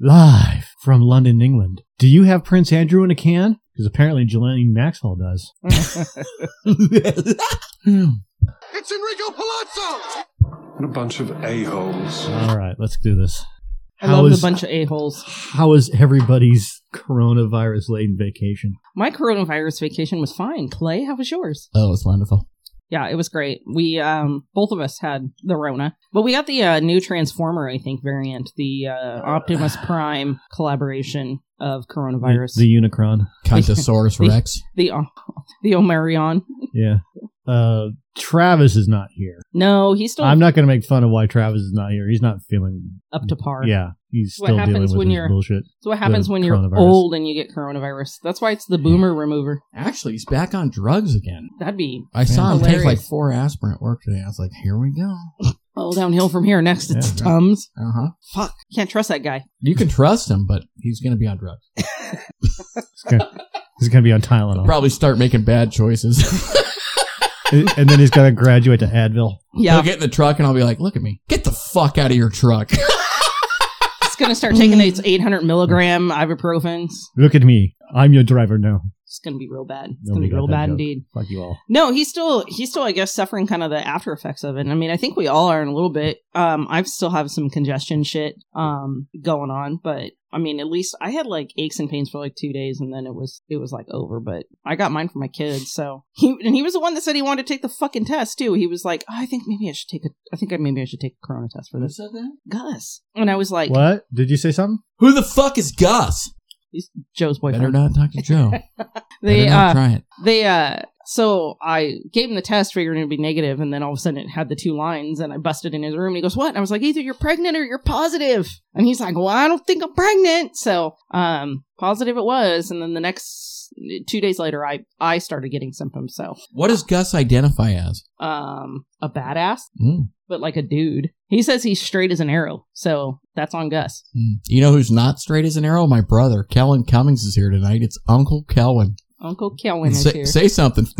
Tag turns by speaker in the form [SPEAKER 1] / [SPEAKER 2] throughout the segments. [SPEAKER 1] live from London, England. Do you have Prince Andrew in a can? Because apparently Jelaine Maxwell does.
[SPEAKER 2] It's Enrico Palazzo!
[SPEAKER 3] What a bunch of a-holes.
[SPEAKER 1] All right, let's do this.
[SPEAKER 4] I
[SPEAKER 1] How
[SPEAKER 4] love
[SPEAKER 1] is-
[SPEAKER 4] a bunch of a-holes.
[SPEAKER 1] How is everybody's coronavirus laden vacation?
[SPEAKER 4] My coronavirus vacation was fine. Clay, how was yours?
[SPEAKER 5] Oh, it's wonderful.
[SPEAKER 4] Yeah, it was great. We, um, both of us had the Rona, but we got the uh, new Transformer, I think, variant, the uh, Optimus Prime collaboration of coronavirus.
[SPEAKER 1] The, the Unicron.
[SPEAKER 5] Contosaurus
[SPEAKER 4] The-
[SPEAKER 5] Rex.
[SPEAKER 4] the uh, the Omarion.
[SPEAKER 1] Yeah. Uh, Travis is not here.
[SPEAKER 4] No, he's still
[SPEAKER 1] I'm not going to make fun of why Travis is not here. He's not feeling.
[SPEAKER 4] up to par.
[SPEAKER 1] Yeah, he's
[SPEAKER 4] What
[SPEAKER 1] still dealing
[SPEAKER 4] happens
[SPEAKER 1] with
[SPEAKER 4] when
[SPEAKER 1] his
[SPEAKER 4] you're-
[SPEAKER 1] bullshit.
[SPEAKER 4] So what happens
[SPEAKER 1] The
[SPEAKER 4] when you're
[SPEAKER 1] coronavirus.
[SPEAKER 4] old and you get coronavirus? That's why it's the boomer remover.
[SPEAKER 5] Actually, he's back on drugs again.
[SPEAKER 4] That'd be
[SPEAKER 5] I saw him
[SPEAKER 4] Hilarious.
[SPEAKER 5] take like four aspirin at work today. I was like, here we go.
[SPEAKER 4] all downhill from here. Next, it's
[SPEAKER 1] Yeah.
[SPEAKER 4] Tums.
[SPEAKER 5] Uh huh.
[SPEAKER 4] Fuck, can't trust that guy.
[SPEAKER 5] You can trust him, but he's going to be on drugs.
[SPEAKER 1] He's going to be on Tylenol,
[SPEAKER 5] Probably start making bad choices.
[SPEAKER 1] And- and then he's going to graduate to Advil.
[SPEAKER 4] Yeah,
[SPEAKER 5] I'll get in the truck and I'll be like, look at me. Get the fuck out of your truck.
[SPEAKER 4] it's gonna start taking its 800 milligram ibuprofens.
[SPEAKER 1] Look at me. I'm your driver now.
[SPEAKER 4] It's gonna be real bad. It's
[SPEAKER 1] Nobody
[SPEAKER 4] gonna be
[SPEAKER 1] got
[SPEAKER 4] real
[SPEAKER 1] that
[SPEAKER 4] bad
[SPEAKER 1] joke.
[SPEAKER 4] indeed.
[SPEAKER 1] Fuck you all.
[SPEAKER 4] No, he's still he's still I guess suffering kind of the after effects of it. I mean, I think we all are in a little bit. Um, I still have some congestion shit um going on, but I mean, at least I had like aches and pains for like two days, and then it was it was like over. But I got mine for my kids, so he and he was the one that said he wanted to take the fucking test too. He was like, oh, I think maybe I should take a I think I maybe I should take a corona test for this,
[SPEAKER 5] said that?
[SPEAKER 4] Gus. And I was like,
[SPEAKER 1] What? Did you say something?
[SPEAKER 5] Who the fuck is Gus?
[SPEAKER 4] Joe's
[SPEAKER 5] Better
[SPEAKER 4] boyfriend.
[SPEAKER 5] not talk to Joe.
[SPEAKER 4] They
[SPEAKER 5] Better not
[SPEAKER 4] uh,
[SPEAKER 5] try it.
[SPEAKER 4] they uh so I gave him the test, figuring it'd be negative, and then all of a sudden it had the two lines, and I busted in his room. And he goes, "What?" And I was like, "Either you're pregnant or you're positive." And he's like, "Well, I don't think I'm pregnant." So, um, positive it was. And then the next two days later, I I started getting symptoms. So,
[SPEAKER 5] What does Gus identify as?
[SPEAKER 4] um, a badass,
[SPEAKER 5] Mm.
[SPEAKER 4] but like a dude. He says he's straight as an arrow. So that's on Gus.
[SPEAKER 5] Mm. You know who's not straight as an arrow? My brother, Kellen Cummings, is here tonight. It's Uncle Kellen.
[SPEAKER 4] Uncle Kelwin is
[SPEAKER 5] Say,
[SPEAKER 4] here.
[SPEAKER 5] say something.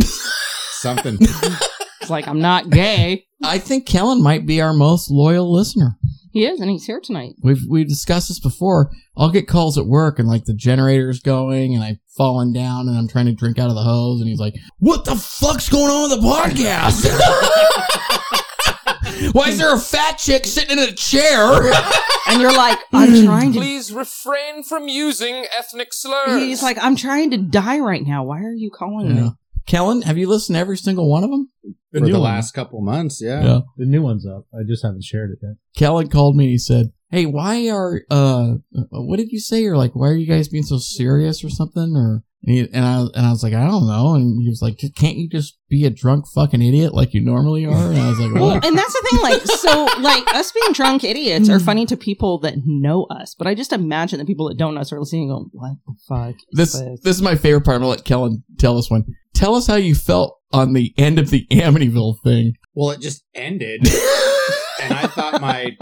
[SPEAKER 6] Something.
[SPEAKER 4] It's like I'm not gay.
[SPEAKER 5] I think Kellen might be our most loyal listener.
[SPEAKER 4] he is, and he's here tonight.
[SPEAKER 5] We've we discussed this before. I'll get calls at work and like the generator's going and I've fallen down and I'm trying to drink out of the hose and he's like, What the fuck's going on with the podcast? Why is there a fat chick sitting in a chair?
[SPEAKER 4] And you're like, I'm trying to
[SPEAKER 7] Please refrain from using ethnic slurs.
[SPEAKER 4] He's like, I'm trying to die right now. Why are you calling
[SPEAKER 5] Yeah.
[SPEAKER 4] me?
[SPEAKER 5] Kellen, have you listened to every single one of them?
[SPEAKER 1] The
[SPEAKER 6] for
[SPEAKER 1] new
[SPEAKER 6] the
[SPEAKER 1] one.
[SPEAKER 6] last couple months, yeah.
[SPEAKER 5] Yeah.
[SPEAKER 1] The new one's up. I just haven't shared it yet.
[SPEAKER 5] Kellen called me and he said, Hey, why are uh what did you say? You're like, why are you guys being so serious or something? Or and, he, and I and I was like, I don't know. And he was like, Can't you just be a drunk fucking idiot like you normally are? And I was like,
[SPEAKER 4] Well,
[SPEAKER 5] What?
[SPEAKER 4] and that's the thing. Like, so, like, us being drunk idiots
[SPEAKER 5] Hmm.
[SPEAKER 4] are funny to people that know us, but I just imagine the people that don't know us are listening and going, "What the fuck?" is
[SPEAKER 5] This this is my favorite part. I'm gonna let Kellen tell this one. Tell us how you felt on the end of the Amityville thing.
[SPEAKER 6] Well, it just ended. and I thought my.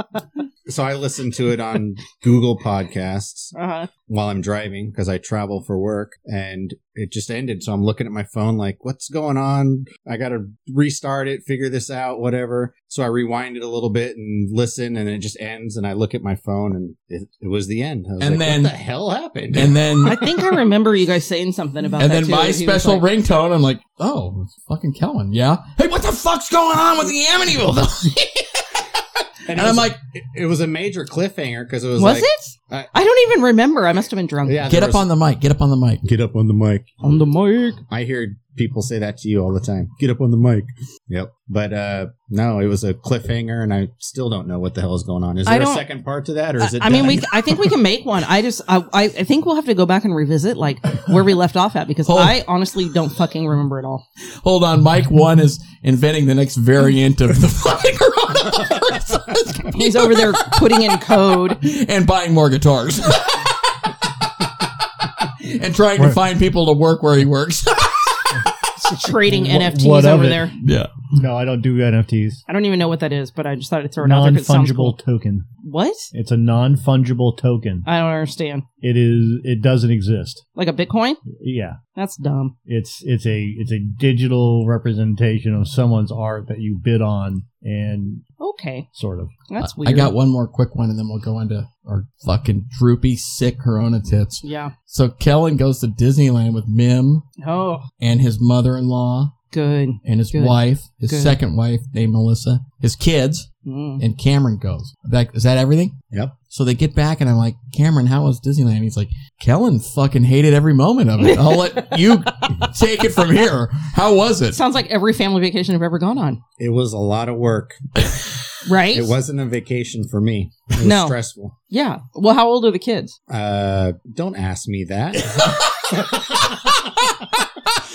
[SPEAKER 6] So I listened to it on Google Podcasts
[SPEAKER 4] Uh-huh.
[SPEAKER 6] while I'm driving because I travel for work and it just ended. So I'm looking at my phone like, what's going on? I got to restart it, figure this out, whatever. So I rewind it a little bit and listen and it just ends. And I look at my phone and it, it was the end. I was
[SPEAKER 5] And
[SPEAKER 6] like,
[SPEAKER 5] then-
[SPEAKER 6] what the hell happened?
[SPEAKER 5] And then
[SPEAKER 4] I think I remember you guys saying something about
[SPEAKER 5] and
[SPEAKER 4] that.
[SPEAKER 5] then
[SPEAKER 4] too,
[SPEAKER 5] my
[SPEAKER 4] that he was
[SPEAKER 5] special
[SPEAKER 4] like-
[SPEAKER 5] ringtone, I'm like, oh, it's fucking Kellen, yeah. Hey, what the fuck's going on with the Amityville? and
[SPEAKER 6] it
[SPEAKER 5] I'm
[SPEAKER 6] was-
[SPEAKER 5] like,
[SPEAKER 6] it, it was a major cliffhanger because it was,
[SPEAKER 4] was
[SPEAKER 6] like,
[SPEAKER 4] it?
[SPEAKER 6] I-
[SPEAKER 4] I don't even remember. I must have been drunk.
[SPEAKER 6] Yeah,
[SPEAKER 5] get up
[SPEAKER 6] there was-
[SPEAKER 5] on the mic, get up on the mic.
[SPEAKER 6] Get up on the mic.
[SPEAKER 4] on the mic.
[SPEAKER 6] I hear people say that to you all the time. Get up on the mic. Yep. But uh no, it was a cliffhanger, and I still don't know what the hell is going on. Is
[SPEAKER 4] I
[SPEAKER 6] there a
[SPEAKER 4] don't-
[SPEAKER 6] second part to that, or is it?
[SPEAKER 4] I I mean, we.
[SPEAKER 6] done?
[SPEAKER 4] I think we can make one. I just. I. I I think we'll have to go back and revisit like where we left off at because
[SPEAKER 5] Hold-
[SPEAKER 4] I honestly don't fucking remember at all.
[SPEAKER 5] Hold on, Mike one is inventing the next variant of the fucking coronavirus on his computer
[SPEAKER 4] He's over there putting in code.
[SPEAKER 5] and buying more guitars. and trying to
[SPEAKER 1] Right.
[SPEAKER 5] find people to work where he works.
[SPEAKER 4] trading
[SPEAKER 1] Wh-
[SPEAKER 4] NFTs
[SPEAKER 1] what of
[SPEAKER 4] over
[SPEAKER 1] it?
[SPEAKER 4] there.
[SPEAKER 5] yeah.
[SPEAKER 1] No, I don't do NFTs.
[SPEAKER 4] I don't even know what that is, but I just thought I'd throw it out there
[SPEAKER 1] Non
[SPEAKER 4] 'cause it sounds
[SPEAKER 1] fungible
[SPEAKER 4] cool.
[SPEAKER 1] token.
[SPEAKER 4] What?
[SPEAKER 1] It's a non fungible token.
[SPEAKER 4] I don't understand.
[SPEAKER 1] It is. It doesn't exist.
[SPEAKER 4] Like a Bitcoin?
[SPEAKER 1] Yeah.
[SPEAKER 4] That's dumb.
[SPEAKER 1] It's it's a it's a digital representation of someone's art that you bid on and
[SPEAKER 4] Okay,
[SPEAKER 1] sort of.
[SPEAKER 4] that's
[SPEAKER 5] I-
[SPEAKER 4] weird.
[SPEAKER 5] I got one more quick one, and then we'll go into our fucking droopy, sick Corona tits.
[SPEAKER 4] Yeah.
[SPEAKER 5] So Kellen goes to Disneyland with Mim
[SPEAKER 4] Oh,
[SPEAKER 5] and his mother-in-law
[SPEAKER 4] good.
[SPEAKER 5] and his
[SPEAKER 4] Good.
[SPEAKER 5] wife, his
[SPEAKER 4] Good.
[SPEAKER 5] second wife named Melissa, his kids,
[SPEAKER 4] Mm.
[SPEAKER 5] and Cameron goes. That is that everything?
[SPEAKER 6] Yep.
[SPEAKER 5] So they get back, and I'm like, Cameron, how was Disneyland? He's like, Kellen fucking hated every moment of it. I'll let you take it from here. How was it?
[SPEAKER 4] Sounds like every family vacation I've ever gone on.
[SPEAKER 6] It was a lot of work.
[SPEAKER 4] Right?
[SPEAKER 6] It wasn't a vacation for me. It was
[SPEAKER 4] No.
[SPEAKER 6] stressful.
[SPEAKER 4] Yeah. Well, how old are the kids?
[SPEAKER 6] Uh, don't ask me that.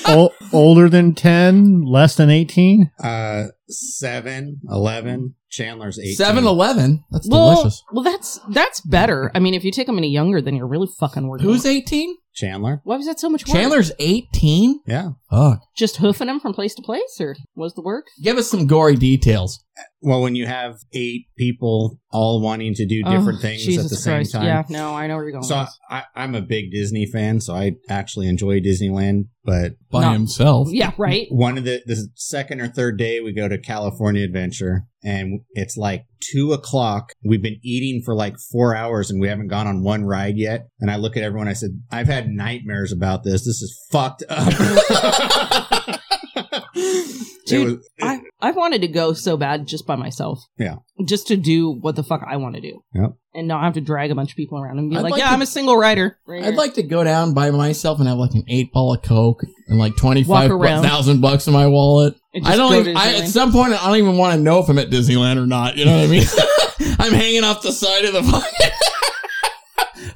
[SPEAKER 1] o- older than ten, less than eighteen.
[SPEAKER 6] Uh, seven, eleven. Chandler's eight.
[SPEAKER 5] 7-Eleven. That's
[SPEAKER 4] well,
[SPEAKER 5] delicious.
[SPEAKER 4] well, that's that's better. I mean, if you take them any younger, then you're really fucking working.
[SPEAKER 5] Who's 18?
[SPEAKER 6] Chandler.
[SPEAKER 4] Why was that so much work?
[SPEAKER 5] Chandler's 18?
[SPEAKER 6] Yeah.
[SPEAKER 5] Fuck.
[SPEAKER 4] just hoofing them from place to place, or was the work?
[SPEAKER 5] Give us some gory details.
[SPEAKER 6] Well, when you have eight people all wanting to do different
[SPEAKER 4] Oh,
[SPEAKER 6] things
[SPEAKER 4] Jesus
[SPEAKER 6] at the same
[SPEAKER 4] Christ.
[SPEAKER 6] time.
[SPEAKER 4] Yeah. No, I know where you're going.
[SPEAKER 6] So
[SPEAKER 4] with
[SPEAKER 6] I,
[SPEAKER 4] this.
[SPEAKER 6] I, I'm a big Disney fan, so I actually enjoy Disneyland. But
[SPEAKER 5] by
[SPEAKER 4] No.
[SPEAKER 5] himself.
[SPEAKER 4] yeah. Right.
[SPEAKER 6] one of the the second or third day we go to California Adventure, and it's like two o'clock. We've been eating for like four hours, and we haven't gone on one ride yet. And I look at everyone. I said, "I've had nightmares about this. This is fucked up."
[SPEAKER 4] Dude,
[SPEAKER 6] it was,
[SPEAKER 4] I I wanted to go so bad just by myself.
[SPEAKER 6] Yeah.
[SPEAKER 4] Just to do what the fuck I want to do.
[SPEAKER 6] Yep.
[SPEAKER 4] And not have to drag a bunch of people around and be
[SPEAKER 5] I'd
[SPEAKER 4] like,
[SPEAKER 5] like
[SPEAKER 4] yeah,
[SPEAKER 5] to-
[SPEAKER 4] I'm a single rider. Right
[SPEAKER 5] I'd
[SPEAKER 4] here.
[SPEAKER 5] like to go down by myself and have like an eight ball of coke and like twenty five
[SPEAKER 4] Walk around.
[SPEAKER 5] thousand bucks in my wallet.
[SPEAKER 4] And just
[SPEAKER 5] I don't.
[SPEAKER 4] go
[SPEAKER 5] Even,
[SPEAKER 4] to
[SPEAKER 5] I,
[SPEAKER 4] Disneyland.
[SPEAKER 5] at some point, I don't even want to know if I'm at Disneyland or not. You know what I mean? I'm hanging off the side of the fucking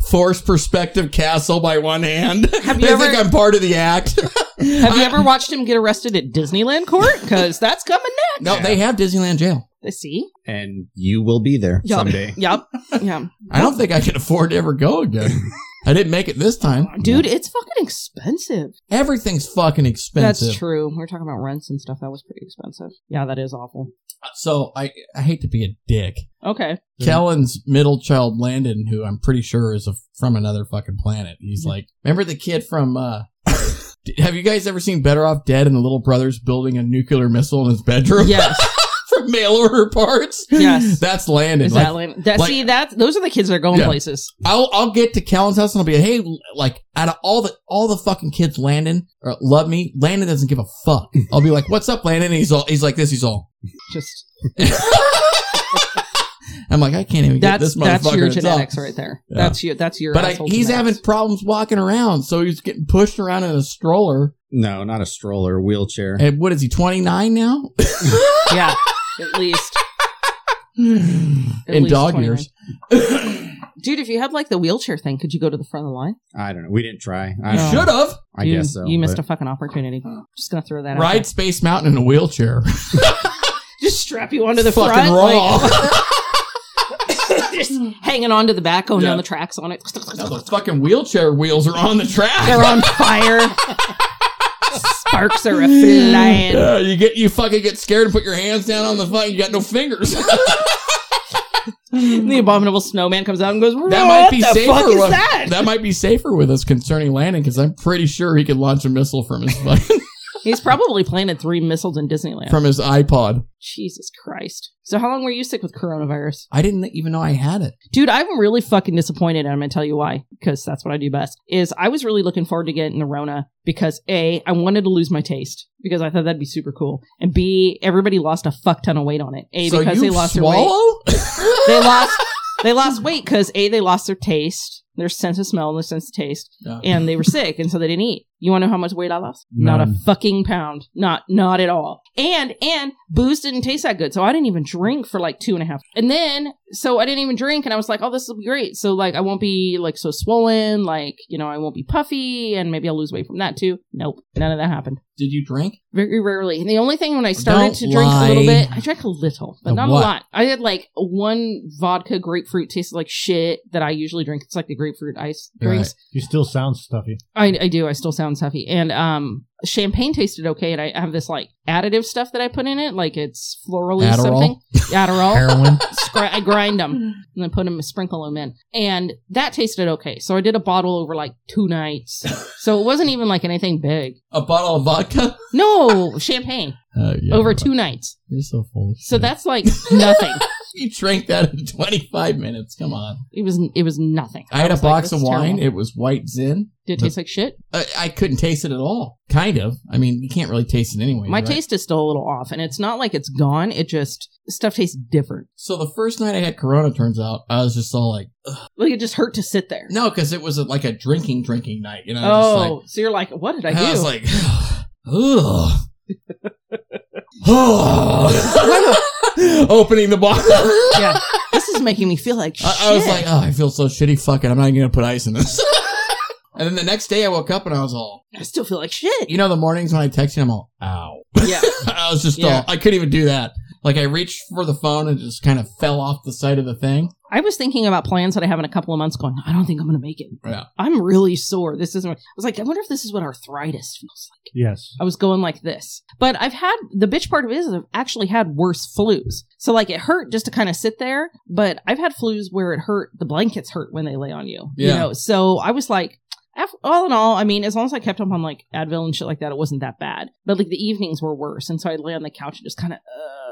[SPEAKER 5] forced perspective castle by one hand.
[SPEAKER 4] Have
[SPEAKER 5] they
[SPEAKER 4] you
[SPEAKER 5] think
[SPEAKER 4] ever-
[SPEAKER 5] I'm part of the act.
[SPEAKER 4] Have you ever watched him get arrested at Disneyland court? Because that's coming
[SPEAKER 5] no, they have Disneyland jail.
[SPEAKER 4] next. See?
[SPEAKER 6] and you will be there
[SPEAKER 4] Yup.
[SPEAKER 6] someday.
[SPEAKER 4] Yep. Yeah.
[SPEAKER 5] I don't think I can afford to ever go again. I didn't make it this time.
[SPEAKER 4] Dude, it's fucking expensive.
[SPEAKER 5] Everything's fucking expensive.
[SPEAKER 4] That's true. We're talking about rents and stuff. That was pretty expensive. Yeah, that is awful.
[SPEAKER 5] So I, I hate to be a dick,
[SPEAKER 4] Okay.
[SPEAKER 5] Kellen's middle child, Landon, who I'm pretty sure is a, from another fucking planet. He's like, remember the kid from, uh, have you guys ever seen Better Off Dead and the little brothers building a nuclear missile in his bedroom
[SPEAKER 4] Yes.
[SPEAKER 5] from mail order parts?
[SPEAKER 4] Yes.
[SPEAKER 5] That's Landon.
[SPEAKER 4] Is
[SPEAKER 5] Like,
[SPEAKER 4] that lame? That,
[SPEAKER 5] like-
[SPEAKER 4] see, that those are the kids that are going
[SPEAKER 5] Yeah.
[SPEAKER 4] places.
[SPEAKER 5] I'll, I'll get to Kellen's house and I'll be, hey, like, out of all the, all the fucking kids, Landon, or love me, Landon doesn't give a fuck. I'll be like, what's up, Landon? And he's all, he's like this, he's all.
[SPEAKER 4] Just
[SPEAKER 5] I'm like, I can't even get
[SPEAKER 4] that's
[SPEAKER 5] this motherfucker.
[SPEAKER 4] that's your
[SPEAKER 5] to talk."
[SPEAKER 4] genetics right there.
[SPEAKER 5] Yeah.
[SPEAKER 4] That's your that's your.
[SPEAKER 5] But I,
[SPEAKER 4] asshole
[SPEAKER 5] he's having
[SPEAKER 4] genetics.
[SPEAKER 5] problems walking around, so he's getting pushed around in a stroller.
[SPEAKER 6] No, not a stroller, wheelchair.
[SPEAKER 5] And what is he, 29 now?
[SPEAKER 4] yeah, at least,
[SPEAKER 5] in
[SPEAKER 4] least
[SPEAKER 5] dog
[SPEAKER 4] 29.
[SPEAKER 5] years.
[SPEAKER 4] dude. If you had like the wheelchair thing, could you go to the front of the line?
[SPEAKER 6] I don't know. We didn't try. I,
[SPEAKER 5] You
[SPEAKER 4] No.
[SPEAKER 5] should have.
[SPEAKER 6] I
[SPEAKER 4] you,
[SPEAKER 6] guess so.
[SPEAKER 4] You missed
[SPEAKER 6] but-
[SPEAKER 4] a fucking opportunity. Just gonna throw that out.
[SPEAKER 5] Ride Space Mountain in a wheelchair.
[SPEAKER 4] there. Just strap you onto the
[SPEAKER 5] Fucking
[SPEAKER 4] front,
[SPEAKER 5] raw.
[SPEAKER 4] like, just hanging onto the back, going
[SPEAKER 5] Yeah.
[SPEAKER 4] down the tracks on it.
[SPEAKER 5] now the fucking wheelchair wheels are on the track.
[SPEAKER 4] They're on fire. Sparks are a flying.
[SPEAKER 5] Yeah, you get you fucking get scared and put your hands down on the fucking. You got no fingers. that
[SPEAKER 4] And the abominable snowman comes out and goes. What
[SPEAKER 5] might be
[SPEAKER 4] the
[SPEAKER 5] safer.
[SPEAKER 4] fuck is
[SPEAKER 5] with,
[SPEAKER 4] that?
[SPEAKER 5] might be safer with us concerning landing because I'm pretty sure he could launch a missile from his fucking,
[SPEAKER 4] He's probably planted three missiles in Disneyland.
[SPEAKER 5] from his iPod.
[SPEAKER 4] Jesus Christ. So how long were you sick with coronavirus?
[SPEAKER 5] I didn't even know I had it.
[SPEAKER 4] Dude, I'm really fucking disappointed, and I'm gonna tell you why, because that's what I do best. Is I was really looking forward to getting the Rona because A, I wanted to lose my taste because I thought that'd be super cool. And B, everybody lost a fuck ton of weight on it. A
[SPEAKER 5] so
[SPEAKER 4] because
[SPEAKER 5] you
[SPEAKER 4] they lost their weight.
[SPEAKER 5] swallow?
[SPEAKER 4] They lost they lost weight because A, they lost their taste, their sense of smell, and their sense of taste,
[SPEAKER 5] Yeah.
[SPEAKER 4] and they were sick, and so they didn't eat. You wanna know how much weight I lost? Not a
[SPEAKER 1] None.
[SPEAKER 4] fucking pound. Not not at all. And and booze didn't taste that good, so I didn't even drink for like two and a half. And then so I didn't even drink, and I was like, oh, this will be great. So like I won't be like so swollen, like you know I won't be puffy, and maybe I'll lose weight from that too. Nope, none of that happened.
[SPEAKER 5] Did you drink?
[SPEAKER 4] Very rarely. And the only thing when I started
[SPEAKER 5] Don't
[SPEAKER 4] to drink a little
[SPEAKER 5] lie.
[SPEAKER 4] bit, I drank a little, but
[SPEAKER 5] Of
[SPEAKER 4] not
[SPEAKER 5] what?
[SPEAKER 4] a lot. I had like one vodka grapefruit tasted like shit that I usually drink. It's like the grapefruit ice drinks.
[SPEAKER 1] You still sound stuffy.
[SPEAKER 4] I, I do. I still sound sounds stuffy. And um, champagne tasted okay, and I have this like additive stuff that I put in it, like it's florally
[SPEAKER 5] Adderall?
[SPEAKER 4] something. Adderall.
[SPEAKER 5] Heroin.
[SPEAKER 4] Scri- I grind them and then put them, sprinkle them in, and that tasted okay. So I did a bottle over like two nights. So it wasn't even like anything big.
[SPEAKER 5] A bottle of vodka.
[SPEAKER 4] No champagne
[SPEAKER 5] Uh, yeah,
[SPEAKER 4] over
[SPEAKER 5] right.
[SPEAKER 4] two nights.
[SPEAKER 5] You're so full. Of
[SPEAKER 4] So
[SPEAKER 5] shit.
[SPEAKER 4] that's like nothing.
[SPEAKER 5] you drank that in 25 minutes. Come on.
[SPEAKER 4] It was it was nothing.
[SPEAKER 5] I had a
[SPEAKER 4] was like,
[SPEAKER 5] box
[SPEAKER 4] this
[SPEAKER 5] of
[SPEAKER 4] is
[SPEAKER 5] wine.
[SPEAKER 4] terrible.
[SPEAKER 5] It was white zin.
[SPEAKER 4] Did it taste like shit?
[SPEAKER 5] I, I couldn't taste it at all. Kind of. I mean, you can't really taste it anyway.
[SPEAKER 4] My
[SPEAKER 5] right?
[SPEAKER 4] taste is still a little off, and it's not like it's gone. It just stuff tastes different.
[SPEAKER 5] So the first night I had Corona, turns out I was just all like,
[SPEAKER 4] Like it just hurt to sit there.
[SPEAKER 5] no, because it was a, like a drinking, drinking night. You know, I was just
[SPEAKER 4] oh, so you're like, what did I
[SPEAKER 5] like,
[SPEAKER 4] do?
[SPEAKER 5] I was like, ugh. Opening the bottle.
[SPEAKER 4] yeah, this is making me feel like shit.
[SPEAKER 5] I, I was like, oh, I feel so shitty. Fuck it. I'm not even going to put ice in this. and then the next day I woke up and I was all,
[SPEAKER 4] I still feel like shit.
[SPEAKER 5] you know, the mornings when I text you, I'm all, ow.
[SPEAKER 4] Yeah,
[SPEAKER 5] I was just
[SPEAKER 4] Yeah.
[SPEAKER 5] all, I couldn't even do that. Like I reached for the phone and just kind of fell off the side of the thing.
[SPEAKER 4] I was thinking about plans that I have in a couple of months. Going, I don't think I'm gonna make it.
[SPEAKER 5] Yeah.
[SPEAKER 4] I'm really sore. This isn't. I was like, I wonder if this is what arthritis feels like.
[SPEAKER 1] Yes.
[SPEAKER 4] I was going like this. But I've had the bitch part of it is I've actually had worse flus. So like it hurt just to kind of sit there, but I've had flus where it hurt, the blankets hurt when they lay on you. You
[SPEAKER 5] Yeah.
[SPEAKER 4] know, so I was like, af- all in all, I mean, as long as I kept up on like Advil and shit like that, it wasn't that bad. But like the evenings were worse, and so I'd lay on the couch and just kind of uh,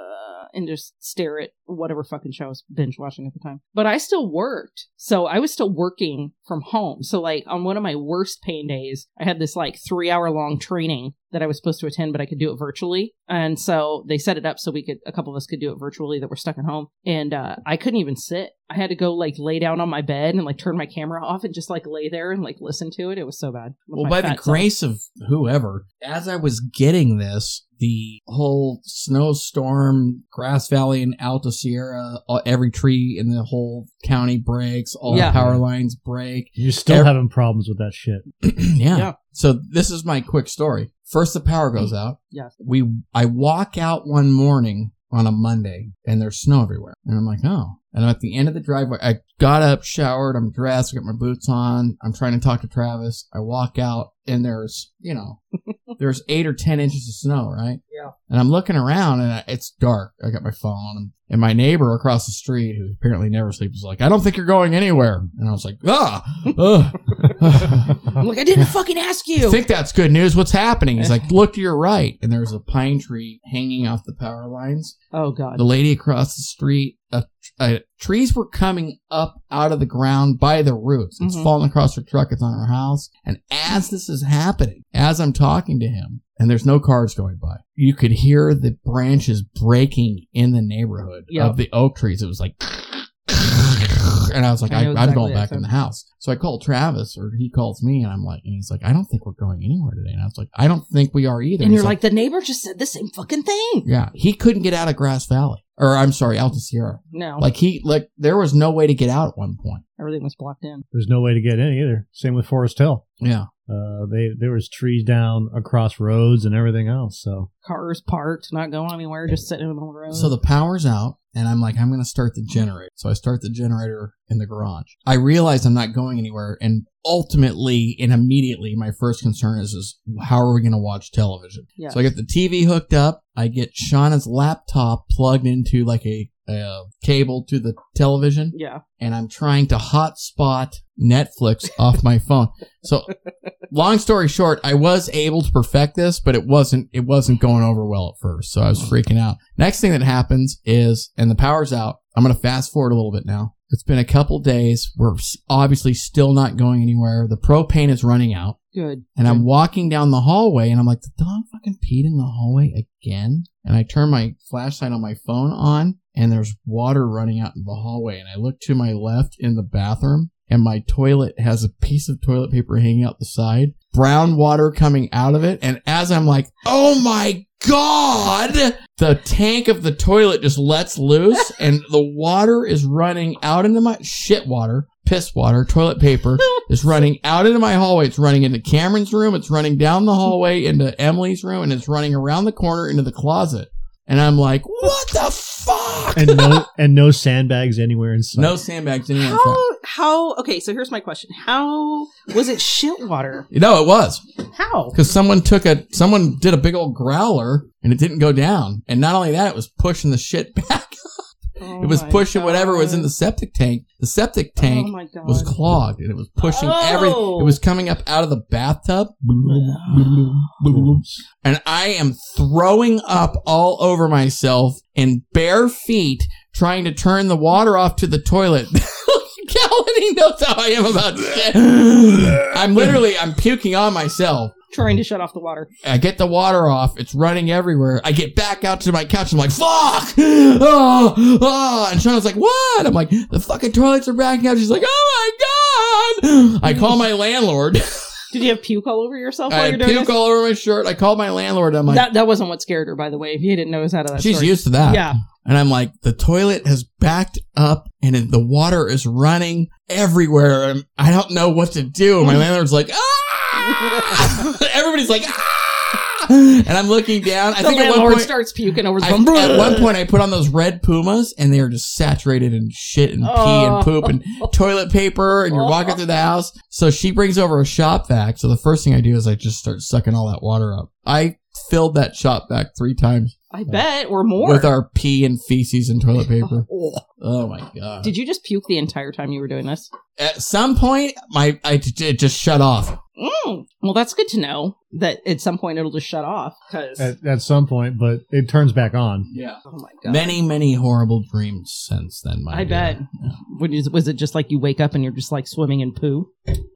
[SPEAKER 4] and just stare at whatever fucking show I was binge watching at the time. But I still worked, so I was still working from home. So like on one of my worst pain days, I had this like three hour long training that I was supposed to attend, but I could do it virtually. And so they set it up so we could, a couple of us could do it virtually that were stuck at home. And uh, I couldn't even sit. I had to go like lay down on my bed and like turn my camera off and just like lay there and like listen to it. It was so bad. With
[SPEAKER 5] Well,
[SPEAKER 4] my
[SPEAKER 5] by the
[SPEAKER 4] fat self.
[SPEAKER 5] grace of whoever, as I was getting this, the whole snowstorm, Grass Valley and Alta Sierra, all, every tree in the whole county breaks, all
[SPEAKER 4] Yeah.
[SPEAKER 5] the power lines break.
[SPEAKER 1] You're still
[SPEAKER 5] Ev-
[SPEAKER 1] having problems with that shit.
[SPEAKER 5] yeah.
[SPEAKER 4] Yeah. Mm-hmm.
[SPEAKER 5] So this is my quick story. First, the power goes out.
[SPEAKER 4] Yes.
[SPEAKER 5] We, I walk out one morning on a Monday and there's snow everywhere. And I'm like, oh. And I'm at the end of the driveway. I got up, showered, I'm dressed, I got my boots on. I'm trying to talk to Travis. I walk out and there's, you know, there's eight or 10 inches of snow, right?
[SPEAKER 4] Yeah.
[SPEAKER 5] And I'm looking around and I, it's dark. I got my phone and my neighbor across the street, who apparently never sleeps, is like, I don't think you're going anywhere. And I was like, ah, ugh.
[SPEAKER 4] I'm like, I didn't fucking ask
[SPEAKER 5] I
[SPEAKER 4] you.
[SPEAKER 5] think that's good news. What's happening? He's like, look to your right, and there's a pine tree hanging off the power lines.
[SPEAKER 4] oh, God.
[SPEAKER 5] The lady across the street, uh, uh, trees were coming up out of the ground by the roots. It's
[SPEAKER 4] Mhm.
[SPEAKER 5] falling across her truck. It's on her house. And as this is happening, as I'm talking to him, and there's no cars going by, you could hear the branches breaking in the neighborhood
[SPEAKER 4] Yeah.
[SPEAKER 5] of the oak trees. It was like. And I was like,
[SPEAKER 4] I
[SPEAKER 5] I
[SPEAKER 4] know
[SPEAKER 5] I'm
[SPEAKER 4] exactly
[SPEAKER 5] going
[SPEAKER 4] that
[SPEAKER 5] back in
[SPEAKER 4] sound.
[SPEAKER 5] the house. So I called Travis, or he calls me, and I'm like, and he's like, I don't think we're going anywhere today. And I was like, I don't think we are either.
[SPEAKER 4] and
[SPEAKER 5] He's
[SPEAKER 4] you're like, the neighbor just said the same fucking thing.
[SPEAKER 5] yeah, he couldn't get out of Grass Valley, or I'm sorry, Alta Sierra.
[SPEAKER 4] No,
[SPEAKER 5] Like he, like there was no way to get out at one point.
[SPEAKER 4] everything was blocked in.
[SPEAKER 1] There's no way to get in either. Same with Forest Hill.
[SPEAKER 5] Yeah,
[SPEAKER 1] Uh, they there was trees down across roads and everything else. So
[SPEAKER 4] Cars parked, not going anywhere, just sitting in the middle of the road.
[SPEAKER 5] so the power's out, and I'm like, I'm gonna start the generator. So I start the generator in the garage. I realize I'm not going anywhere, and ultimately and immediately, my first concern is, is how are we gonna watch television?
[SPEAKER 4] yeah.
[SPEAKER 5] So I get the TV hooked up. I get Shauna's laptop plugged into like a, a cable to the television.
[SPEAKER 4] yeah.
[SPEAKER 5] and I'm trying to hotspot Netflix off my phone. So, long story short, I was able to perfect this, but it wasn't it wasn't going over well at first. So I was freaking out. Next thing that happens is, and the power's out. I'm gonna fast forward a little bit now. It's been a couple days. We're s- obviously still not going anywhere. The propane is running out.
[SPEAKER 4] Good.
[SPEAKER 5] And I'm walking down the hallway and I'm like, the dog fucking peed in the hallway again. And I turn my flashlight on my phone on and there's water running out in the hallway. And I look to my left in the bathroom and my toilet has a piece of toilet paper hanging out the side, brown water coming out of it. And as I'm like, oh my God, the tank of the toilet just lets loose and the water is running out into my shit water, piss water, toilet paper. It's running out into my hallway. It's running into Cameron's room. It's running down the hallway into Emily's room, and it's running around the corner into the closet. And I'm like, what the
[SPEAKER 7] fuck?
[SPEAKER 1] and no and no sandbags anywhere in sight.
[SPEAKER 5] No sandbags in it.
[SPEAKER 4] How? How? Okay, so here's my question: How was it shit water?
[SPEAKER 5] No, it was
[SPEAKER 4] How?
[SPEAKER 5] because someone took a someone did a big old growler and it didn't go down. And not only that, it was pushing the shit back. it was pushing whatever was in the septic tank. The septic tank
[SPEAKER 4] Oh my God.
[SPEAKER 5] was clogged and it was pushing every.
[SPEAKER 4] Oh.
[SPEAKER 5] It was coming up out of the bathtub. and I am throwing up all over myself in bare feet, trying to turn the water off to the toilet. Galvin knows how I am about shit. I'm literally, I'm puking on myself.
[SPEAKER 4] trying to shut off the water.
[SPEAKER 5] I get the water off. It's running everywhere. I get back out to my couch. I'm like, fuck! Oh, oh. And Shauna's like, what? I'm like, the fucking toilets are backing up. She's like, oh my God! I call my landlord.
[SPEAKER 4] Did you have puke all over yourself while
[SPEAKER 5] I
[SPEAKER 4] you're doing
[SPEAKER 5] puke
[SPEAKER 4] this?
[SPEAKER 5] all over my shirt. I call my landlord. I'm like,
[SPEAKER 4] that that wasn't what scared her, by the way. If you didn't notice out of that,
[SPEAKER 5] she's
[SPEAKER 4] story.
[SPEAKER 5] used to that.
[SPEAKER 4] Yeah,
[SPEAKER 5] And I'm like, the toilet has backed up and it- the water is running everywhere. And I don't know what to do.
[SPEAKER 4] Mm.
[SPEAKER 5] And my landlord's like, ah! Everybody's like, ah! And I'm looking down. I
[SPEAKER 4] the
[SPEAKER 5] think at
[SPEAKER 4] landlord
[SPEAKER 5] one point,
[SPEAKER 4] starts puking over the
[SPEAKER 5] I, at one point I put on those red pumas and they are just saturated in shit and pee
[SPEAKER 4] Oh.
[SPEAKER 5] and poop and toilet paper and you're walking through the house. So she brings over a shop vac. So the first thing I do is I just start sucking all that water up. I filled that shop vac three times
[SPEAKER 4] I bet or more.
[SPEAKER 5] with our pee and feces and toilet paper. oh my god!
[SPEAKER 4] Did you just puke the entire time you were doing this?
[SPEAKER 5] At some point, my I j- it just shut off.
[SPEAKER 4] Mm. Well, that's good to know that at some point it'll just shut off. Because
[SPEAKER 1] At, at some point, but it turns back on.
[SPEAKER 5] Yeah.
[SPEAKER 4] oh my god,
[SPEAKER 5] Many many horrible dreams since then. My
[SPEAKER 4] I
[SPEAKER 5] dear.
[SPEAKER 4] bet. When you- was it just like you wake up and you're just like swimming in poo?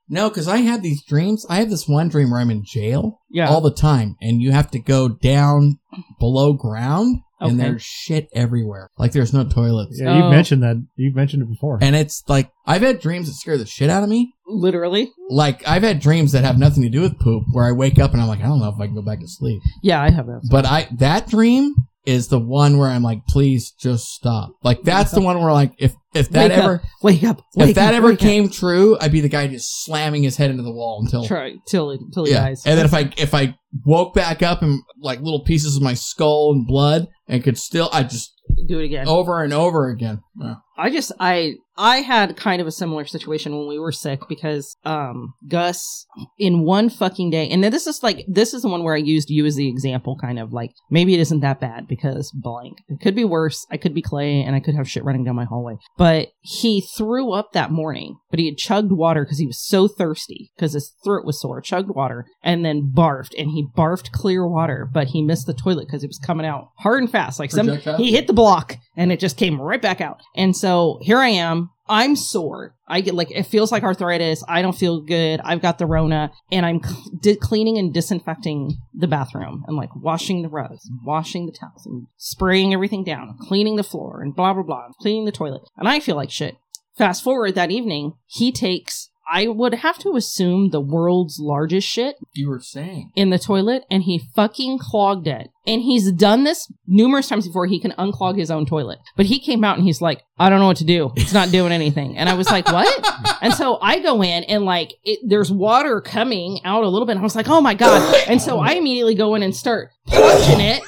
[SPEAKER 5] No, because I have these dreams. I have this one dream where I'm in jail
[SPEAKER 4] Yeah.
[SPEAKER 5] all the time, and you have to go down below ground, and
[SPEAKER 4] Okay.
[SPEAKER 5] there's shit everywhere. Like there's no toilets.
[SPEAKER 1] Yeah,
[SPEAKER 4] Oh.
[SPEAKER 1] you've mentioned that. You've mentioned it before.
[SPEAKER 5] And it's like I've had dreams that scare the shit out of me.
[SPEAKER 4] Literally.
[SPEAKER 5] Like I've had dreams that have nothing to do with poop, where I wake up and I'm like, I don't know if I can go back to sleep.
[SPEAKER 4] Yeah, I have that.
[SPEAKER 5] But I that dream is the one where I'm like, please just stop. Like that's the one where like if if that
[SPEAKER 4] Wake up,
[SPEAKER 5] ever
[SPEAKER 4] wake up.
[SPEAKER 5] if
[SPEAKER 4] wake
[SPEAKER 5] that
[SPEAKER 4] up,
[SPEAKER 5] ever
[SPEAKER 4] wake up.
[SPEAKER 5] came true, I'd be the guy just slamming his head into the wall until
[SPEAKER 4] try till it- till he
[SPEAKER 5] yeah.
[SPEAKER 4] dies.
[SPEAKER 5] And then if I if I woke back up and like little pieces of my skull and blood and could still I Oh, just
[SPEAKER 4] do it again.
[SPEAKER 5] over and over again. Yeah.
[SPEAKER 4] I just I I had kind of a similar situation when we were sick because um Gus in one fucking day and then this is like this is the one where I used you as the example kind of like maybe it isn't that bad because blank it could be worse I could be clay and I could have shit running down my hallway but he threw up that morning but he had chugged water because he was so thirsty because his throat was sore chugged water and then barfed and he barfed clear water but he missed the toilet because it was coming out hard and fast like some
[SPEAKER 5] Projectile?
[SPEAKER 4] he hit the block and it just came right back out. And so here I am. I'm sore. I get like, it feels like arthritis. I don't feel good. I've got the Rona and I'm cl- di- cleaning and disinfecting the bathroom and like washing the rugs, washing the towels and spraying everything down, cleaning the floor and blah, blah, blah, cleaning the toilet. And I feel like shit. Fast forward that evening, he takes, I would have to assume the world's largest shit
[SPEAKER 5] You were saying.
[SPEAKER 4] in the toilet and he fucking clogged it. And he's done this numerous times before. He can unclog his own toilet. But he came out and he's like, I don't know what to do. It's not doing anything. And I was like, what? and so I go in and like, it, there's water coming out a little bit. And I was like, oh my God. And so I immediately go in and start punching it.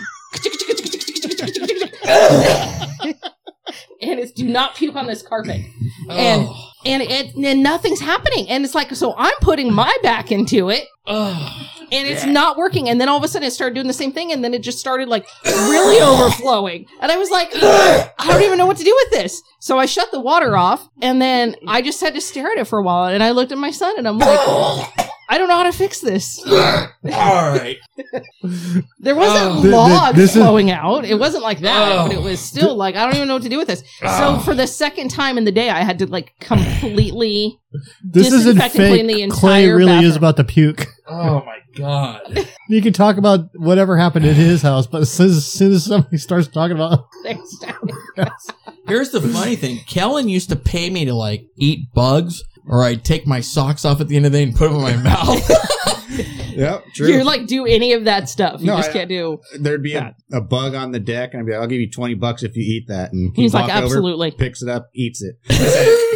[SPEAKER 4] and it's do not puke on this carpet and and it and nothing's happening and it's like so i'm putting my back into it and it's not working and then all of a sudden it started doing the same thing and then it just started like really overflowing and i was like i don't even know what to do with this so i shut the water off and then i just had to stare at it for a while and i looked at my son and i'm like i don't know how to fix this
[SPEAKER 5] All right.
[SPEAKER 4] there wasn't
[SPEAKER 5] Oh.
[SPEAKER 1] Th- th-
[SPEAKER 4] logs
[SPEAKER 1] this is-
[SPEAKER 4] flowing out. It wasn't like that,
[SPEAKER 5] Oh.
[SPEAKER 4] but it was still like I don't even know what to do with this. So for the second time in the day, I had to like completely
[SPEAKER 1] this isn't
[SPEAKER 4] disinfect and
[SPEAKER 1] fake.
[SPEAKER 4] clean the
[SPEAKER 1] Clay
[SPEAKER 4] entire
[SPEAKER 1] really is
[SPEAKER 4] bathroom.
[SPEAKER 1] about to puke.
[SPEAKER 5] Oh my god.
[SPEAKER 1] You can talk about whatever happened in his house, but as soon as, as soon as somebody starts talking about
[SPEAKER 4] things down.
[SPEAKER 5] Here's the funny thing. Kellen used to pay me to like eat bugs or I'd take my socks off at the end of the day and put them in my mouth.
[SPEAKER 6] Yep, true.
[SPEAKER 4] You're like do any of that stuff. You
[SPEAKER 6] No,
[SPEAKER 4] just
[SPEAKER 6] I-
[SPEAKER 4] can't do.
[SPEAKER 6] There'd be a, a bug on the deck, and I'd be like, I'll give you 20 bucks if you eat that. And
[SPEAKER 4] He's
[SPEAKER 6] he'd
[SPEAKER 4] like,
[SPEAKER 6] walk over,
[SPEAKER 4] absolutely.
[SPEAKER 6] picks it up, eats it.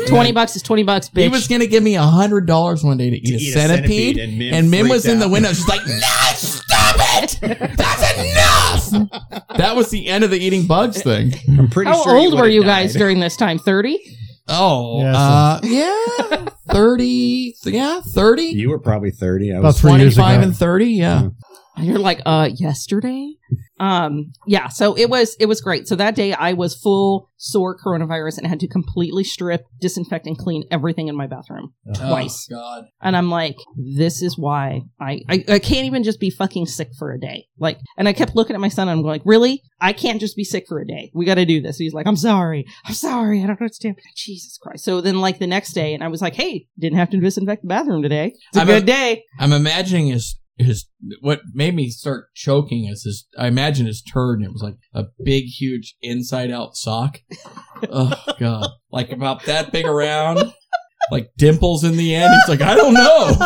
[SPEAKER 4] Twenty bucks is twenty bucks, bitch.
[SPEAKER 5] He was gonna give me a hundred dollars one day to eat,
[SPEAKER 6] To
[SPEAKER 5] a,
[SPEAKER 6] eat a
[SPEAKER 5] centipede,
[SPEAKER 6] centipede, and Mim
[SPEAKER 5] and Mim was
[SPEAKER 6] freaked
[SPEAKER 5] in the
[SPEAKER 6] out.
[SPEAKER 5] window. She's like, "No, stop it! That's enough!" that was the end of the eating bugs thing.
[SPEAKER 6] I'm pretty
[SPEAKER 4] How
[SPEAKER 6] sure. he
[SPEAKER 4] old were
[SPEAKER 6] would've
[SPEAKER 4] you guys
[SPEAKER 6] died.
[SPEAKER 4] during this time? Thirty.
[SPEAKER 5] Oh,
[SPEAKER 1] Yeah, so-
[SPEAKER 5] uh, yeah, thirty, yeah, thirty,
[SPEAKER 6] You were probably 30. I
[SPEAKER 1] About
[SPEAKER 6] was
[SPEAKER 1] three years
[SPEAKER 5] twenty-five,
[SPEAKER 1] ago. Mm-hmm.
[SPEAKER 5] and thirty. Yeah,
[SPEAKER 4] And you're like, uh, yesterday? Um, yeah, so it was it was great. So that day I was full sore coronavirus and had to completely strip, disinfect, and clean everything in my bathroom. Twice.
[SPEAKER 5] Oh, God.
[SPEAKER 4] And I'm like, this is why I, I I can't even just be fucking sick for a day. Like and I kept looking at my son and I'm like, Really? I can't just be sick for a day. We gotta do this. He's like, I'm sorry. I'm sorry, I don't understand. Jesus Christ. So then like the next day and I was like, Hey, didn't have to disinfect the bathroom today. It's a
[SPEAKER 5] I'm a-
[SPEAKER 4] good day.
[SPEAKER 5] I'm imagining his his what made me start choking is his. I imagine his turd. And it was like a big, huge inside out sock. oh god, like about that big around, like dimples in the end. He's like, I don't
[SPEAKER 4] Oh,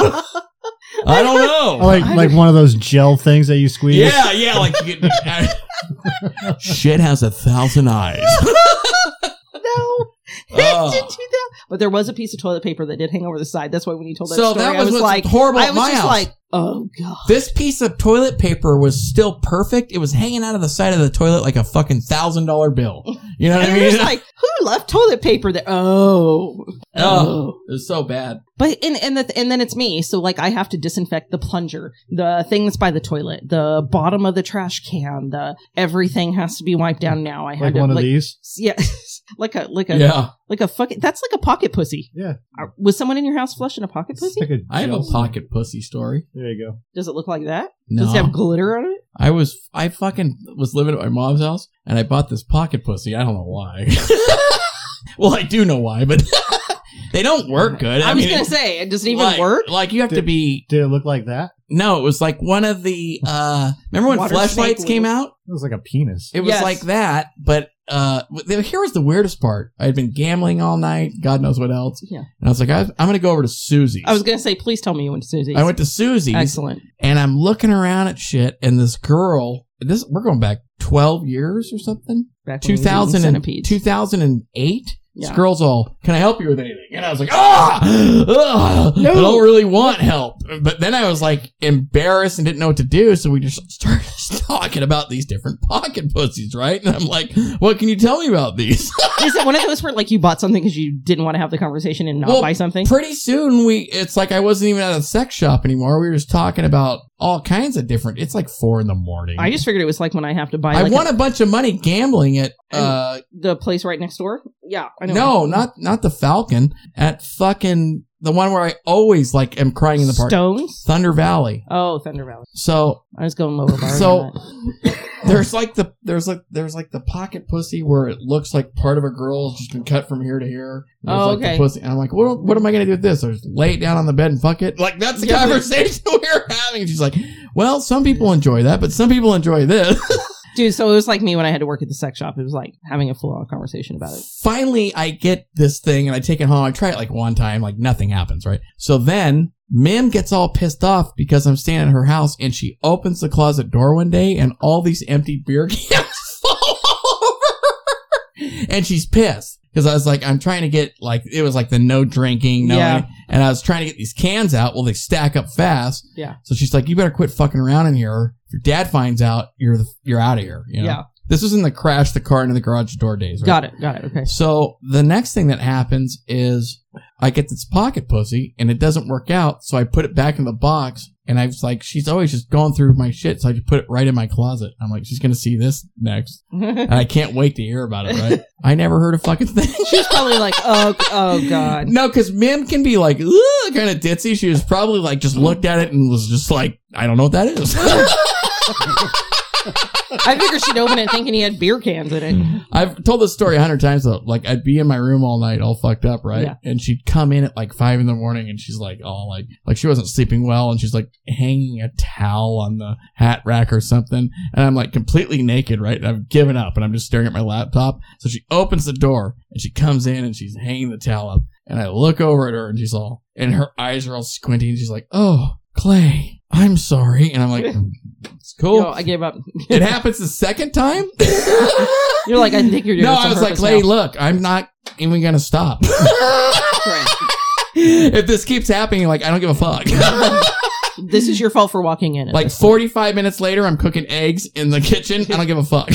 [SPEAKER 5] know, I don't know.
[SPEAKER 1] Oh, like like one of those gel things that you squeeze.
[SPEAKER 5] yeah, yeah, like you get, shit has a thousand eyes.
[SPEAKER 4] No.
[SPEAKER 5] Oh.
[SPEAKER 4] did do that. But there was a piece of toilet paper that did hang over the side. That's why when you told that
[SPEAKER 5] so
[SPEAKER 4] story,
[SPEAKER 5] that
[SPEAKER 4] I
[SPEAKER 5] was,
[SPEAKER 4] was
[SPEAKER 5] what's
[SPEAKER 4] like,
[SPEAKER 5] horrible
[SPEAKER 4] I
[SPEAKER 5] at
[SPEAKER 4] was
[SPEAKER 5] my
[SPEAKER 4] just
[SPEAKER 5] house.
[SPEAKER 4] like, oh god.
[SPEAKER 5] this piece of toilet paper was still perfect. It was hanging out of the side of the toilet like a fucking thousand dollar bill. You know what
[SPEAKER 4] And
[SPEAKER 5] I
[SPEAKER 4] I was
[SPEAKER 5] mean?
[SPEAKER 4] like, who left toilet paper there? Oh,
[SPEAKER 5] oh, it was so bad.
[SPEAKER 4] But and and the, and then it's me. So like I have to disinfect the plunger, the thing that's by the toilet, the bottom of the trash can, the everything has to be wiped down now. I had
[SPEAKER 1] like
[SPEAKER 4] to
[SPEAKER 1] one of
[SPEAKER 4] like,
[SPEAKER 1] these.
[SPEAKER 4] yeah, like a like a
[SPEAKER 5] Yeah,
[SPEAKER 4] like a fucking that's like a pocket pussy.
[SPEAKER 1] Yeah.
[SPEAKER 4] Are- Was someone in your house flushing a pocket
[SPEAKER 1] It's
[SPEAKER 4] pussy?
[SPEAKER 1] like a
[SPEAKER 5] I have a
[SPEAKER 1] gel-
[SPEAKER 5] pocket pussy story.
[SPEAKER 1] There you go.
[SPEAKER 4] Does it look like that? Does it
[SPEAKER 5] No,
[SPEAKER 4] have glitter on it?
[SPEAKER 5] I was I fucking was living at my mom's house and I bought this pocket pussy. I don't know why. well, I do know why, but they don't work good.
[SPEAKER 4] I, was
[SPEAKER 5] mean,
[SPEAKER 4] gonna
[SPEAKER 5] it-
[SPEAKER 4] say, does it even
[SPEAKER 5] like-
[SPEAKER 4] work?
[SPEAKER 5] Like you have to be
[SPEAKER 1] Did it look like that?
[SPEAKER 5] no. It was like one of the uh remember when
[SPEAKER 4] Water
[SPEAKER 5] flashlights
[SPEAKER 4] snake
[SPEAKER 5] came
[SPEAKER 4] wings.
[SPEAKER 5] out.
[SPEAKER 1] It was like a penis.
[SPEAKER 5] It was
[SPEAKER 4] Yes.
[SPEAKER 5] like that, but uh, the- here was the weirdest part. I had been gambling all night, God knows what else.
[SPEAKER 4] Yeah.
[SPEAKER 5] And I was like, I, I'm going to go over to Susie's.
[SPEAKER 4] I was gonna say, please tell me you went to Susie's.
[SPEAKER 5] I went to Susie's,
[SPEAKER 4] Excellent.
[SPEAKER 5] and I'm looking around at shit, and this girl. This we're going back 12 years or something.
[SPEAKER 4] Back when we were doing
[SPEAKER 5] 2000 and,
[SPEAKER 4] centipedes.
[SPEAKER 5] 2008. This
[SPEAKER 4] Yeah.
[SPEAKER 5] girl's all, can I help you with anything? And I was like, ah, ah, I don't really want help. But then I was like embarrassed and didn't know what to do. So we just started talking about these different pocket pussies, right? And I'm like, what can you tell me about these?
[SPEAKER 4] Is it one of those where like you bought something because you didn't want to have the conversation and not
[SPEAKER 5] Well,
[SPEAKER 4] buy something?
[SPEAKER 5] Pretty soon we, it's like I wasn't even at a sex shop anymore. We were just talking about all kinds of different, it's like four in the morning.
[SPEAKER 4] I just figured it was like when I have to buy.
[SPEAKER 5] I
[SPEAKER 4] like,
[SPEAKER 5] won a bunch of money gambling at uh,
[SPEAKER 4] the place right next door. Yeah, I know.
[SPEAKER 5] No, not not the Falcon. At fucking the one where I always like am crying in the park.
[SPEAKER 4] Stones.
[SPEAKER 5] Thunder Valley.
[SPEAKER 4] Oh, Thunder Valley.
[SPEAKER 5] So
[SPEAKER 4] I was going lower bar.
[SPEAKER 5] So- there's like the there's like there's like the pocket pussy where it looks like part of a girl's just been cut from here to here. And there's,
[SPEAKER 4] Oh,
[SPEAKER 5] like, the
[SPEAKER 4] okay.
[SPEAKER 5] pussy. And I'm like, what what am I gonna do with this? I just lay it down on the bed and fuck it. Like that's the
[SPEAKER 4] Yeah.
[SPEAKER 5] conversation we were having. She's like, well, some people enjoy that, but some people enjoy this.
[SPEAKER 4] dude, so it was like me when I had to work at the sex shop. It was like having a full on conversation about it.
[SPEAKER 5] Finally, I get this thing and I take it home. I try it like one time, like nothing happens, right? So then Mim gets all pissed off because I'm staying at her house and she opens the closet door one day and all these empty beer cans fall over her. And she's pissed because I was like, I'm trying to get like, it was like the no drinking, no,
[SPEAKER 4] Yeah.
[SPEAKER 5] and I was trying to get these cans out. Well, they stack up fast.
[SPEAKER 4] Yeah.
[SPEAKER 5] So she's like, you better quit fucking around in here. If your dad finds out, you're, the, you're out of here. You know?
[SPEAKER 4] Yeah.
[SPEAKER 5] This was in the crash the car into the garage door days. Right?
[SPEAKER 4] Got it. Got it. Okay.
[SPEAKER 5] So the next thing that happens is I get this pocket pussy and it doesn't work out. So I put it back in the box and I was like, she's always just going through my shit. So I just put it right in my closet. I'm like, she's going to see this next. And I can't wait to hear about it, right? I never heard a fucking thing.
[SPEAKER 4] she was probably like, oh, oh god.
[SPEAKER 5] No, because Mim can be like, ooh, kind of ditzy. She was probably like, just looked at it and was just like, I don't know what that is.
[SPEAKER 4] I figured she'd open it thinking he had beer cans in it.
[SPEAKER 5] I've told this story a hundred times though. Like I'd be in my room all night, all fucked up, right?
[SPEAKER 4] Yeah.
[SPEAKER 5] And she'd come in at like five in the morning, and she's like, all like, like she wasn't sleeping well, and she's like hanging a towel on the hat rack or something. And I'm like completely naked, right? And I've given up, and I'm just staring at my laptop. So she opens the door, and she comes in, and she's hanging the towel up. And I look over at her, and she's all, and her eyes are all squinty, and she's like, oh, Clay. I'm sorry. And I'm like, it's cool.
[SPEAKER 4] Yo, I gave up.
[SPEAKER 5] it happens the second time?
[SPEAKER 4] You're like, I think you're doing
[SPEAKER 5] no,
[SPEAKER 4] this on
[SPEAKER 5] I was like,
[SPEAKER 4] purpose
[SPEAKER 5] Lady,
[SPEAKER 4] now.
[SPEAKER 5] look, I'm not even going to stop.
[SPEAKER 4] Right.
[SPEAKER 5] if this keeps happening, like, I don't give a fuck.
[SPEAKER 4] This is your fault for walking in.
[SPEAKER 5] like 45 minutes later, I'm cooking eggs in the kitchen. I don't give a fuck.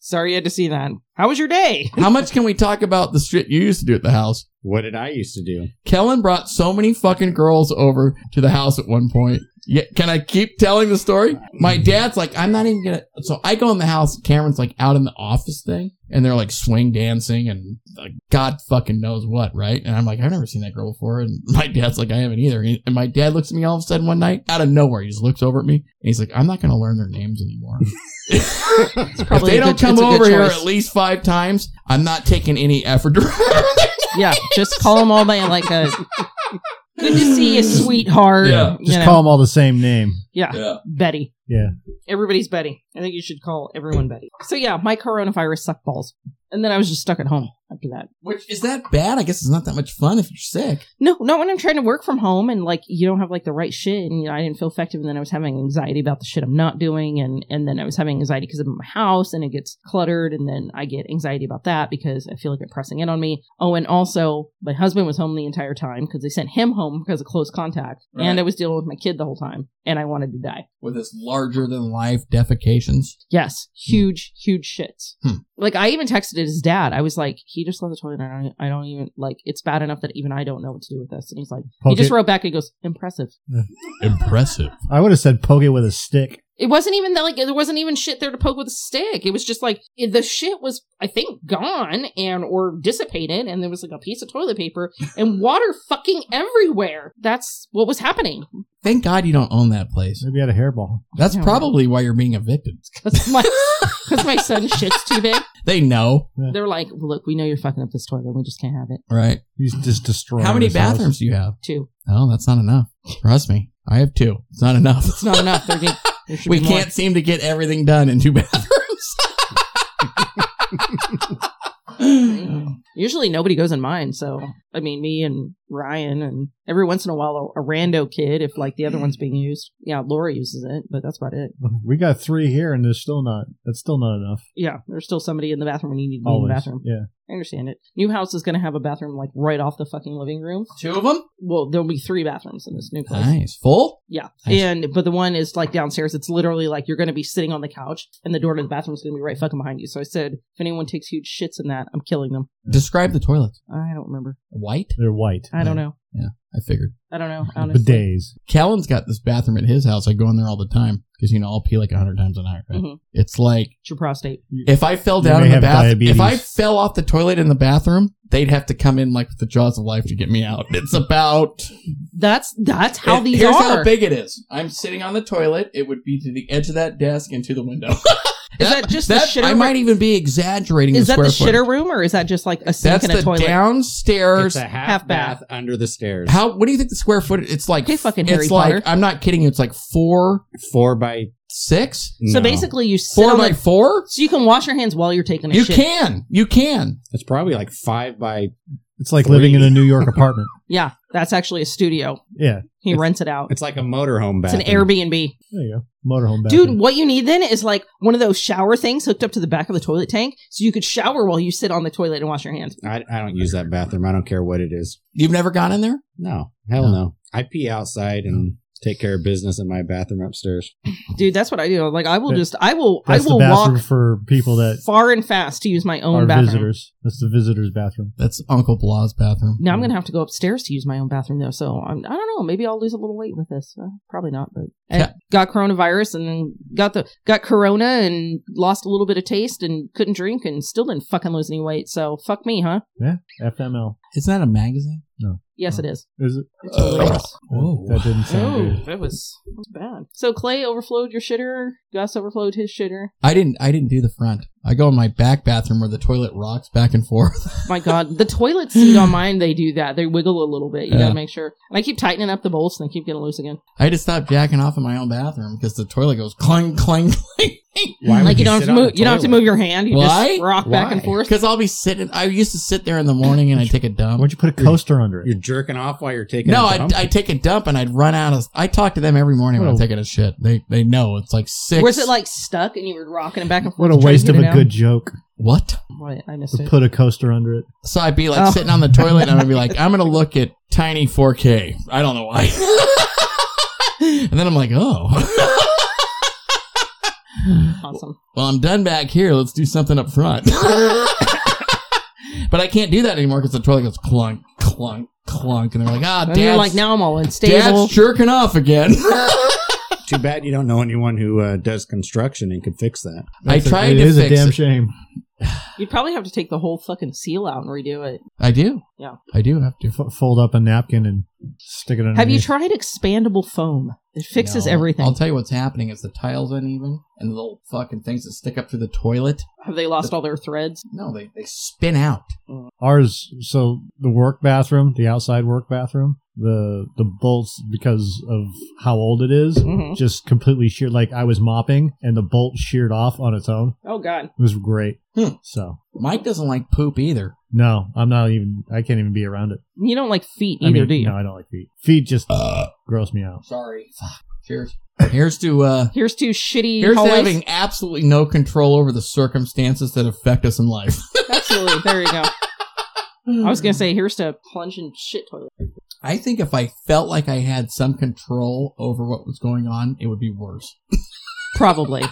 [SPEAKER 4] sorry you had to see that. How was your day?
[SPEAKER 5] How much can we talk about the shit you used to do at the house?
[SPEAKER 6] What did I used to do?
[SPEAKER 5] Kellen brought so many fucking girls over to the house at one point. Yeah, can I keep telling the story? My dad's like, I'm not even gonna. So I go in the house. Cameron's like out in the office thing, and they're like swing dancing and like God fucking knows what, right? And I'm like, I've never seen that girl before. And my dad's like, I haven't either. And my dad looks at me all of a sudden one night out of nowhere. He just looks over at me and he's like, I'm not gonna learn their names anymore. if
[SPEAKER 4] probably
[SPEAKER 5] they
[SPEAKER 4] a
[SPEAKER 5] don't
[SPEAKER 4] good-
[SPEAKER 5] come
[SPEAKER 4] it's a good
[SPEAKER 5] over here
[SPEAKER 4] choice.
[SPEAKER 5] at least five times, I'm not taking any effort to remember their
[SPEAKER 4] Yeah, just call them all by like a good to see you, sweetheart.
[SPEAKER 5] Yeah.
[SPEAKER 4] You
[SPEAKER 1] Just
[SPEAKER 4] know.
[SPEAKER 1] call them all the same name.
[SPEAKER 4] Yeah.
[SPEAKER 5] Yeah.
[SPEAKER 4] Betty.
[SPEAKER 1] Yeah.
[SPEAKER 4] Everybody's Betty. I think you should call everyone Betty. So yeah, my coronavirus sucked balls. And then I was just stuck at home after that.
[SPEAKER 5] Which is that bad? I guess it's not that much fun if you're sick.
[SPEAKER 4] No, not when I'm trying to work from home and like you don't have like the right shit and you know, I didn't feel effective and then I was having anxiety about the shit I'm not doing and and then I was having anxiety because I'm in my house and it gets cluttered and then I get anxiety about that because I feel like it's pressing in on me. Oh, and also my husband was home the entire time because they sent him home because of close contact
[SPEAKER 5] Right.
[SPEAKER 4] and I was dealing with my kid the whole time and I wanted to die.
[SPEAKER 5] With this larger than life defecations.
[SPEAKER 4] Yes, huge, huge shits.
[SPEAKER 5] Hmm.
[SPEAKER 4] Like I even texted his dad. I was like, he just left the toilet. And I don't, I don't even like. It's bad enough that even I don't know what to do with this. And he's like, he
[SPEAKER 1] Poke
[SPEAKER 4] just
[SPEAKER 1] it.
[SPEAKER 4] wrote back. and He goes, impressive.
[SPEAKER 5] Impressive.
[SPEAKER 1] I would have said poke it with a stick.
[SPEAKER 4] It wasn't even that like there wasn't even shit there to poke with a stick. It was just like it- the shit was I think gone and or dissipated, and there was like a piece of toilet paper and water fucking everywhere. That's what was happening.
[SPEAKER 5] Thank God you don't own that place.
[SPEAKER 1] Maybe I had a hairball.
[SPEAKER 5] That's
[SPEAKER 4] Yeah.
[SPEAKER 5] probably why you're being evicted.
[SPEAKER 4] Cause my cause my son shits too big.
[SPEAKER 5] They know,
[SPEAKER 4] They're like, look, we know you're fucking up this toilet. We just can't have it.
[SPEAKER 5] right?
[SPEAKER 1] He's just destroying.
[SPEAKER 5] How many
[SPEAKER 1] this house.
[SPEAKER 5] bathrooms do you have?
[SPEAKER 4] Two.
[SPEAKER 5] Oh, that's not enough. Trust me, I have two. It's not enough.
[SPEAKER 4] It's not enough. There need- there should
[SPEAKER 5] We
[SPEAKER 4] be more.
[SPEAKER 5] can't seem to get everything done in two bathrooms.
[SPEAKER 4] Usually nobody goes in mine. So, I mean, me and Ryan, and every once in a while, a, a rando kid, if like the other one's being used. Yeah, Laura uses it, but that's about it.
[SPEAKER 1] We got three here, and there's still not. That's still not enough.
[SPEAKER 4] Yeah, there's still somebody in the bathroom when you need to be
[SPEAKER 1] Always.
[SPEAKER 4] in the bathroom.
[SPEAKER 1] Yeah.
[SPEAKER 4] I understand it. New house is going to have a bathroom like right off the fucking living room.
[SPEAKER 5] two of them.
[SPEAKER 4] Well, there'll be three bathrooms in this new place.
[SPEAKER 5] Nice, full.
[SPEAKER 4] Yeah.
[SPEAKER 5] Nice.
[SPEAKER 4] And but the one is like downstairs. It's literally like you're going to be sitting on the couch and the door to the bathroom is going to be right fucking behind you. So I said, if anyone takes huge shits in that, I'm killing them.
[SPEAKER 5] Describe the toilets.
[SPEAKER 4] I don't remember.
[SPEAKER 5] White.
[SPEAKER 1] They're white.
[SPEAKER 4] I don't know.
[SPEAKER 5] I figured.
[SPEAKER 4] I don't know. Honestly.
[SPEAKER 1] Bidets.
[SPEAKER 5] Callan's got this bathroom at his house. I go in there all the time because you know I'll pee like a hundred times an hour. Right?
[SPEAKER 4] Mhm.
[SPEAKER 5] It's like
[SPEAKER 4] It's your prostate.
[SPEAKER 5] If I fell
[SPEAKER 1] You
[SPEAKER 5] down
[SPEAKER 1] may
[SPEAKER 5] in the
[SPEAKER 1] have
[SPEAKER 5] bathroom, if I
[SPEAKER 1] diabetes.
[SPEAKER 5] fell off the toilet in the bathroom, they'd have to come in like with the jaws of life to get me out. It's about
[SPEAKER 4] That's that's how
[SPEAKER 5] it-
[SPEAKER 4] these
[SPEAKER 5] here's
[SPEAKER 4] are.
[SPEAKER 5] how big it is. I'm sitting on the toilet. It would be to the edge of that desk and to the window.
[SPEAKER 4] Is that just the shitter
[SPEAKER 5] I
[SPEAKER 4] room?
[SPEAKER 5] might even be exaggerating.
[SPEAKER 4] is that the
[SPEAKER 5] square footage.
[SPEAKER 4] shitter room or is that just like a sink
[SPEAKER 5] That's
[SPEAKER 4] and a
[SPEAKER 5] the
[SPEAKER 4] toilet?
[SPEAKER 5] downstairs.
[SPEAKER 6] It's a half,
[SPEAKER 4] half bath.
[SPEAKER 6] bath, under the stairs.
[SPEAKER 5] How? What do you think the square foot? It's like
[SPEAKER 4] Okay, fucking
[SPEAKER 5] it's
[SPEAKER 4] Harry
[SPEAKER 5] like
[SPEAKER 4] Potter.
[SPEAKER 5] I'm not kidding you. It's like four,
[SPEAKER 6] Four by
[SPEAKER 5] six,
[SPEAKER 4] so
[SPEAKER 6] no.
[SPEAKER 4] basically, you sit
[SPEAKER 5] four
[SPEAKER 4] on
[SPEAKER 5] by
[SPEAKER 4] the,
[SPEAKER 5] four.
[SPEAKER 4] so you can wash your hands while you're taking a
[SPEAKER 5] You
[SPEAKER 4] shit.
[SPEAKER 5] can, you can.
[SPEAKER 6] it's probably like five by
[SPEAKER 1] It's like
[SPEAKER 6] Three.
[SPEAKER 1] living in a New York apartment.
[SPEAKER 4] Yeah, that's actually a studio.
[SPEAKER 1] Yeah.
[SPEAKER 4] He
[SPEAKER 6] It's-
[SPEAKER 4] rents it out.
[SPEAKER 6] it's like a motorhome
[SPEAKER 4] It's
[SPEAKER 6] bath.
[SPEAKER 4] an Airbnb.
[SPEAKER 1] There you go. Motorhome bathroom.
[SPEAKER 4] Dude, what you need then is like one of those shower things hooked up to the back of the toilet tank so you could shower while you sit on the toilet and wash your hands.
[SPEAKER 6] I, I don't use that bathroom. I don't care what it is.
[SPEAKER 5] You've never gone in there.
[SPEAKER 6] No, hell
[SPEAKER 5] No.
[SPEAKER 6] no. I pee outside and take care of business in my bathroom upstairs.
[SPEAKER 4] Dude, that's what I do. Like I will
[SPEAKER 1] That-
[SPEAKER 4] just I will I
[SPEAKER 1] That's
[SPEAKER 4] will
[SPEAKER 1] the bathroom
[SPEAKER 4] walk
[SPEAKER 1] for people that
[SPEAKER 4] far and fast to use my
[SPEAKER 1] are
[SPEAKER 4] own bathroom.
[SPEAKER 1] visitors. That's the visitors' bathroom.
[SPEAKER 5] That's Uncle Blah's bathroom.
[SPEAKER 4] Now I'm gonna have to go upstairs to use my own bathroom though, so I'm, I don't know. Maybe I'll lose a little weight with this. Uh, probably not, but I
[SPEAKER 5] Yeah.
[SPEAKER 4] got coronavirus and then got the got corona and lost a little bit of taste and couldn't drink and still didn't fucking lose any weight. So fuck me, huh?
[SPEAKER 1] FML.
[SPEAKER 5] Isn't that a magazine?
[SPEAKER 4] Yes,
[SPEAKER 1] Oh.
[SPEAKER 4] it is.
[SPEAKER 1] Is it?
[SPEAKER 4] It totally is.
[SPEAKER 5] Whoa.
[SPEAKER 1] That didn't sound
[SPEAKER 4] Oh,
[SPEAKER 1] good.
[SPEAKER 4] that was, that was bad. So Clay overflowed your shitter. Gus overflowed his shitter.
[SPEAKER 5] I didn't. I didn't do the front. I go in my back bathroom where the toilet rocks back and forth.
[SPEAKER 4] My God, the toilet seat on mine, they do that. They wiggle a little bit. You
[SPEAKER 5] Yeah.
[SPEAKER 4] gotta make sure. And I keep tightening up the bolts and they keep getting loose again.
[SPEAKER 5] I had to stop jacking off in my own bathroom because the toilet goes clang, clang, clang.
[SPEAKER 6] Why
[SPEAKER 4] like
[SPEAKER 6] would
[SPEAKER 4] you don't have
[SPEAKER 6] sit
[SPEAKER 4] to
[SPEAKER 6] on
[SPEAKER 4] move.
[SPEAKER 6] the
[SPEAKER 4] You don't have to
[SPEAKER 6] toilet?
[SPEAKER 4] move your hand. You
[SPEAKER 5] Why?
[SPEAKER 4] just rock back and
[SPEAKER 6] Why?
[SPEAKER 4] forth.
[SPEAKER 5] Because I'll be sitting. I used to sit there in the morning and I take a
[SPEAKER 1] Why
[SPEAKER 5] dump.
[SPEAKER 1] don't you put a coaster under it?
[SPEAKER 6] You're jerking off while you're taking.
[SPEAKER 5] No,
[SPEAKER 6] a
[SPEAKER 5] I
[SPEAKER 6] dump?
[SPEAKER 5] I take a dump and I'd run out of. I talk to them every morning when I'm
[SPEAKER 1] What a-
[SPEAKER 5] taking a shit. They they know it's like six.
[SPEAKER 4] Was it like stuck and you were rocking it back and
[SPEAKER 1] What
[SPEAKER 4] forth?
[SPEAKER 1] a
[SPEAKER 4] to try to
[SPEAKER 1] waste
[SPEAKER 4] get
[SPEAKER 1] of
[SPEAKER 4] it
[SPEAKER 1] a
[SPEAKER 4] out?
[SPEAKER 1] good joke
[SPEAKER 5] what?
[SPEAKER 4] Wait, I missed
[SPEAKER 1] to
[SPEAKER 4] it.
[SPEAKER 1] put a coaster under it.
[SPEAKER 5] So I'd be like
[SPEAKER 4] Oh.
[SPEAKER 5] sitting on the toilet and I'm gonna be like, I'm gonna look at tiny 4K. I don't know why. and then I'm like, oh,
[SPEAKER 4] Awesome.
[SPEAKER 5] well, I'm done back here. Let's do something up front. but I can't do that anymore because the toilet goes clunk, clunk, clunk, and they're like, ah,
[SPEAKER 4] And you're
[SPEAKER 5] dad's,
[SPEAKER 4] like, now I'm all unstable.
[SPEAKER 5] dad's jerking off again.
[SPEAKER 6] Too bad you don't know anyone who uh, does construction and could fix that.
[SPEAKER 5] I
[SPEAKER 1] That's a-
[SPEAKER 5] tried
[SPEAKER 1] It
[SPEAKER 5] to
[SPEAKER 1] is a
[SPEAKER 5] fix
[SPEAKER 1] damn
[SPEAKER 5] it.
[SPEAKER 1] shame.
[SPEAKER 4] You'd probably have to take the whole fucking seal out and redo it.
[SPEAKER 5] I do.
[SPEAKER 4] Yeah.
[SPEAKER 5] I do have to.
[SPEAKER 1] F- fold up a napkin and stick it under.
[SPEAKER 4] Have you tried expandable foam? It fixes
[SPEAKER 5] No.
[SPEAKER 4] everything.
[SPEAKER 5] I'll tell you what's happening is the tile's uneven and the little fucking things that stick up through the toilet.
[SPEAKER 4] Have they lost all their threads?
[SPEAKER 5] No, they, they spin out.
[SPEAKER 1] ours? So the work bathroom, the outside work bathroom, the the bolts because of how old it is,
[SPEAKER 4] Mhm.
[SPEAKER 1] just completely sheared. Like I was mopping and the bolt sheared off on its own.
[SPEAKER 4] Oh god.
[SPEAKER 1] It was great.
[SPEAKER 5] Hmm.
[SPEAKER 1] So
[SPEAKER 5] Mike doesn't like poop either.
[SPEAKER 1] no, I'm not even. I can't even be around it.
[SPEAKER 4] You don't like feet
[SPEAKER 1] I
[SPEAKER 4] either,
[SPEAKER 1] mean,
[SPEAKER 4] do you?
[SPEAKER 1] No, I don't like feet. Feet just gross me out.
[SPEAKER 5] Sorry. Fuck. Cheers. Here's to uh
[SPEAKER 4] Here's two shitty
[SPEAKER 5] here's to
[SPEAKER 4] hallways.
[SPEAKER 5] having absolutely no control over the circumstances that affect us in life.
[SPEAKER 4] Absolutely. There you go. I was gonna say here's to plunge and shit toilet.
[SPEAKER 5] I think if I felt like I had some control over what was going on, it would be worse.
[SPEAKER 4] Probably.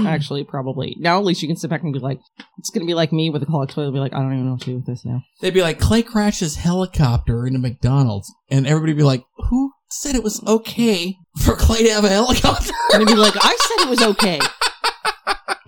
[SPEAKER 4] Actually, probably. Now at least you can sit back and be like, it's gonna be like me with a colic toilet. Be like, I don't even know what to do with this now.
[SPEAKER 5] They'd be like, Clay crashed his helicopter into McDonald's, and everybody'd be like, Who said it was okay for Clay to have a helicopter?
[SPEAKER 4] And be like, I said it was okay.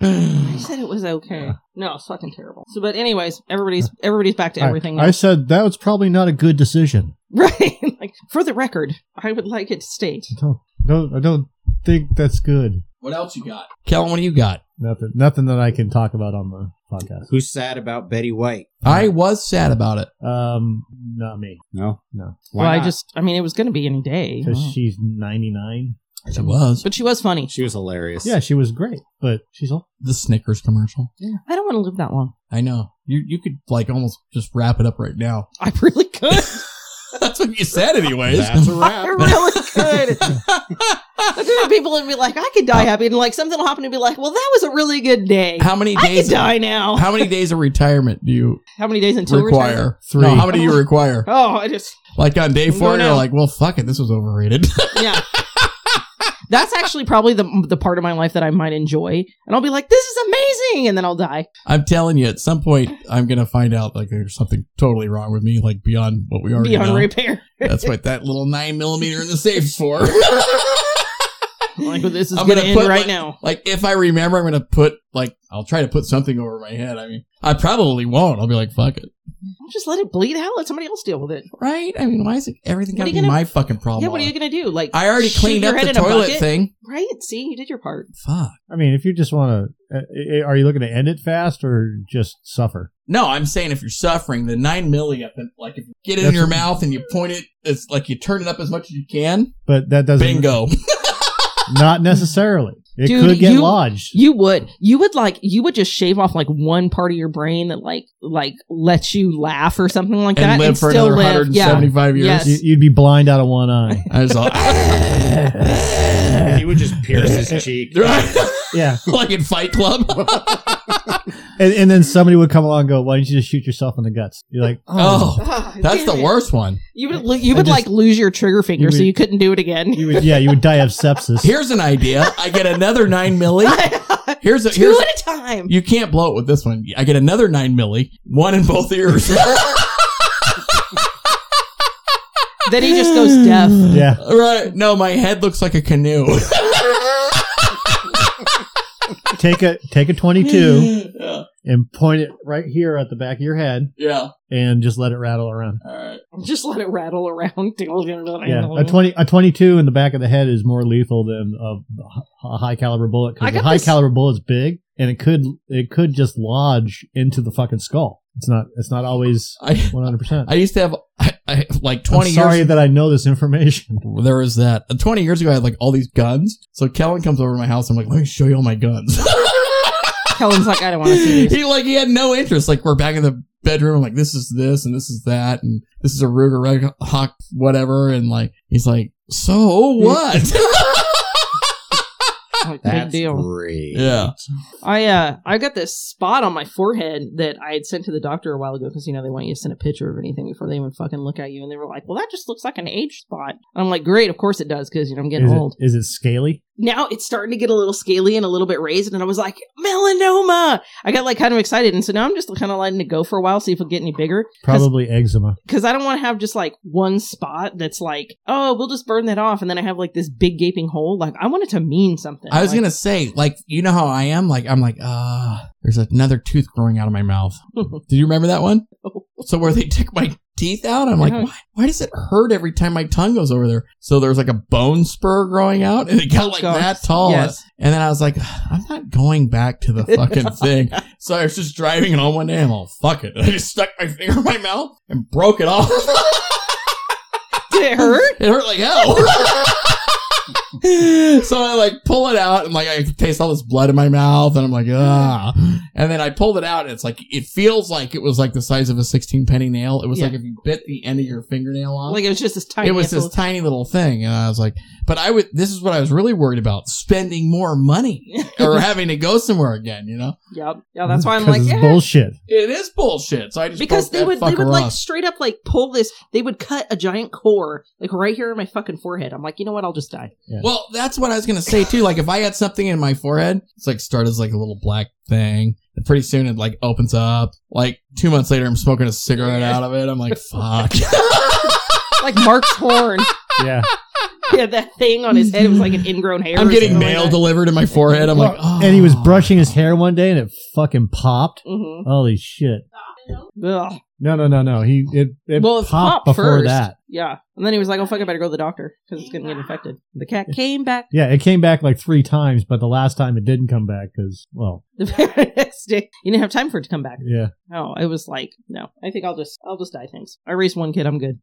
[SPEAKER 4] I said it was okay. No, it's fucking terrible. So, but anyways, everybody's everybody's back to
[SPEAKER 1] I-
[SPEAKER 4] everything.
[SPEAKER 1] I,
[SPEAKER 4] now.
[SPEAKER 1] said that was probably not a good decision.
[SPEAKER 4] right? Like for the record, I would like it to state.
[SPEAKER 1] I don't, don't I don't think that's good.
[SPEAKER 5] what else you got? Kellen, what do you got?
[SPEAKER 1] Nothing. Nothing that I can talk about on the podcast.
[SPEAKER 6] Who's sad about Betty White?
[SPEAKER 5] I was sad about it.
[SPEAKER 1] Um, not me.
[SPEAKER 6] No,
[SPEAKER 1] No,
[SPEAKER 6] Why
[SPEAKER 4] well, I
[SPEAKER 6] not?
[SPEAKER 4] just, I mean, it was going to be any day.
[SPEAKER 1] because she's 99.
[SPEAKER 5] It was.
[SPEAKER 4] But she was funny.
[SPEAKER 6] she was hilarious.
[SPEAKER 1] Yeah, she was great, but she's old.
[SPEAKER 5] The Snickers commercial.
[SPEAKER 4] I don't want to live that long.
[SPEAKER 5] I know. You you could like almost just wrap it up right now.
[SPEAKER 4] I really could.
[SPEAKER 5] That's what you said anyways.
[SPEAKER 6] that's a
[SPEAKER 4] I
[SPEAKER 6] wrap.
[SPEAKER 4] really could. Look at the people and be like, I could die happy, and like something will happen and be like, well, that was a really good day.
[SPEAKER 5] how many
[SPEAKER 4] I could
[SPEAKER 5] days
[SPEAKER 4] die now.
[SPEAKER 5] How many days of retirement do you
[SPEAKER 4] How many days until retirement?
[SPEAKER 5] require?
[SPEAKER 1] Three.
[SPEAKER 5] No, how many do you require?
[SPEAKER 4] Oh, I just
[SPEAKER 5] Like on day
[SPEAKER 4] I'm
[SPEAKER 5] four,
[SPEAKER 4] going
[SPEAKER 5] you're
[SPEAKER 4] out.
[SPEAKER 5] like, well, fuck it, this was overrated.
[SPEAKER 4] yeah. That's actually probably the the part of my life that I might enjoy, and I'll be like, "This is amazing," and then I'll die.
[SPEAKER 5] I'm telling you, at some point, I'm gonna find out like there's something totally wrong with me, like beyond what we already
[SPEAKER 4] Beyond
[SPEAKER 5] know.
[SPEAKER 4] repair.
[SPEAKER 5] That's what that little nine millimeter in the safe's for.
[SPEAKER 4] Like well, this is
[SPEAKER 5] I'm
[SPEAKER 4] going to
[SPEAKER 5] gonna
[SPEAKER 4] end
[SPEAKER 5] put
[SPEAKER 4] right
[SPEAKER 5] my-
[SPEAKER 4] now.
[SPEAKER 5] Like if I remember, I'm gonna put like I'll try to put something over my head. I mean, I probably won't. I'll be like, fuck it,
[SPEAKER 4] Just let it bleed out. Let somebody else deal with it.
[SPEAKER 5] right? I mean, why is it everything
[SPEAKER 4] What
[SPEAKER 5] gotta
[SPEAKER 4] are
[SPEAKER 5] be
[SPEAKER 4] you gonna-
[SPEAKER 5] Oh my fucking problem?
[SPEAKER 4] yeah, what are you going to do? Like,
[SPEAKER 5] I already
[SPEAKER 4] shoot
[SPEAKER 5] cleaned
[SPEAKER 4] your
[SPEAKER 5] up
[SPEAKER 4] head
[SPEAKER 5] the
[SPEAKER 4] in a
[SPEAKER 5] toilet
[SPEAKER 4] bucket?
[SPEAKER 5] thing.
[SPEAKER 4] right? See, you did your part.
[SPEAKER 5] Fuck.
[SPEAKER 1] I mean, if you just want to, uh, uh, are you looking to end it fast or just suffer?
[SPEAKER 5] No, I'm saying if you're suffering, the nine milli, up in- like if you get it in
[SPEAKER 1] That's-
[SPEAKER 5] your mouth and you point it, it's like you turn it up as much as you can.
[SPEAKER 1] But that doesn't.
[SPEAKER 5] Bingo.
[SPEAKER 1] Not necessarily. It
[SPEAKER 4] Dude,
[SPEAKER 1] could get
[SPEAKER 4] you-
[SPEAKER 1] lodged.
[SPEAKER 4] You would, you would like, you would just shave off like one part of your brain that like, like lets you laugh or something like that,
[SPEAKER 5] and live for another 175 years.
[SPEAKER 4] Yes.
[SPEAKER 1] You- You'd be blind out of one eye.
[SPEAKER 5] I was all,
[SPEAKER 6] he would just pierce his cheek.
[SPEAKER 1] yeah,
[SPEAKER 5] like in Fight Club.
[SPEAKER 1] Oh. and, and then somebody would come along and go, "Why don't you just shoot yourself in the guts?" You're like, "Oh,
[SPEAKER 5] oh,
[SPEAKER 4] Ah, damn
[SPEAKER 5] that's the
[SPEAKER 4] it.
[SPEAKER 5] worst one.
[SPEAKER 4] You would, lo- you would
[SPEAKER 1] just-
[SPEAKER 4] like lose your trigger finger,
[SPEAKER 1] You
[SPEAKER 4] so
[SPEAKER 1] would-
[SPEAKER 4] you couldn't do it again.
[SPEAKER 1] you would, yeah, you would die of sepsis."
[SPEAKER 5] Here's an idea. I get another nine milli. Here's a, here's
[SPEAKER 4] Two at a time.
[SPEAKER 5] you can't blow it with this one. I get another nine milli, one in both ears.
[SPEAKER 4] then he just goes deaf.
[SPEAKER 1] yeah,
[SPEAKER 5] right? No, my head looks like a canoe.
[SPEAKER 1] take a take a 22 and point it right here at the back of your head,
[SPEAKER 5] yeah. Uh,
[SPEAKER 1] and just let it rattle around.
[SPEAKER 5] All right.
[SPEAKER 4] Just let it rattle around.
[SPEAKER 1] Yeah, a twenty a twenty two in the back of the head is more lethal than a, a high caliber bullet
[SPEAKER 4] I
[SPEAKER 1] because a
[SPEAKER 4] got
[SPEAKER 1] high
[SPEAKER 4] this-
[SPEAKER 1] caliber bullet's big and it could it could just lodge into the fucking skull. It's not it's not always
[SPEAKER 5] I
[SPEAKER 1] one hundred percent.
[SPEAKER 5] I used to have I, I, like
[SPEAKER 1] I'm
[SPEAKER 5] twenty
[SPEAKER 1] sorry
[SPEAKER 5] years.
[SPEAKER 1] that I know this information.
[SPEAKER 5] there was that. Uh, Twenty years ago, I had like all these guns. So Kellen comes over to my house. I'm like, let me show you all my guns.
[SPEAKER 4] Kellen's like, I don't want to see these.
[SPEAKER 5] he like he had no interest. Like we're back in the bedroom. I'm like, this is this and this is that and this is a Ruger Hawk whatever. And like he's like, so what?
[SPEAKER 4] Like,
[SPEAKER 6] That's
[SPEAKER 4] big deal.
[SPEAKER 6] great.
[SPEAKER 5] yeah.
[SPEAKER 4] I uh I got this spot on my forehead that I had sent to the doctor a while ago because you know they want you to send a picture of anything before they even fucking look at you, and they were like, "Well, that just looks like an age spot." And I'm like, "Great, of course it does because you know I'm getting
[SPEAKER 1] Is it-
[SPEAKER 4] old."
[SPEAKER 1] is it scaly?
[SPEAKER 4] Now it's starting to get a little scaly and a little bit raised, and I was like, "Melanoma!" I got like kind of excited, and so now I'm just kind of letting it go for a while, see if it'll get any bigger.
[SPEAKER 1] Probably eczema.
[SPEAKER 4] because I don't want to have just like one spot that's like, oh, we'll just burn that off, and then I have like this big gaping hole. Like I want it to mean something.
[SPEAKER 5] I was
[SPEAKER 4] Like,
[SPEAKER 5] gonna say, like, you know how I am. Like, I'm like, ah, there's another tooth growing out of my mouth. Did you remember that one?
[SPEAKER 4] No.
[SPEAKER 5] So where they took my teeth out, I'm like,
[SPEAKER 4] Yeah.
[SPEAKER 5] why, why does it hurt every time my tongue goes over there? So there's like a bone spur growing out, and it got like
[SPEAKER 4] Gosh,
[SPEAKER 5] that tall.
[SPEAKER 4] yes.
[SPEAKER 5] And then I was like, I'm not going back to the fucking thing. So I was just driving, and on one day, I'm all, fuck it. I just stuck my finger in my mouth and broke it off.
[SPEAKER 4] Did it hurt?
[SPEAKER 5] It hurt like hell. so I like pull it out and like I taste all this blood in my mouth and I'm like, ah. And then I pulled it out and it's like, it feels like it was like the size of a 16 penny nail. It was
[SPEAKER 4] Yeah.
[SPEAKER 5] like if you bit the end of your fingernail off.
[SPEAKER 4] Like it was just this tiny.
[SPEAKER 5] it was this
[SPEAKER 4] little-
[SPEAKER 5] tiny little thing. And I was like, but I would, this is what I was really worried about spending more money or having to go somewhere again, you know?
[SPEAKER 4] Yep. Yeah, Oh, that's why I'm
[SPEAKER 1] 'Cause
[SPEAKER 4] like,
[SPEAKER 1] it's
[SPEAKER 4] yeah.
[SPEAKER 1] bullshit.
[SPEAKER 5] It is bullshit. So I just,
[SPEAKER 4] Because
[SPEAKER 5] broke
[SPEAKER 4] they
[SPEAKER 5] that
[SPEAKER 4] would, they would
[SPEAKER 5] fucker
[SPEAKER 4] like
[SPEAKER 5] off.
[SPEAKER 4] straight up like pull this. They would cut a giant core like right here in my fucking forehead. I'm like, you know what? I'll just die.
[SPEAKER 5] Well, that's what I was gonna say too. Like, if I had something in my forehead, it's like started as like a little black thing, and pretty soon it like opens up. Like two months later, I'm smoking a cigarette out of it. I'm like, fuck.
[SPEAKER 4] Like Mark's horn.
[SPEAKER 1] Yeah.
[SPEAKER 4] He had that thing on his head. It was like an ingrown hair.
[SPEAKER 5] I'm
[SPEAKER 4] or
[SPEAKER 5] getting
[SPEAKER 4] something like
[SPEAKER 5] mail
[SPEAKER 4] that.
[SPEAKER 5] delivered in my forehead. I'm like, oh.
[SPEAKER 1] and he was brushing his hair one day and it fucking popped.
[SPEAKER 4] Mhm.
[SPEAKER 1] Holy shit.
[SPEAKER 4] Mm-hmm. Ugh.
[SPEAKER 1] No, no, no, no. He it, it
[SPEAKER 4] Well, it
[SPEAKER 1] popped,
[SPEAKER 4] popped
[SPEAKER 1] before
[SPEAKER 4] first.
[SPEAKER 1] that.
[SPEAKER 4] Yeah. And then he was like, oh, fuck, I better go to the doctor because it's going to get infected. The cat came back
[SPEAKER 1] Yeah, it came back like three times, but the last time it didn't come back because, well,
[SPEAKER 4] the very next day. You didn't have time for it to come back.
[SPEAKER 1] yeah.
[SPEAKER 4] No, it was like, no, I think I'll just, I'll just die. Thanks. I raised one kid. I'm good.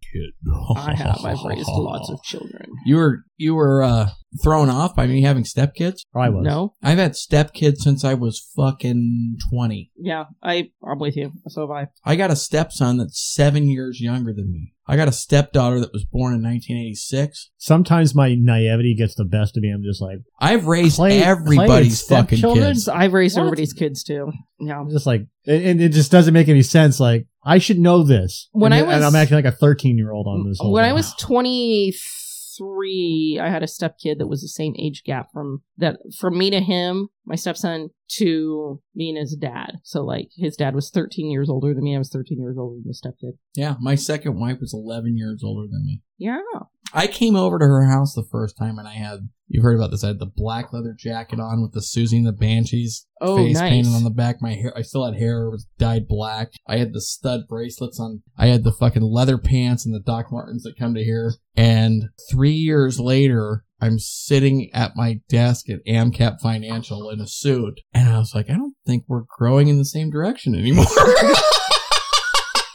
[SPEAKER 4] I have. I've raised lots of children.
[SPEAKER 5] You were you were uh, thrown off by me having stepkids.
[SPEAKER 1] I was.
[SPEAKER 4] No.
[SPEAKER 5] I've had stepkids since I was fucking twenty.
[SPEAKER 4] Yeah. I, I'm with you. So have I.
[SPEAKER 5] I got a stepson that's seven years younger than me. I got a stepdaughter that was born in 1986.
[SPEAKER 1] Sometimes my naivety gets the best of me. I'm just like,
[SPEAKER 5] I've raised
[SPEAKER 1] Clay- Clay
[SPEAKER 5] everybody's
[SPEAKER 1] and
[SPEAKER 5] fucking
[SPEAKER 1] stepchildren?
[SPEAKER 5] kids.
[SPEAKER 4] I've raised
[SPEAKER 1] What?
[SPEAKER 4] everybody's kids too. Yeah.
[SPEAKER 1] I'm just like, and and it just doesn't make any sense. Like, I should know this.
[SPEAKER 4] When
[SPEAKER 1] and,
[SPEAKER 4] I was-
[SPEAKER 1] and I'm acting like a 13 year old on this. Whole
[SPEAKER 4] When
[SPEAKER 1] thing.
[SPEAKER 4] I was 23, I had a stepkid that was the same age gap from that from me to him, my stepson to me and his dad. So like his dad was 13 years older than me. I was 13 years older than the stepkid.
[SPEAKER 5] Yeah, my second wife was 11 years older than me.
[SPEAKER 4] Yeah.
[SPEAKER 5] I came over to her house the first time, and I had you've heard about this. I had the black leather jacket on with the Susie and the Banshees
[SPEAKER 4] Oh,
[SPEAKER 5] face
[SPEAKER 4] nice.
[SPEAKER 5] painted on the back. My hair, I still had hair it was dyed black. I had the stud bracelets on. I had the fucking leather pants and the Doc Martens that come to here. And three years later. I'm sitting at my desk at AMCAP Financial in a suit, and I was like, I don't think we're growing in the same direction anymore.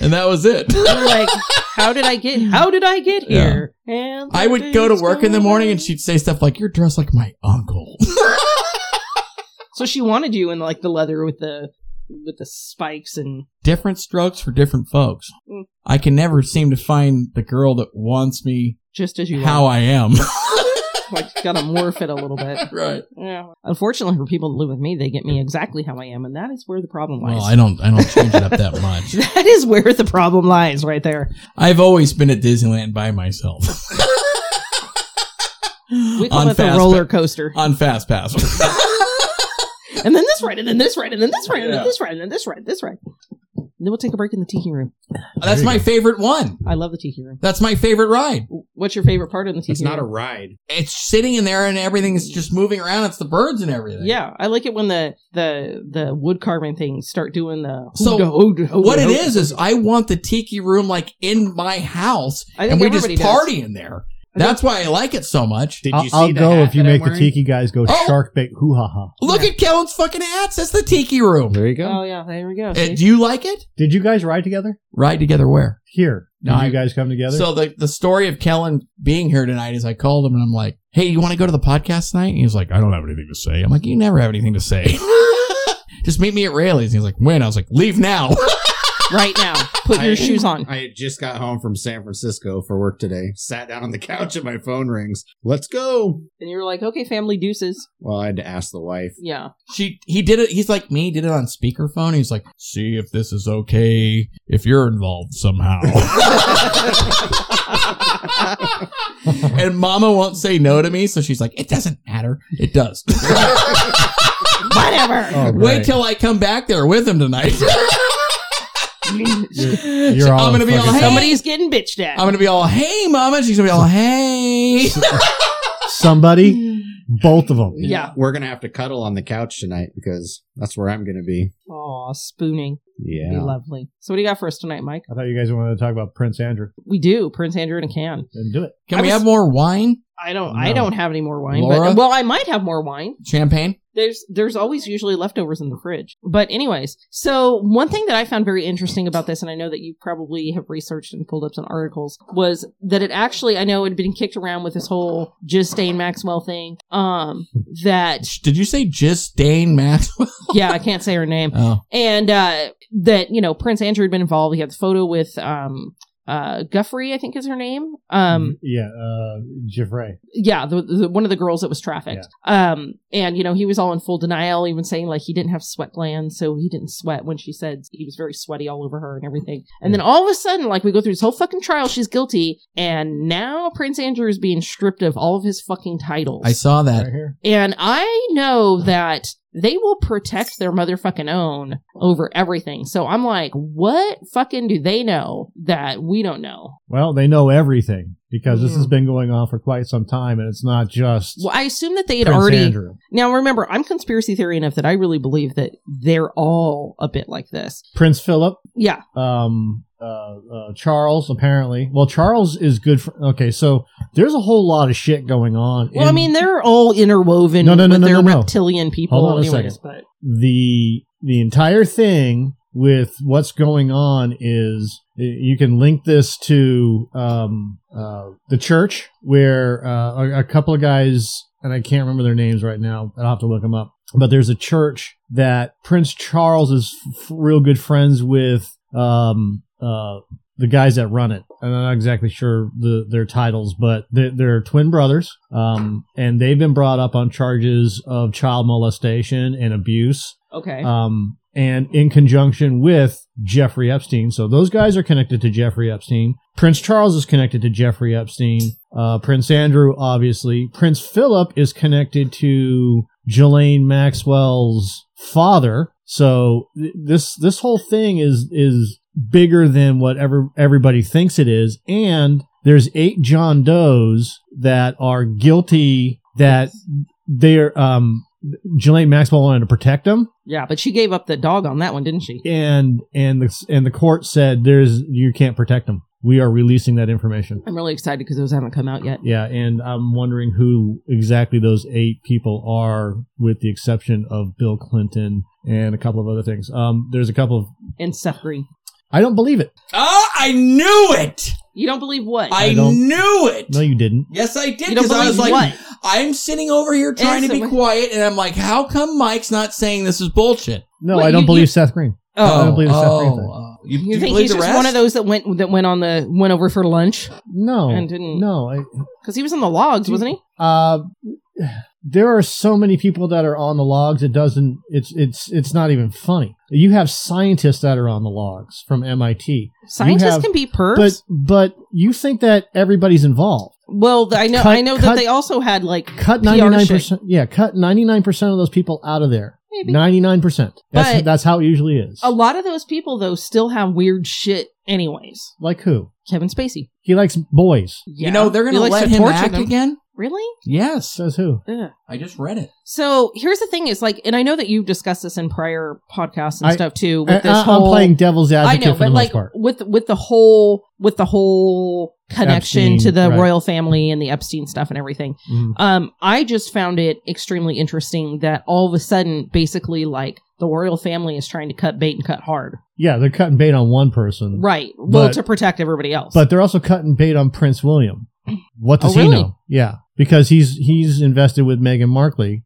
[SPEAKER 5] and that was it.
[SPEAKER 4] You're like, how did I get? How did I get
[SPEAKER 5] Yeah.
[SPEAKER 4] here? And
[SPEAKER 5] I would go to work in the morning and she'd say stuff like, You're dressed like my uncle.
[SPEAKER 4] So she wanted you in like the leather with the with the spikes and
[SPEAKER 5] different strokes for different folks.
[SPEAKER 4] Mm.
[SPEAKER 5] I can never seem to find the girl that wants me
[SPEAKER 4] just as you
[SPEAKER 5] how I am.
[SPEAKER 4] are. like got to morph it a little bit.
[SPEAKER 5] right.
[SPEAKER 4] Yeah. Unfortunately for people that live with me, they get me exactly how I am, and that is where the problem lies.
[SPEAKER 5] Well, I don't I don't change it up that much.
[SPEAKER 4] That is where the problem lies, right there.
[SPEAKER 5] I've always been at Disneyland by myself.
[SPEAKER 4] We call
[SPEAKER 5] On
[SPEAKER 4] it the
[SPEAKER 5] Fast
[SPEAKER 4] roller
[SPEAKER 5] Pa-
[SPEAKER 4] coaster.
[SPEAKER 5] on fast pass.
[SPEAKER 4] and then this ride, and then this ride, and then this ride, and
[SPEAKER 5] Yeah.
[SPEAKER 4] then this ride, and then this ride, this ride. And then we'll take a break in the tiki room.
[SPEAKER 5] That's my favorite one.
[SPEAKER 4] I love the tiki room.
[SPEAKER 5] That's my favorite ride.
[SPEAKER 4] What's your favorite part of the tiki
[SPEAKER 6] It's not a
[SPEAKER 4] room?
[SPEAKER 6] ride.
[SPEAKER 5] It's sitting in there and everything's just moving around. It's the birds and everything.
[SPEAKER 4] yeah, I like it when the the the wood carving things start doing the
[SPEAKER 5] So,
[SPEAKER 4] hooda, hooda, hooda,
[SPEAKER 5] what it
[SPEAKER 4] hooda.
[SPEAKER 5] is is I want the tiki room like in my house,
[SPEAKER 4] I think
[SPEAKER 5] and we just
[SPEAKER 4] everybody does.
[SPEAKER 5] party in there. That's why I like it so much.
[SPEAKER 6] Did you
[SPEAKER 1] I'll,
[SPEAKER 6] see
[SPEAKER 1] I'll
[SPEAKER 6] the
[SPEAKER 1] go
[SPEAKER 6] hat
[SPEAKER 1] if you
[SPEAKER 6] that I'm
[SPEAKER 1] make the
[SPEAKER 6] wearing?
[SPEAKER 1] tiki guys go
[SPEAKER 5] Oh!
[SPEAKER 1] shark bait hoo ha ha.
[SPEAKER 5] Look at Kellen's fucking hats. That's the tiki room.
[SPEAKER 6] There you go.
[SPEAKER 4] Oh yeah, there we go.
[SPEAKER 5] Uh,
[SPEAKER 4] see?
[SPEAKER 5] do you like it?
[SPEAKER 1] Did you guys ride together
[SPEAKER 5] Ride together where?
[SPEAKER 1] here? Did
[SPEAKER 5] No, I-
[SPEAKER 1] you guys come together?
[SPEAKER 5] So the the story of Kellen being here tonight is I called him and I'm like, "Hey, you want to go to the podcast tonight?" And he was like, "I don't have anything to say." I'm like, "You never have anything to say." Just meet me at Rayleigh's. And he's like, "When?" I was like, "Leave now."
[SPEAKER 4] right now, put your
[SPEAKER 6] I-
[SPEAKER 4] shoes on.
[SPEAKER 6] I had just got home from San Francisco for work today. Sat down on the couch and my phone rings. Let's go.
[SPEAKER 4] And you were like, okay, family deuces.
[SPEAKER 6] Well, I had to ask the wife.
[SPEAKER 4] Yeah.
[SPEAKER 5] she he did it. He's like me. He did it on speakerphone. He's like, "See if this is okay. If you're involved somehow." and Mama won't say no to me, so she's like, "It doesn't matter. It does."
[SPEAKER 4] Whatever.
[SPEAKER 1] Oh,
[SPEAKER 5] Wait
[SPEAKER 1] right.
[SPEAKER 5] till I come back there with him tonight.
[SPEAKER 1] you're, you're
[SPEAKER 5] So
[SPEAKER 1] all
[SPEAKER 5] I'm gonna be all,
[SPEAKER 1] fucking-
[SPEAKER 5] "Hey."
[SPEAKER 4] Somebody's getting bitched at.
[SPEAKER 5] I'm gonna be all, "Hey, Mama," and she's gonna be all, "Hey."
[SPEAKER 1] somebody, both of them.
[SPEAKER 4] Yeah.
[SPEAKER 6] We're going to have to cuddle on the couch tonight because that's where I'm going to be.
[SPEAKER 4] Aw, spooning. Be
[SPEAKER 6] Yeah.
[SPEAKER 4] lovely. So what do you got for us tonight, Mike?
[SPEAKER 1] I thought you guys wanted to talk about Prince Andrew.
[SPEAKER 4] We do Prince Andrew in a can.
[SPEAKER 1] Then do it.
[SPEAKER 5] Can
[SPEAKER 4] I
[SPEAKER 5] we
[SPEAKER 4] was-
[SPEAKER 5] have more wine,
[SPEAKER 4] I don't. I
[SPEAKER 1] No.
[SPEAKER 4] don't have any more wine.
[SPEAKER 5] Laura?
[SPEAKER 4] But, well, I might have more wine.
[SPEAKER 5] champagne?
[SPEAKER 4] There's there's always usually leftovers in the fridge. But anyways, so one thing that I found very interesting about this, and I know that you probably have researched and pulled up some articles, was that it actually I know it had been kicked around with this whole Justine Maxwell thing. Um, that
[SPEAKER 5] Did you say just Dane Maxwell?
[SPEAKER 4] yeah, I can't say her name.
[SPEAKER 5] Oh,
[SPEAKER 4] and uh, that you know Prince Andrew had been involved. He had the photo with um, uh, Guffrey, I think is her name. Um,
[SPEAKER 1] yeah, uh, Jeffrey.
[SPEAKER 4] yeah, the, the one of the girls that was trafficked. Um, and you know he was all in full denial, even saying like he didn't have sweat glands, so he didn't sweat when she said he was very sweaty all over her and everything. And then all of a sudden, like we go through this whole fucking trial, she's guilty, and now Prince Andrew is being stripped of all of his fucking titles.
[SPEAKER 5] I saw that.
[SPEAKER 1] right here.
[SPEAKER 4] And I know that they will protect their motherfucking own over everything. So I'm like, what fucking do they know that we don't know?
[SPEAKER 1] Well, they know everything because this
[SPEAKER 4] Mm.
[SPEAKER 1] has been going on for quite some time, and it's not just
[SPEAKER 4] Well, I assume that they had
[SPEAKER 1] Prince
[SPEAKER 4] already.
[SPEAKER 1] Andrew.
[SPEAKER 4] Now, remember, I'm conspiracy theory enough that I really believe that they're all a bit like this.
[SPEAKER 1] Prince Philip,
[SPEAKER 4] Yeah.
[SPEAKER 1] um, uh, uh, Charles, apparently. Well, Charles is good for. Okay, so there's a whole lot of shit going on.
[SPEAKER 4] Well, I
[SPEAKER 1] in
[SPEAKER 4] mean, they're all interwoven
[SPEAKER 1] No, no, no,
[SPEAKER 4] with
[SPEAKER 1] no,
[SPEAKER 4] their
[SPEAKER 1] no, no.
[SPEAKER 4] reptilian people.
[SPEAKER 1] Hold on a
[SPEAKER 4] anyways,
[SPEAKER 1] second.
[SPEAKER 4] But
[SPEAKER 1] the the entire thing with what's going on is you can link this to um, uh, the church where uh, a, a couple of guys and I can't remember their names right now. I'll have to look them up. But there's a church that Prince Charles is f- real good friends with um, uh, the guys that run it. I'm not exactly sure the, their titles, but they're, they're twin brothers, um, and they've been brought up on charges of child molestation and abuse,
[SPEAKER 4] okay.
[SPEAKER 1] um, and in conjunction with Jeffrey Epstein. So those guys are connected to Jeffrey Epstein. Prince Charles is connected to Jeffrey Epstein. Uh, Prince Andrew, obviously. Prince Philip is connected to Ghislaine Maxwell's father. So th- this this whole thing is is bigger than what ever, everybody thinks it is. And there's eight John Does that are guilty that they're um Ghislaine Maxwell wanted to protect them
[SPEAKER 4] yeah, but she gave up the dog on that one, didn't she?
[SPEAKER 1] and and the and the court said there's you can't protect them. We are releasing that information.
[SPEAKER 4] I'm really excited because those haven't come out yet.
[SPEAKER 1] Yeah, and I'm wondering who exactly those eight people are, with the exception of Bill Clinton and a couple of other things. Um, there's a couple of
[SPEAKER 4] And Seth Green.
[SPEAKER 1] I don't believe it.
[SPEAKER 5] Oh, I knew it.
[SPEAKER 4] You don't believe what?
[SPEAKER 5] I,
[SPEAKER 1] I don't-
[SPEAKER 5] knew it.
[SPEAKER 1] No, you didn't.
[SPEAKER 5] yes, I did
[SPEAKER 4] you don't
[SPEAKER 5] because I
[SPEAKER 4] believe
[SPEAKER 5] was like,
[SPEAKER 4] what?
[SPEAKER 5] I'm sitting over here trying to be
[SPEAKER 4] Answer.
[SPEAKER 5] quiet, and I'm like, how come Mike's not saying this is bullshit?
[SPEAKER 1] No,
[SPEAKER 4] What,
[SPEAKER 1] I don't
[SPEAKER 4] you-
[SPEAKER 1] believe
[SPEAKER 4] you-
[SPEAKER 1] Seth Green.
[SPEAKER 5] uh,
[SPEAKER 1] I
[SPEAKER 4] Oh,
[SPEAKER 1] don't believe the Seth Green thing.
[SPEAKER 5] oh, you,
[SPEAKER 4] you,
[SPEAKER 5] do
[SPEAKER 4] think
[SPEAKER 5] believe
[SPEAKER 4] he's
[SPEAKER 5] the
[SPEAKER 4] just
[SPEAKER 5] rest?
[SPEAKER 4] one of those that went that went on the went over for lunch
[SPEAKER 1] No,
[SPEAKER 4] And didn't-
[SPEAKER 1] no. I,
[SPEAKER 4] because he was in the logs, wasn't he?
[SPEAKER 1] Uh, there are so many people that are on the logs. It doesn't. It's it's it's not even funny. You have scientists that are on the logs from MIT,
[SPEAKER 4] Scientists
[SPEAKER 1] have-
[SPEAKER 4] can be pervs.
[SPEAKER 1] but but you think that everybody's involved.
[SPEAKER 4] well, th- I know
[SPEAKER 1] Cut-
[SPEAKER 4] I know that
[SPEAKER 1] cut-
[SPEAKER 4] they also had like
[SPEAKER 1] Cut
[SPEAKER 4] PR shit.
[SPEAKER 1] ninety nine percent. Yeah, cut ninety nine percent of those people out of there.
[SPEAKER 4] Maybe.
[SPEAKER 1] Ninety nine percent. That's
[SPEAKER 4] But-
[SPEAKER 1] that's how it usually is.
[SPEAKER 4] a lot of those people though still have weird shit. Anyways,
[SPEAKER 1] Like who?
[SPEAKER 4] Kevin Spacey.
[SPEAKER 1] He likes boys.
[SPEAKER 5] You know, they're
[SPEAKER 4] He
[SPEAKER 5] going to
[SPEAKER 4] likes
[SPEAKER 5] let
[SPEAKER 4] to
[SPEAKER 5] him
[SPEAKER 4] torture
[SPEAKER 5] act
[SPEAKER 4] them.
[SPEAKER 5] again?
[SPEAKER 4] Really?
[SPEAKER 5] Yes.
[SPEAKER 1] Says who?
[SPEAKER 4] Ugh.
[SPEAKER 5] I just read it.
[SPEAKER 4] So here's the thing: is like, and I know that you've discussed this in prior podcasts and
[SPEAKER 1] I-
[SPEAKER 4] stuff too. With
[SPEAKER 1] I,
[SPEAKER 4] this
[SPEAKER 1] am
[SPEAKER 4] whole,
[SPEAKER 1] uh, playing devil's
[SPEAKER 4] I
[SPEAKER 1] advocate
[SPEAKER 4] know,
[SPEAKER 1] for the
[SPEAKER 4] but like
[SPEAKER 1] most part.
[SPEAKER 4] with with the whole with the whole connection
[SPEAKER 1] Epstein,
[SPEAKER 4] to the
[SPEAKER 1] right.
[SPEAKER 4] royal family and the Epstein stuff and everything.
[SPEAKER 1] Mm.
[SPEAKER 4] Um, I just found it extremely interesting that all of a sudden, basically, like the royal family is trying to cut bait and cut hard,
[SPEAKER 1] Yeah, they're cutting bait on one person,
[SPEAKER 4] right? Well,
[SPEAKER 1] But-
[SPEAKER 4] to protect everybody else,
[SPEAKER 1] but they're also cutting bait on Prince William. What does
[SPEAKER 4] Oh,
[SPEAKER 1] he
[SPEAKER 4] really?
[SPEAKER 1] know? Yeah, because he's he's invested with Meghan Markley.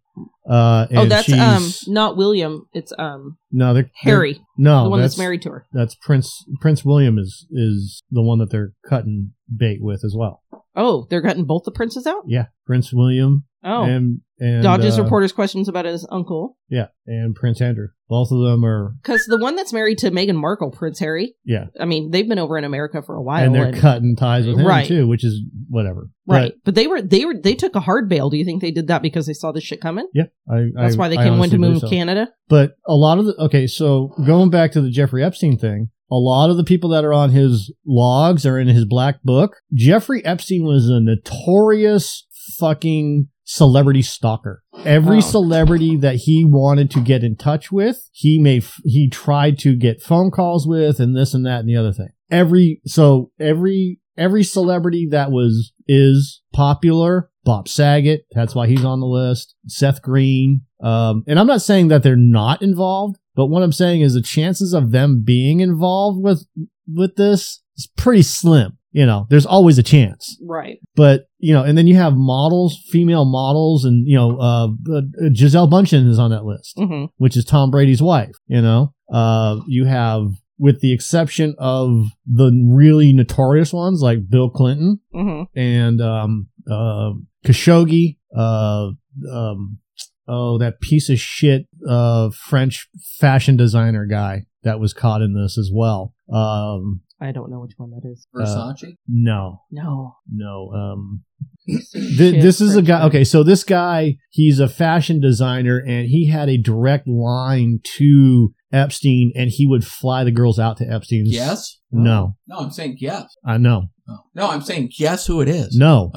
[SPEAKER 1] Uh, and
[SPEAKER 4] oh, that's
[SPEAKER 1] she's,
[SPEAKER 4] um not William, it's um
[SPEAKER 1] no, they're, they're-
[SPEAKER 4] Harry,
[SPEAKER 1] no,
[SPEAKER 4] the one that's,
[SPEAKER 1] that's
[SPEAKER 4] married to her.
[SPEAKER 1] That's Prince Prince William is is the one that they're cutting bait with as well.
[SPEAKER 4] Oh, they're cutting both the princes out.
[SPEAKER 1] Yeah, Prince William
[SPEAKER 4] Oh,
[SPEAKER 1] and and
[SPEAKER 4] dodges
[SPEAKER 1] uh,
[SPEAKER 4] reporters' questions about his uncle.
[SPEAKER 1] Yeah, and Prince Andrew. Both of them are,
[SPEAKER 4] Because the one that's married to Meghan Markle, Prince Harry.
[SPEAKER 1] Yeah.
[SPEAKER 4] I mean, they've been over in America for a while.
[SPEAKER 1] and they're
[SPEAKER 4] and-
[SPEAKER 1] cutting ties with him
[SPEAKER 4] Right.
[SPEAKER 1] too, which is whatever.
[SPEAKER 4] right. But, they were they were they took a hard bail. Do you think they did that because they saw this shit coming?
[SPEAKER 1] But I,
[SPEAKER 4] That's
[SPEAKER 1] I-
[SPEAKER 4] why they
[SPEAKER 1] I
[SPEAKER 4] came
[SPEAKER 1] honestly
[SPEAKER 4] to
[SPEAKER 1] believe
[SPEAKER 4] move
[SPEAKER 1] so.
[SPEAKER 4] Canada.
[SPEAKER 1] But a lot of the okay, so going back to the Jeffrey Epstein thing, a lot of the people that are on his logs are in his black book. Jeffrey Epstein was a notorious fucking celebrity stalker. Every
[SPEAKER 4] Wow.
[SPEAKER 1] celebrity that he wanted to get in touch with, he made f- he tried to get phone calls with and this and that and the other thing. Every so every every celebrity that was is popular. Bob Saget, that's why he's on the list. Seth Green, um, and I'm not saying that they're not involved, but what I'm saying is the chances of them being involved with with this is pretty slim. You know, there's always a chance,
[SPEAKER 4] Right.
[SPEAKER 1] but you know, and then you have models, female models, and you know, uh, uh, Giselle Bundchen is on that list
[SPEAKER 4] hmm
[SPEAKER 1] which is Tom Brady's wife. You know, uh, you have, with the exception of the really notorious ones like Bill Clinton
[SPEAKER 4] hmm
[SPEAKER 1] and um, uh, Khashoggi, uh, um, oh, that piece of shit uh, French fashion designer guy that was caught in this as well. Um,
[SPEAKER 4] I don't know which one that is.
[SPEAKER 5] Versace.
[SPEAKER 1] no,
[SPEAKER 4] No.
[SPEAKER 1] no. Um,
[SPEAKER 4] Shit,
[SPEAKER 1] th- this is a
[SPEAKER 4] French
[SPEAKER 1] guy.
[SPEAKER 4] guy.
[SPEAKER 1] Okay, so this guy, he's a fashion designer, and he had a direct line to Epstein, and he would fly the girls out to Epstein's.
[SPEAKER 5] yes.
[SPEAKER 1] No,
[SPEAKER 5] No, I'm saying yes.
[SPEAKER 1] I know.
[SPEAKER 5] Oh. No, I'm saying guess who it is.
[SPEAKER 1] No,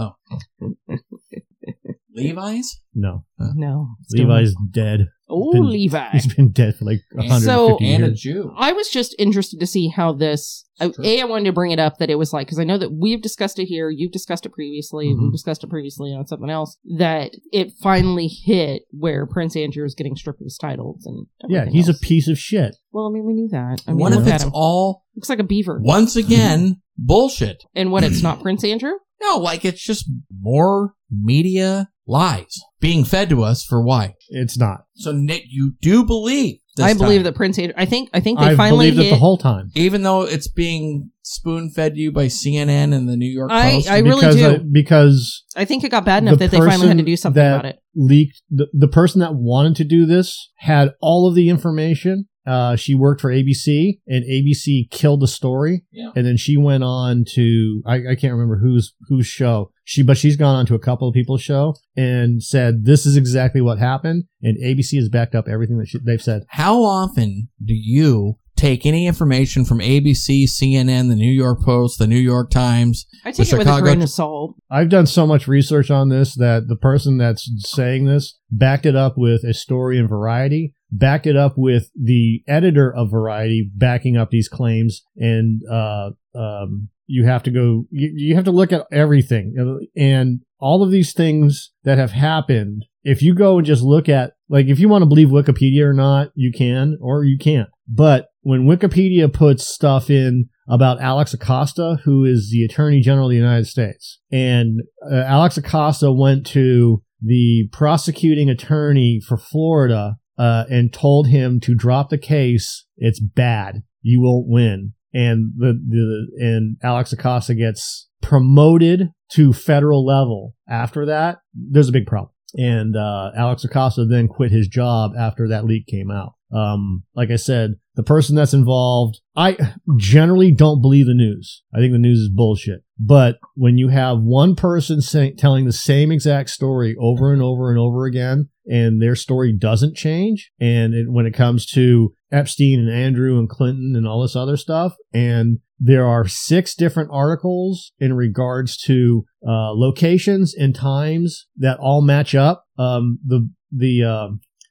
[SPEAKER 5] Levi's.
[SPEAKER 1] no.
[SPEAKER 4] No. It's
[SPEAKER 1] Levi's dead.
[SPEAKER 4] Oh,
[SPEAKER 1] been-
[SPEAKER 4] Levi.
[SPEAKER 1] He's been dead for like
[SPEAKER 5] And-
[SPEAKER 1] 150
[SPEAKER 4] So-
[SPEAKER 5] and a
[SPEAKER 1] years.
[SPEAKER 5] Jew.
[SPEAKER 4] I was just interested to see how this. I-
[SPEAKER 5] Sure.
[SPEAKER 4] A, I wanted to bring it up that it was like because I know that we've discussed it here, you've discussed it previously,
[SPEAKER 1] Mhm.
[SPEAKER 4] we've discussed it previously on something else. That it finally hit where Prince Andrew is getting stripped of his titles and
[SPEAKER 1] Yeah,
[SPEAKER 4] everything
[SPEAKER 1] he's
[SPEAKER 4] else.
[SPEAKER 1] a piece of shit.
[SPEAKER 4] Well, I mean, we knew that. I mean,
[SPEAKER 5] what if
[SPEAKER 4] look at
[SPEAKER 5] it's
[SPEAKER 4] him.
[SPEAKER 5] all
[SPEAKER 4] looks like a beaver?
[SPEAKER 5] once again bullshit?
[SPEAKER 4] And what? It's not Prince Andrew.
[SPEAKER 5] No, like it's just more media lies being fed to us for why.
[SPEAKER 1] It's not.
[SPEAKER 5] So Nick, you do believe? This
[SPEAKER 4] I believe
[SPEAKER 5] time,
[SPEAKER 4] that Prince Andrew. I think. I think they
[SPEAKER 1] I've
[SPEAKER 4] finally
[SPEAKER 1] believed
[SPEAKER 4] hit.
[SPEAKER 1] it the whole time.
[SPEAKER 5] even though it's being spoon fed you by CNN and the New York
[SPEAKER 4] I-
[SPEAKER 5] Post.
[SPEAKER 4] I really
[SPEAKER 1] because
[SPEAKER 4] do.
[SPEAKER 1] I- because
[SPEAKER 4] I think it got bad enough
[SPEAKER 1] the
[SPEAKER 4] that they finally had to
[SPEAKER 1] person
[SPEAKER 4] do something
[SPEAKER 1] that-
[SPEAKER 4] about it.
[SPEAKER 1] leaked the, the person that wanted to do this had all of the information uh, she worked for abc and abc killed the story
[SPEAKER 5] Yeah.
[SPEAKER 1] and then she went on to I, I can't remember whose whose show she but she's gone on to a couple of people's show and said this is exactly what happened and abc has backed up everything that she, they've said
[SPEAKER 5] How often do you take any information from ABC, CNN, the New York Post, the New York Times?
[SPEAKER 4] I take it with a
[SPEAKER 5] Chicago-
[SPEAKER 4] grain of salt.
[SPEAKER 1] I've done so much research on this that the person that's saying this backed it up with a story in Variety, backed it up with the editor of Variety backing up these claims, and uh, um, you have to go, you, you have to look at everything. And all of these things that have happened, if you go and just look at, like, if you want to believe Wikipedia or not, you can or you can't. But when Wikipedia puts stuff in about Alex Acosta, who is the Attorney General of the United States. And uh, Alex Acosta went to the prosecuting attorney for Florida uh, and told him to drop the case. It's bad. You won't win. And the, the and Alex Acosta gets promoted to federal level after that. There's a big problem. And uh, Alex Acosta then quit his job after that leak came out. Um, like I said, the person that's involved. I generally don't believe the news. I think the news is bullshit. But when you have one person saying, telling the same exact story over and over and over again, and their story doesn't change, and it, when it comes to Epstein and Andrew and Clinton and all this other stuff, and there are six different articles in regards to uh, locations and times that all match up. Um, the the uh,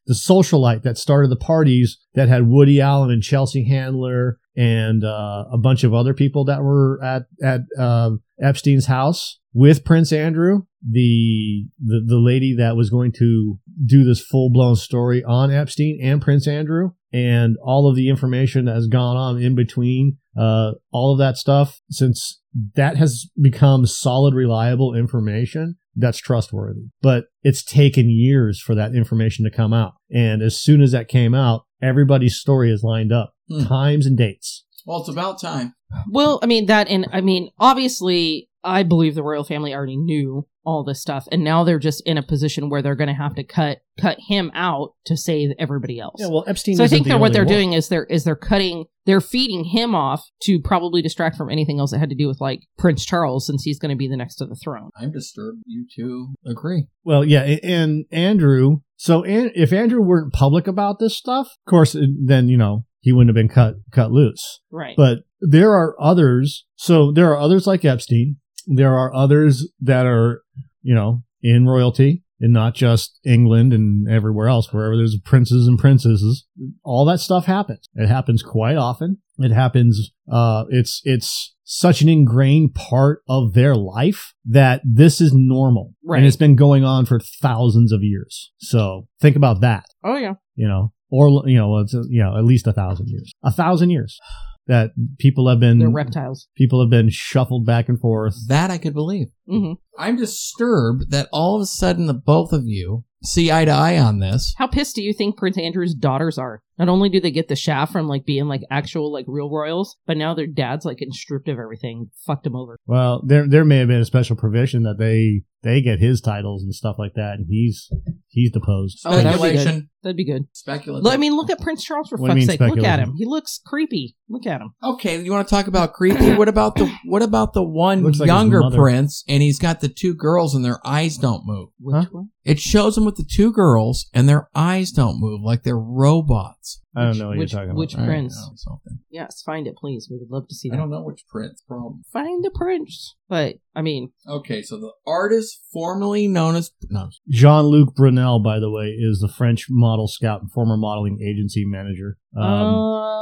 [SPEAKER 1] the socialite that started the parties that had Woody Allen and Chelsea Handler and uh, a bunch of other people that were at at uh, Epstein's house with Prince Andrew, the, the the lady that was going to do this full blown story on Epstein and Prince Andrew, and all of the information that has gone on in between, uh, all of that stuff, since that has become solid, reliable information that's trustworthy. But it's taken years for that information to come out, and as soon as that came out, everybody's story is lined up,
[SPEAKER 5] Hmm.
[SPEAKER 1] times and dates.
[SPEAKER 5] Well, it's about time.
[SPEAKER 4] Well, I mean that, and I mean obviously, I believe the royal family already knew all this stuff, and now they're just in a position where they're going to have to cut cut him out to save everybody else.
[SPEAKER 1] Yeah, well, Epstein.
[SPEAKER 4] so I
[SPEAKER 1] isn't
[SPEAKER 4] think
[SPEAKER 1] the
[SPEAKER 4] that what
[SPEAKER 1] only
[SPEAKER 4] they're
[SPEAKER 1] one.
[SPEAKER 4] doing is they're is they're cutting they're feeding him off to probably distract from anything else that had to do with like Prince Charles since he's going to be the next to the throne.
[SPEAKER 5] I'm disturbed. You two agree.
[SPEAKER 1] Well, yeah, a- and Andrew. So An- if Andrew weren't public about this stuff, of course, then you know he wouldn't have been cut cut loose.
[SPEAKER 4] Right.
[SPEAKER 1] But there are others. So there are others like Epstein. There are others that are you know in royalty and not just England and everywhere else. Wherever there's princes and princesses, all that stuff happens. It happens quite often. It happens. Uh, it's it's such an ingrained part of their life that this is normal,
[SPEAKER 4] Right.
[SPEAKER 1] and it's been going on for thousands of years. So think about that,
[SPEAKER 4] oh yeah.
[SPEAKER 1] you know, or you know, it's, uh, you know, at least a thousand years, a thousand years that people have
[SPEAKER 4] They're
[SPEAKER 1] been
[SPEAKER 4] reptiles.
[SPEAKER 1] people have been shuffled back and forth.
[SPEAKER 5] That I could believe.
[SPEAKER 4] hmm
[SPEAKER 5] I'm disturbed that all of a sudden the both of you see eye to eye on this.
[SPEAKER 4] How pissed do you think Prince Andrew's daughters are? Not only do they get the shaft from like being like actual like real royals, but now their dad's like getting stripped of everything. Fucked him over.
[SPEAKER 1] Well, there there may have been a special provision that they they get his titles and stuff like that, and he's he's deposed.
[SPEAKER 4] Oh, that would be good. That'd be good.
[SPEAKER 5] Speculation.
[SPEAKER 4] Look, I mean, look at Prince Charles for
[SPEAKER 1] What do
[SPEAKER 4] fuck's
[SPEAKER 1] you
[SPEAKER 4] sake.
[SPEAKER 1] mean
[SPEAKER 4] Look at
[SPEAKER 1] speculation?
[SPEAKER 4] him. He looks creepy. Look at him.
[SPEAKER 5] Okay, you want to talk about creepy? What about the what about the one
[SPEAKER 1] Looks like his
[SPEAKER 5] younger
[SPEAKER 1] mother.
[SPEAKER 5] prince and he's got the two girls and their eyes don't move?
[SPEAKER 4] Which
[SPEAKER 1] Huh?
[SPEAKER 4] one?
[SPEAKER 5] It shows him with the two girls and their eyes don't move like they're robots.
[SPEAKER 1] I don't know what
[SPEAKER 4] which-
[SPEAKER 1] you're talking
[SPEAKER 4] which-
[SPEAKER 1] about.
[SPEAKER 5] I
[SPEAKER 4] Prince.
[SPEAKER 5] know, something.
[SPEAKER 4] Yes, find it, please. We would love to see
[SPEAKER 5] I
[SPEAKER 4] that.
[SPEAKER 5] don't know which prince. Problem.
[SPEAKER 4] Find the prince. But I mean,
[SPEAKER 5] Okay, so the artist formerly known as no,
[SPEAKER 1] Jean Luc Brunel, by the way, is the French model scout and former modeling agency manager. Um,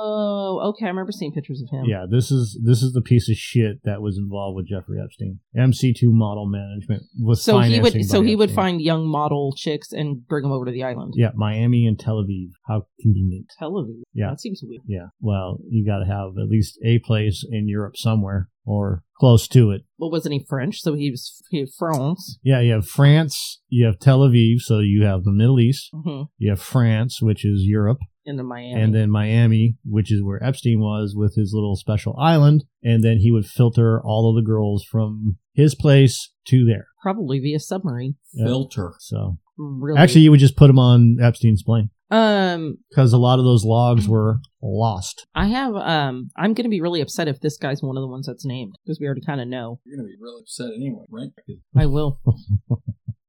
[SPEAKER 4] oh, okay. I remember seeing pictures of him.
[SPEAKER 1] yeah, this is this is the piece of shit that was involved with Jeffrey Epstein. MC2 Model Management was
[SPEAKER 4] So he
[SPEAKER 1] financing
[SPEAKER 4] would. So
[SPEAKER 1] by
[SPEAKER 4] he would
[SPEAKER 1] Epstein.
[SPEAKER 4] find young model chicks and bring them over to the island.
[SPEAKER 1] yeah Miami and Tel Aviv. How convenient.
[SPEAKER 4] Television.
[SPEAKER 1] Yeah.
[SPEAKER 4] That seems weird.
[SPEAKER 1] Yeah, well, you got to have at least a place in Europe somewhere or close to it.
[SPEAKER 4] Well, wasn't he French? So he was. He had France.
[SPEAKER 1] Yeah, you have France, you have Tel Aviv, so you have the Middle East,
[SPEAKER 4] hmm
[SPEAKER 1] you have France, which is Europe,
[SPEAKER 4] In the Miami.
[SPEAKER 1] and then Miami, which is where Epstein was with his little special island, and then he would filter all of the girls from his place to there.
[SPEAKER 4] probably via submarine.
[SPEAKER 1] Yeah.
[SPEAKER 5] filter.
[SPEAKER 1] So
[SPEAKER 4] Really.
[SPEAKER 1] actually, you would just put him on Epstein's plane
[SPEAKER 4] um,
[SPEAKER 1] because a lot of those logs were lost.
[SPEAKER 4] I have um, I'm gonna be really upset if this guy's one of the ones that's named because we already kind of know.
[SPEAKER 5] You're gonna be really upset anyway, right?
[SPEAKER 4] I will.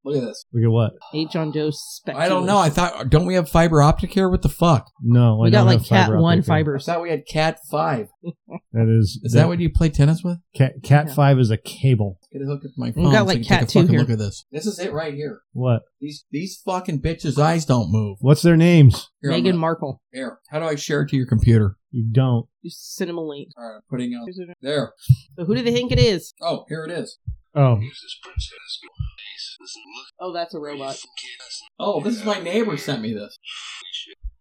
[SPEAKER 5] Look at this.
[SPEAKER 1] Look at what?
[SPEAKER 4] Eight John Doe spectators.
[SPEAKER 5] I don't know. I thought don't we have fiber optic here? What the fuck?
[SPEAKER 1] No, Oh, I
[SPEAKER 4] we got
[SPEAKER 1] don't
[SPEAKER 4] like
[SPEAKER 1] have fiber
[SPEAKER 4] Cat One
[SPEAKER 1] optic there.
[SPEAKER 5] I
[SPEAKER 4] fibers.
[SPEAKER 5] thought we had cat five.
[SPEAKER 1] That is.
[SPEAKER 5] Is that what you play tennis with?
[SPEAKER 1] Cat, Cat
[SPEAKER 4] Yeah.
[SPEAKER 1] Five is a cable.
[SPEAKER 5] Get it hooked up to my
[SPEAKER 4] We
[SPEAKER 5] phone.
[SPEAKER 4] got,
[SPEAKER 5] so
[SPEAKER 4] like,
[SPEAKER 5] I can
[SPEAKER 4] Cat
[SPEAKER 5] take a
[SPEAKER 4] two
[SPEAKER 5] fucking
[SPEAKER 4] here.
[SPEAKER 5] Look at this. This is it right here.
[SPEAKER 1] What?
[SPEAKER 5] These these fucking bitches' eyes don't move.
[SPEAKER 1] What's their names?
[SPEAKER 5] Here, I'm
[SPEAKER 4] Meghan
[SPEAKER 5] gonna-
[SPEAKER 4] Markle.
[SPEAKER 5] here. How do I share it to your computer?
[SPEAKER 1] You don't.
[SPEAKER 4] You sent him a link.
[SPEAKER 5] All right, I'm putting out there.
[SPEAKER 4] So who do they think it is?
[SPEAKER 5] Oh, here it is.
[SPEAKER 1] Oh,
[SPEAKER 4] Oh, that's a robot.
[SPEAKER 5] Oh, this is my neighbor sent me this.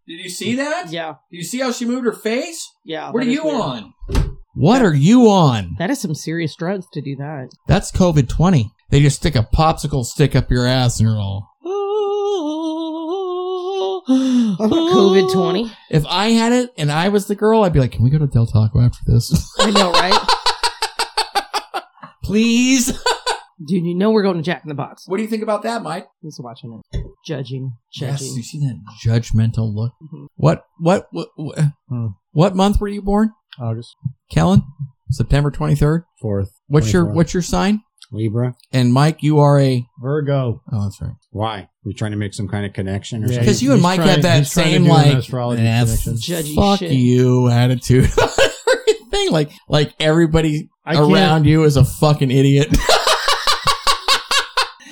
[SPEAKER 5] Did you see that?
[SPEAKER 4] Yeah,
[SPEAKER 5] Do you see how she moved her face?
[SPEAKER 4] yeah.
[SPEAKER 5] what
[SPEAKER 4] that
[SPEAKER 5] are
[SPEAKER 4] is
[SPEAKER 5] you
[SPEAKER 4] weird.
[SPEAKER 5] on? What are you on?
[SPEAKER 4] That is some serious drugs to do that.
[SPEAKER 5] That's COVID twenty. They just stick a popsicle stick up your ass and you're all.
[SPEAKER 4] COVID twenty.
[SPEAKER 5] If I had it and I was the girl, I'd be like, "Can we go to Del Taco after this,
[SPEAKER 4] I know, right?
[SPEAKER 5] please?"
[SPEAKER 4] Dude, you know we're going to Jack in the Box.
[SPEAKER 8] What do you think about that, Mike?
[SPEAKER 4] He's watching it, judging,
[SPEAKER 5] Yes, you
[SPEAKER 4] judging.
[SPEAKER 5] see that judgmental look.
[SPEAKER 4] Mhm.
[SPEAKER 5] What? What? What? What,
[SPEAKER 1] Hmm.
[SPEAKER 5] what month were you born,
[SPEAKER 1] August.
[SPEAKER 5] Kellen? September twenty third.
[SPEAKER 6] Fourth.
[SPEAKER 5] What's your
[SPEAKER 6] 24th.
[SPEAKER 5] What's your sign?
[SPEAKER 6] Libra?
[SPEAKER 5] And Mike, you are a.
[SPEAKER 1] Virgo.
[SPEAKER 5] Oh, that's right.
[SPEAKER 6] Why? You're trying to make some kind of connection or
[SPEAKER 1] Yeah,
[SPEAKER 6] something?
[SPEAKER 5] Because you and
[SPEAKER 1] he's
[SPEAKER 5] Mike
[SPEAKER 1] trying-
[SPEAKER 5] have that
[SPEAKER 1] he's trying to
[SPEAKER 5] same
[SPEAKER 1] do an
[SPEAKER 5] like
[SPEAKER 1] astrology
[SPEAKER 5] "Eh,
[SPEAKER 1] connection."
[SPEAKER 4] Judgy
[SPEAKER 5] fuck
[SPEAKER 4] shit.
[SPEAKER 5] you attitude. Everything like like everybody
[SPEAKER 1] I can't-
[SPEAKER 5] around you is a fucking idiot.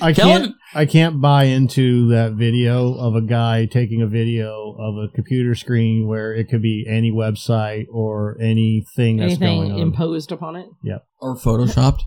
[SPEAKER 1] I
[SPEAKER 5] Kellen-
[SPEAKER 1] can't. I can't buy into that video of a guy taking a video of a computer screen where it could be any website or anything that's
[SPEAKER 4] Anything
[SPEAKER 1] going on.
[SPEAKER 4] imposed upon it?
[SPEAKER 5] or photoshopped.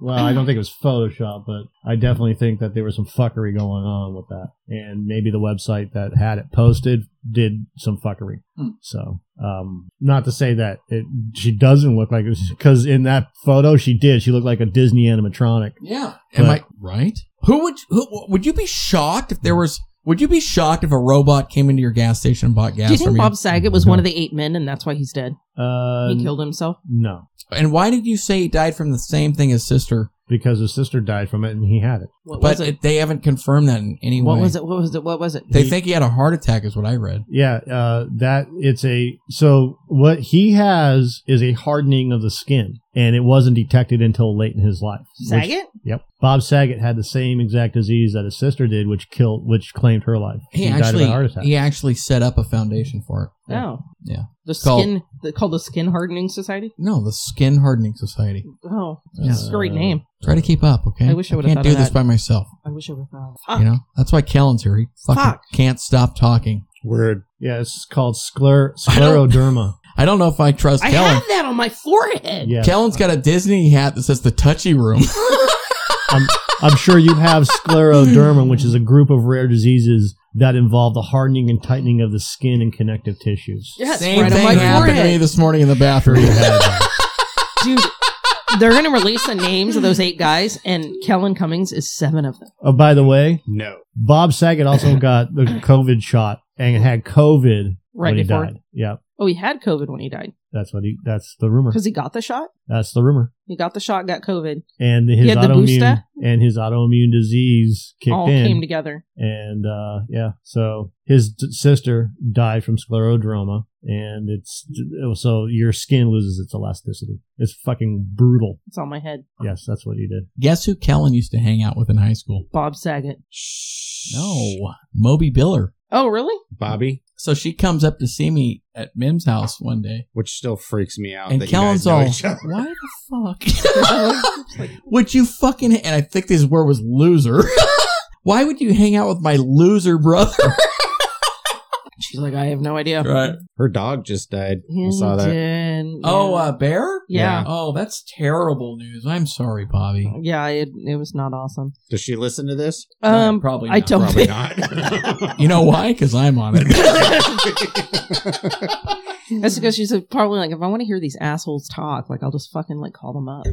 [SPEAKER 1] well, I don't think it was Photoshop, but I definitely think that there was some fuckery going on with that, and maybe the website that had it posted did some fuckery.
[SPEAKER 5] Hmm.
[SPEAKER 1] So, um, not to say that it, she doesn't look like because in that photo she did. She looked like a Disney animatronic.
[SPEAKER 5] Yeah. Am
[SPEAKER 1] But-
[SPEAKER 5] I right? Who would who would you be shocked if there
[SPEAKER 4] Hmm.
[SPEAKER 5] was? Would you be shocked if a robot came into your gas station and bought gas?
[SPEAKER 4] Do you think
[SPEAKER 5] from
[SPEAKER 4] Bob Saget was one of the eight men, and that's why he's dead?
[SPEAKER 1] Uh,
[SPEAKER 4] he killed himself.
[SPEAKER 1] No,
[SPEAKER 5] And why did you say he died from the same thing his sister?
[SPEAKER 1] because his sister died from it, and he had it.
[SPEAKER 4] What
[SPEAKER 5] But
[SPEAKER 4] was it?
[SPEAKER 5] it- they haven't confirmed that in any
[SPEAKER 4] What
[SPEAKER 5] way.
[SPEAKER 4] was it? What was it? What was it?
[SPEAKER 5] They
[SPEAKER 1] He-
[SPEAKER 5] think he had a heart attack, is what I read.
[SPEAKER 1] Yeah, uh, that it's a so what he has is a hardening of the skin, and it wasn't detected until late in his life. which-
[SPEAKER 4] Saget?
[SPEAKER 1] yep. Bob Saget had the same exact disease that his sister did, which killed, which claimed her life.
[SPEAKER 5] He,
[SPEAKER 1] died of a
[SPEAKER 5] actually
[SPEAKER 1] heart attack.
[SPEAKER 5] he actually set up a foundation for it.
[SPEAKER 4] No.
[SPEAKER 5] Yeah.
[SPEAKER 4] Oh. The
[SPEAKER 5] Called-
[SPEAKER 4] skin the, called the Skin Hardening Society.
[SPEAKER 5] No, the Skin Hardening Society.
[SPEAKER 4] Oh,
[SPEAKER 5] Yeah.
[SPEAKER 4] that's a great name.
[SPEAKER 5] Try to keep up, okay?
[SPEAKER 4] I wish I would've
[SPEAKER 5] can't
[SPEAKER 4] thought
[SPEAKER 5] do
[SPEAKER 4] of
[SPEAKER 5] this
[SPEAKER 4] that.
[SPEAKER 5] by myself.
[SPEAKER 4] I wish I would have found.
[SPEAKER 5] You know that's why Kellen's here. He fucking
[SPEAKER 4] Fuck.
[SPEAKER 5] can't stop talking.
[SPEAKER 6] Word.
[SPEAKER 1] Yeah, it's called scler-
[SPEAKER 5] I don't-
[SPEAKER 1] scleroderma.
[SPEAKER 5] I don't know if I trust
[SPEAKER 4] I
[SPEAKER 5] Kellen.
[SPEAKER 4] have that on my forehead.
[SPEAKER 1] Yeah,
[SPEAKER 5] Kellen's got a Disney hat that says the Touchy Room.
[SPEAKER 1] I'm sure you have scleroderma, which is a group of rare diseases that involve the hardening and tightening of the skin and connective tissues.
[SPEAKER 4] Yes,
[SPEAKER 5] Same
[SPEAKER 4] right
[SPEAKER 5] thing
[SPEAKER 4] on my
[SPEAKER 5] happened to me
[SPEAKER 4] forehead.
[SPEAKER 5] this morning in the bathroom.
[SPEAKER 4] Dude, they're going to release the names of those eight guys, and Kellen Cummings is seven of them.
[SPEAKER 1] Oh, by the way,
[SPEAKER 6] No.
[SPEAKER 1] Bob Saget also got the COVID shot and had COVID
[SPEAKER 4] Right
[SPEAKER 1] when he
[SPEAKER 4] before.
[SPEAKER 1] died. Yeah,
[SPEAKER 4] Oh, he had COVID when he died
[SPEAKER 1] that's what he. That's the rumor.
[SPEAKER 4] because he got the shot.
[SPEAKER 1] That's the rumor.
[SPEAKER 4] He got the shot, got COVID,
[SPEAKER 1] And his
[SPEAKER 4] had the
[SPEAKER 1] autoimmune
[SPEAKER 4] booster?
[SPEAKER 1] and his autoimmune disease kicked
[SPEAKER 4] all
[SPEAKER 1] in,
[SPEAKER 4] came together.
[SPEAKER 1] and uh, yeah, so his d- sister died from scleroderma, and it's so your skin loses its elasticity. It's fucking brutal.
[SPEAKER 4] It's on my head.
[SPEAKER 1] Yes, that's what he did.
[SPEAKER 5] Guess who Kellen used to hang out with in high school?
[SPEAKER 4] Bob Saget.
[SPEAKER 5] No, Moby Biller.
[SPEAKER 4] Oh, really?
[SPEAKER 6] Bobby,
[SPEAKER 5] So she comes up to see me at Mim's house one day,
[SPEAKER 6] which still freaks me out.
[SPEAKER 5] and
[SPEAKER 6] that
[SPEAKER 5] Kellen's
[SPEAKER 6] you guys know
[SPEAKER 5] all,
[SPEAKER 6] each other.
[SPEAKER 5] "Why the fuck would you fucking?" And I think this word was loser. Why would you hang out with my loser brother?
[SPEAKER 4] She's like, I have no idea.
[SPEAKER 5] Right.
[SPEAKER 6] Her dog just died. I
[SPEAKER 4] Hinton,
[SPEAKER 6] saw that.
[SPEAKER 4] yeah.
[SPEAKER 5] Oh, uh, Bear.
[SPEAKER 4] yeah.
[SPEAKER 5] Oh, that's terrible news. I'm sorry, Bobby.
[SPEAKER 4] Yeah, it, it was not awesome.
[SPEAKER 6] Does she listen to this?
[SPEAKER 4] Um,
[SPEAKER 5] probably.
[SPEAKER 4] I
[SPEAKER 5] not.
[SPEAKER 4] don't
[SPEAKER 6] Probably
[SPEAKER 4] think.
[SPEAKER 6] not.
[SPEAKER 5] You know why? Because I'm on it.
[SPEAKER 4] That's because she's like, probably like, if I want to hear these assholes talk, like I'll just fucking like call them up.